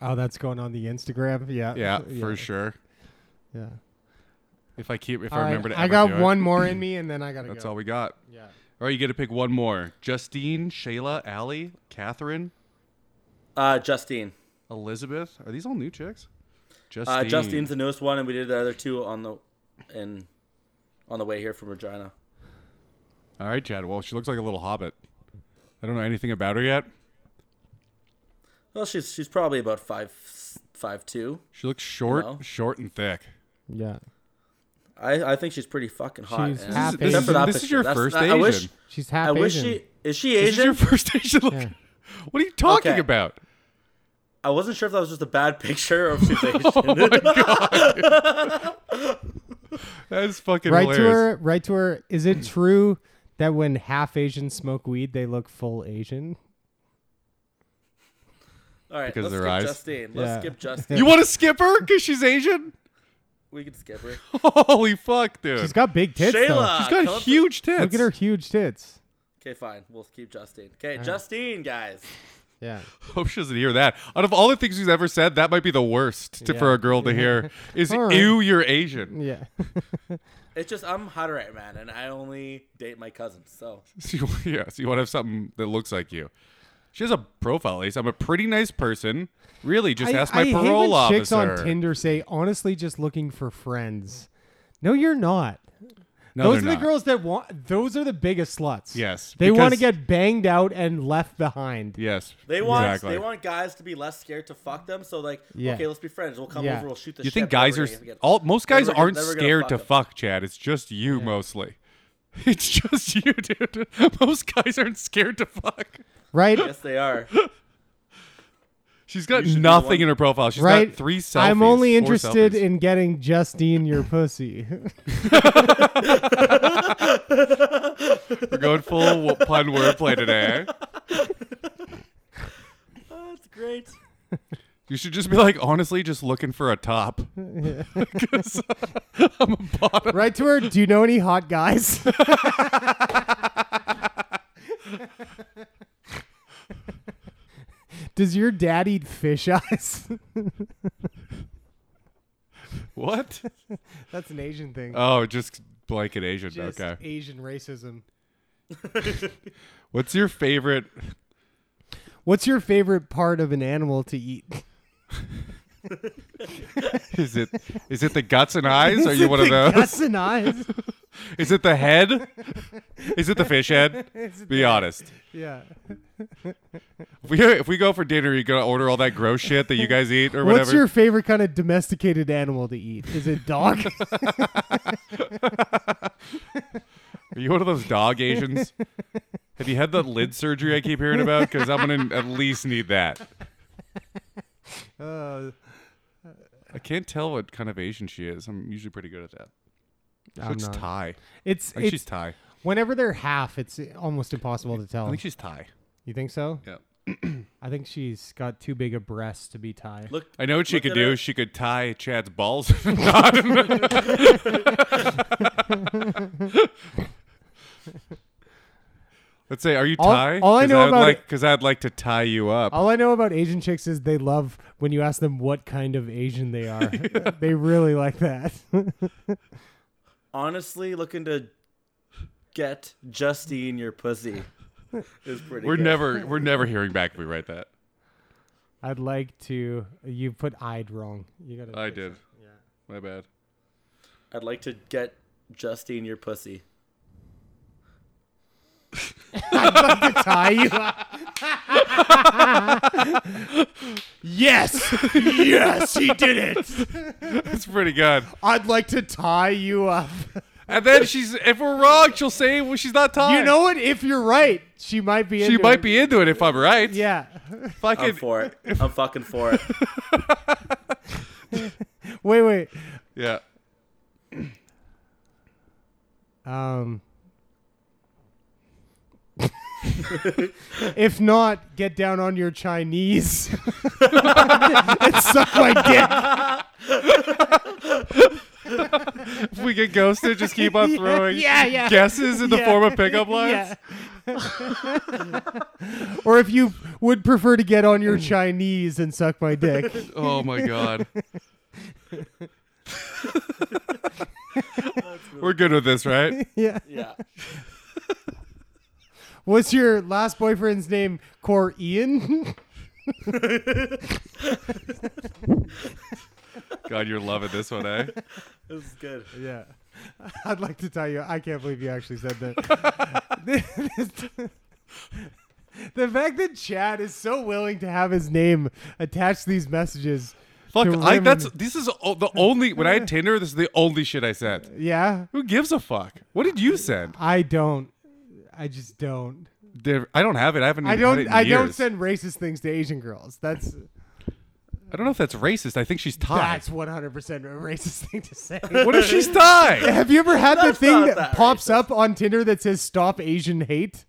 Speaker 5: Oh, that's going on the Instagram. Yeah.
Speaker 3: Yeah, for sure.
Speaker 5: Yeah.
Speaker 3: If I keep, if
Speaker 5: All
Speaker 3: I
Speaker 5: right,
Speaker 3: remember to,
Speaker 5: I
Speaker 3: ever
Speaker 5: got
Speaker 3: do it.
Speaker 5: one more in me, and then I gotta
Speaker 3: That's
Speaker 5: go.
Speaker 3: all we got.
Speaker 5: Yeah.
Speaker 3: All right, you get to pick one more: Justine, Shayla, Allie, Catherine,
Speaker 4: Uh, Justine.
Speaker 3: Elizabeth. Are these all new chicks? Justine.
Speaker 4: Uh, Justine's the newest one, and we did the other two on the in on the way here from Regina.
Speaker 3: All right, Chad. Well, she looks like a little hobbit. I don't know anything about her yet.
Speaker 4: Well, she's she's probably about five five two.
Speaker 3: She looks short,
Speaker 4: No.
Speaker 3: short and thick.
Speaker 5: Yeah.
Speaker 4: I, I think she's pretty fucking hot.
Speaker 5: She's
Speaker 4: and-
Speaker 5: half
Speaker 4: except
Speaker 5: Asian.
Speaker 4: for that
Speaker 3: This is
Speaker 4: picture.
Speaker 3: your
Speaker 4: That's-
Speaker 3: first
Speaker 4: I, I wish
Speaker 3: Asian.
Speaker 5: She's half
Speaker 4: I wish
Speaker 5: Asian.
Speaker 4: she is she
Speaker 3: This is your
Speaker 4: Asian.
Speaker 3: first Asian look. What are you talking
Speaker 4: Okay.
Speaker 3: about?
Speaker 4: I wasn't sure if that was just a bad picture or if
Speaker 3: [LAUGHS]
Speaker 4: she's Asian.
Speaker 3: Oh
Speaker 4: [LAUGHS]
Speaker 3: That is fucking
Speaker 5: Right to her.
Speaker 3: hilarious.
Speaker 5: Right to her. Is it true that when half Asians smoke weed, they look full Asian?
Speaker 4: All right,
Speaker 3: Because
Speaker 4: let's
Speaker 3: their
Speaker 4: skip
Speaker 3: eyes.
Speaker 4: Justine. Let's
Speaker 5: Yeah.
Speaker 4: skip
Speaker 3: [LAUGHS]
Speaker 4: Justine.
Speaker 3: You want to skip her because she's Asian? [LAUGHS]
Speaker 4: we can skip her.
Speaker 3: Holy fuck, dude!
Speaker 5: She's got big tits.
Speaker 4: Shayla,
Speaker 5: Though.
Speaker 3: She's got
Speaker 4: come up to-
Speaker 3: huge tits.
Speaker 5: Look at her huge tits.
Speaker 4: Okay, fine. We'll keep Justine. Okay, Justine, guys.
Speaker 5: Yeah.
Speaker 3: [LAUGHS] Hope she doesn't hear that. Out of all the things she's ever said, that might be the worst to, for
Speaker 5: Yeah.
Speaker 3: a girl
Speaker 5: [LAUGHS]
Speaker 3: to hear. Is
Speaker 5: All right.
Speaker 3: ew, you're Asian. [LAUGHS]
Speaker 5: Yeah.
Speaker 4: It's just I'm hotter right man, and I only date my cousins. So
Speaker 3: So you, yeah, so you want to have something that looks like you. She has a profile, Ace. I'm a pretty nice person. Really, just ask my
Speaker 5: hate when
Speaker 3: parole officer.
Speaker 5: Chicks on Tinder say, honestly, just looking for friends. No, you're not.
Speaker 3: No,
Speaker 5: those are
Speaker 3: they're
Speaker 5: the
Speaker 3: not.
Speaker 5: girls that want. Those are the biggest sluts.
Speaker 3: Yes,
Speaker 5: They want to
Speaker 3: because-
Speaker 5: get banged out and left behind.
Speaker 3: Yes,
Speaker 4: they want
Speaker 3: exactly.
Speaker 4: they want guys to be less scared to fuck them. So like,
Speaker 5: Yeah.
Speaker 4: okay, let's be friends. We'll come
Speaker 5: Yeah.
Speaker 4: over. We'll shoot the.
Speaker 3: You
Speaker 4: shit,
Speaker 3: think
Speaker 4: but
Speaker 3: guys
Speaker 4: we're
Speaker 3: are
Speaker 4: gonna get-
Speaker 3: all? Most
Speaker 4: we're
Speaker 3: guys
Speaker 4: gonna-
Speaker 3: aren't
Speaker 4: we're gonna
Speaker 3: scared to
Speaker 4: them.
Speaker 3: fuck, Chad. It's just you mostly. [LAUGHS] It's just you, dude. [LAUGHS] Most guys aren't scared to fuck.
Speaker 5: Right.
Speaker 4: [LAUGHS] Yes, they
Speaker 3: [LAUGHS]
Speaker 4: are.
Speaker 3: She's got
Speaker 4: should be the
Speaker 3: nothing
Speaker 4: one-
Speaker 3: in her profile. She's
Speaker 5: right.
Speaker 3: got three selfies.
Speaker 5: I'm only
Speaker 3: four
Speaker 5: interested
Speaker 3: selfies.
Speaker 5: in getting Justine your pussy. [LAUGHS]
Speaker 3: We're
Speaker 4: [LAUGHS]
Speaker 3: going full w- pun wordplay today. eh? Oh,
Speaker 4: That's great.
Speaker 3: You should just be like, honestly, just looking for
Speaker 5: [LAUGHS]
Speaker 3: a top. 'Cause, uh, I'm a bottom.
Speaker 5: right to her. Do you know any hot
Speaker 3: [LAUGHS]
Speaker 5: guys? Does your dad eat fish eyes? [LAUGHS]
Speaker 3: What?
Speaker 5: That's an Asian thing.
Speaker 3: Oh, just blanket Asian.
Speaker 5: Just
Speaker 3: okay.
Speaker 5: Asian racism.
Speaker 3: What's your favorite?
Speaker 5: What's your favorite part of an animal to
Speaker 3: [LAUGHS]
Speaker 5: eat?
Speaker 3: Is it is it the guts
Speaker 5: [LAUGHS]
Speaker 3: and eyes? Are you one of those?
Speaker 5: Yes and
Speaker 3: [LAUGHS]
Speaker 5: eyes.
Speaker 3: Is it the head?
Speaker 5: [LAUGHS]
Speaker 3: Is it the fish head? Be honest.
Speaker 5: Yeah.
Speaker 3: If we if we go for dinner, you gonna order all that gross shit that you guys eat or whatever.
Speaker 5: What's your favorite kind of domesticated animal to eat? Is it
Speaker 3: [LAUGHS]
Speaker 5: dog?
Speaker 3: Are you one of those dog Asians? Have you had the lid surgery I keep hearing about? Because I'm gonna at least need that.
Speaker 5: uh,
Speaker 3: I can't tell what kind of Asian she is. I'm usually pretty good at that. She
Speaker 5: I'm
Speaker 3: looks
Speaker 5: not.
Speaker 3: Thai.
Speaker 5: it's
Speaker 3: I think
Speaker 5: it's
Speaker 3: she's Thai.
Speaker 5: whenever they're half, it's almost impossible to
Speaker 3: I
Speaker 5: tell.
Speaker 3: think she's Thai.
Speaker 5: You think so?
Speaker 3: Yeah.
Speaker 5: I think she's got too big a breast to be Thai.
Speaker 4: Look,
Speaker 3: I know what she
Speaker 4: Look
Speaker 3: could
Speaker 4: at
Speaker 3: do.
Speaker 4: her.
Speaker 3: She could tie Chad's balls. [LAUGHS] in a knot. Let's say, are you
Speaker 5: All-
Speaker 3: Thai?
Speaker 5: all I know about it-
Speaker 3: because I'd like to tie you up.
Speaker 5: All I know about Asian chicks is they love when you ask them what kind of Asian they are. They really like that. [LAUGHS]
Speaker 4: honestly, looking to get Justine your pussy
Speaker 3: [LAUGHS]
Speaker 4: is pretty.
Speaker 3: we're
Speaker 4: good.
Speaker 5: [LAUGHS]
Speaker 3: never, we're never hearing back if we write that.
Speaker 5: I'd like to. You put "I'd" wrong. You gotta.
Speaker 3: I
Speaker 5: fix it.
Speaker 3: did. My bad.
Speaker 4: I'd like to get Justine your pussy.
Speaker 5: Tie you up. yes, yes, he did it.
Speaker 3: That's pretty good.
Speaker 5: I'd like to tie you up.
Speaker 3: And then she's, if we're wrong, she'll say, well, she's not Thai.
Speaker 5: You know what? If you're right, she might be.
Speaker 3: she
Speaker 5: into
Speaker 3: might
Speaker 5: it.
Speaker 3: be into it if I'm right.
Speaker 5: Yeah. [LAUGHS]
Speaker 4: I'm
Speaker 3: Fucking.
Speaker 4: for
Speaker 3: [LAUGHS]
Speaker 4: it. I'm fucking for it.
Speaker 5: Wait, wait.
Speaker 3: Yeah.
Speaker 5: Um. if not, get down on your Chinese [LAUGHS] and suck my dick.
Speaker 3: If we get ghosted, just keep on
Speaker 5: [LAUGHS]
Speaker 3: throwing
Speaker 5: yeah, yeah.
Speaker 3: guesses in the
Speaker 5: Yeah.
Speaker 3: form of
Speaker 5: [LAUGHS]
Speaker 3: pickup lines.
Speaker 5: Yeah. [LAUGHS] or if you would prefer to get on your Chinese and suck my
Speaker 3: [LAUGHS]
Speaker 5: dick.
Speaker 3: Oh my
Speaker 5: [LAUGHS]
Speaker 3: god. [LAUGHS] We're good with this, right?
Speaker 5: Yeah.
Speaker 4: Yeah.
Speaker 5: What's your last boyfriend's name? Core Ian? [LAUGHS]
Speaker 3: God, you're loving this
Speaker 5: [LAUGHS]
Speaker 3: one, eh?
Speaker 4: This is good.
Speaker 5: yeah. [LAUGHS] I'd like to tell you, I can't believe you actually said that. [LAUGHS] the fact that Chad is so willing to have his name attached to these messages.
Speaker 3: Fuck,
Speaker 5: to
Speaker 3: I,
Speaker 5: women-
Speaker 3: that's this is o- the only when
Speaker 5: [LAUGHS]
Speaker 3: I had Tinder, this is the only shit I sent.
Speaker 5: Yeah.
Speaker 3: Who gives a fuck? What did you send?
Speaker 5: I don't. I just don't.
Speaker 3: There- I don't have it. I haven't.
Speaker 5: I
Speaker 3: had it
Speaker 5: don't.
Speaker 3: in
Speaker 5: I don't
Speaker 3: years.
Speaker 5: send racist things to Asian girls. That's
Speaker 3: I don't know if that's racist. I think she's Thai.
Speaker 5: that's one hundred percent a racist thing to say.
Speaker 3: [LAUGHS] What if
Speaker 5: [LAUGHS]
Speaker 3: she's Thai?
Speaker 5: Have you ever had the
Speaker 4: That's
Speaker 5: thing
Speaker 4: not
Speaker 5: that,
Speaker 4: that
Speaker 5: pops
Speaker 4: racist.
Speaker 5: up on Tinder that says "Stop Asian Hate"?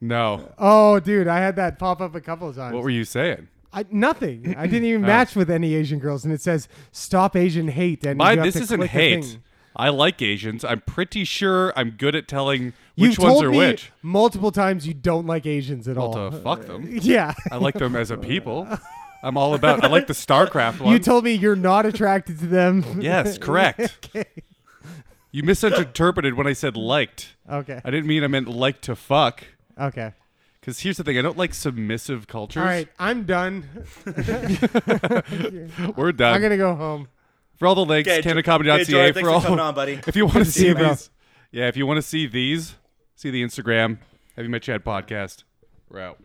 Speaker 3: No.
Speaker 5: Oh, dude, I had that pop up a couple of times.
Speaker 3: What were you saying?
Speaker 5: I, nothing. I didn't
Speaker 3: [CLEARS THROAT] Oh.
Speaker 5: even match with any Asian girls, and it says "Stop Asian Hate." And
Speaker 3: My,
Speaker 5: you have
Speaker 3: this
Speaker 5: to
Speaker 3: isn't
Speaker 5: click the
Speaker 3: hate.
Speaker 5: thing.
Speaker 3: I like Asians. I'm pretty sure I'm good at telling
Speaker 5: You've
Speaker 3: which ones
Speaker 5: told
Speaker 3: are
Speaker 5: me Oh.
Speaker 3: which.
Speaker 5: multiple times you don't like Asians at all.
Speaker 3: Well, to fuck them.
Speaker 5: [LAUGHS] yeah.
Speaker 3: I like them as a
Speaker 5: [LAUGHS]
Speaker 3: people. I'm all about. I like the StarCraft one.
Speaker 5: You told me you're not attracted to them. [LAUGHS]
Speaker 3: [LAUGHS] yes, correct. You misinterpreted when I said liked.
Speaker 5: Okay.
Speaker 3: I didn't mean I meant like to fuck.
Speaker 5: Okay.
Speaker 3: Because here's the thing, I don't like submissive cultures.
Speaker 5: All right, I'm done.
Speaker 3: Uh, we're done.
Speaker 5: I'm gonna go home.
Speaker 3: for all the links,
Speaker 4: Okay, Jo-
Speaker 3: canacomedy.ca
Speaker 4: okay, Jordan,
Speaker 3: for
Speaker 4: thanks
Speaker 3: all.
Speaker 4: for coming on, buddy.
Speaker 3: [LAUGHS] If you want to see
Speaker 5: you, bro.
Speaker 3: these, yeah, if you want to see these, see the Instagram. Have you met Chad podcast? We're out.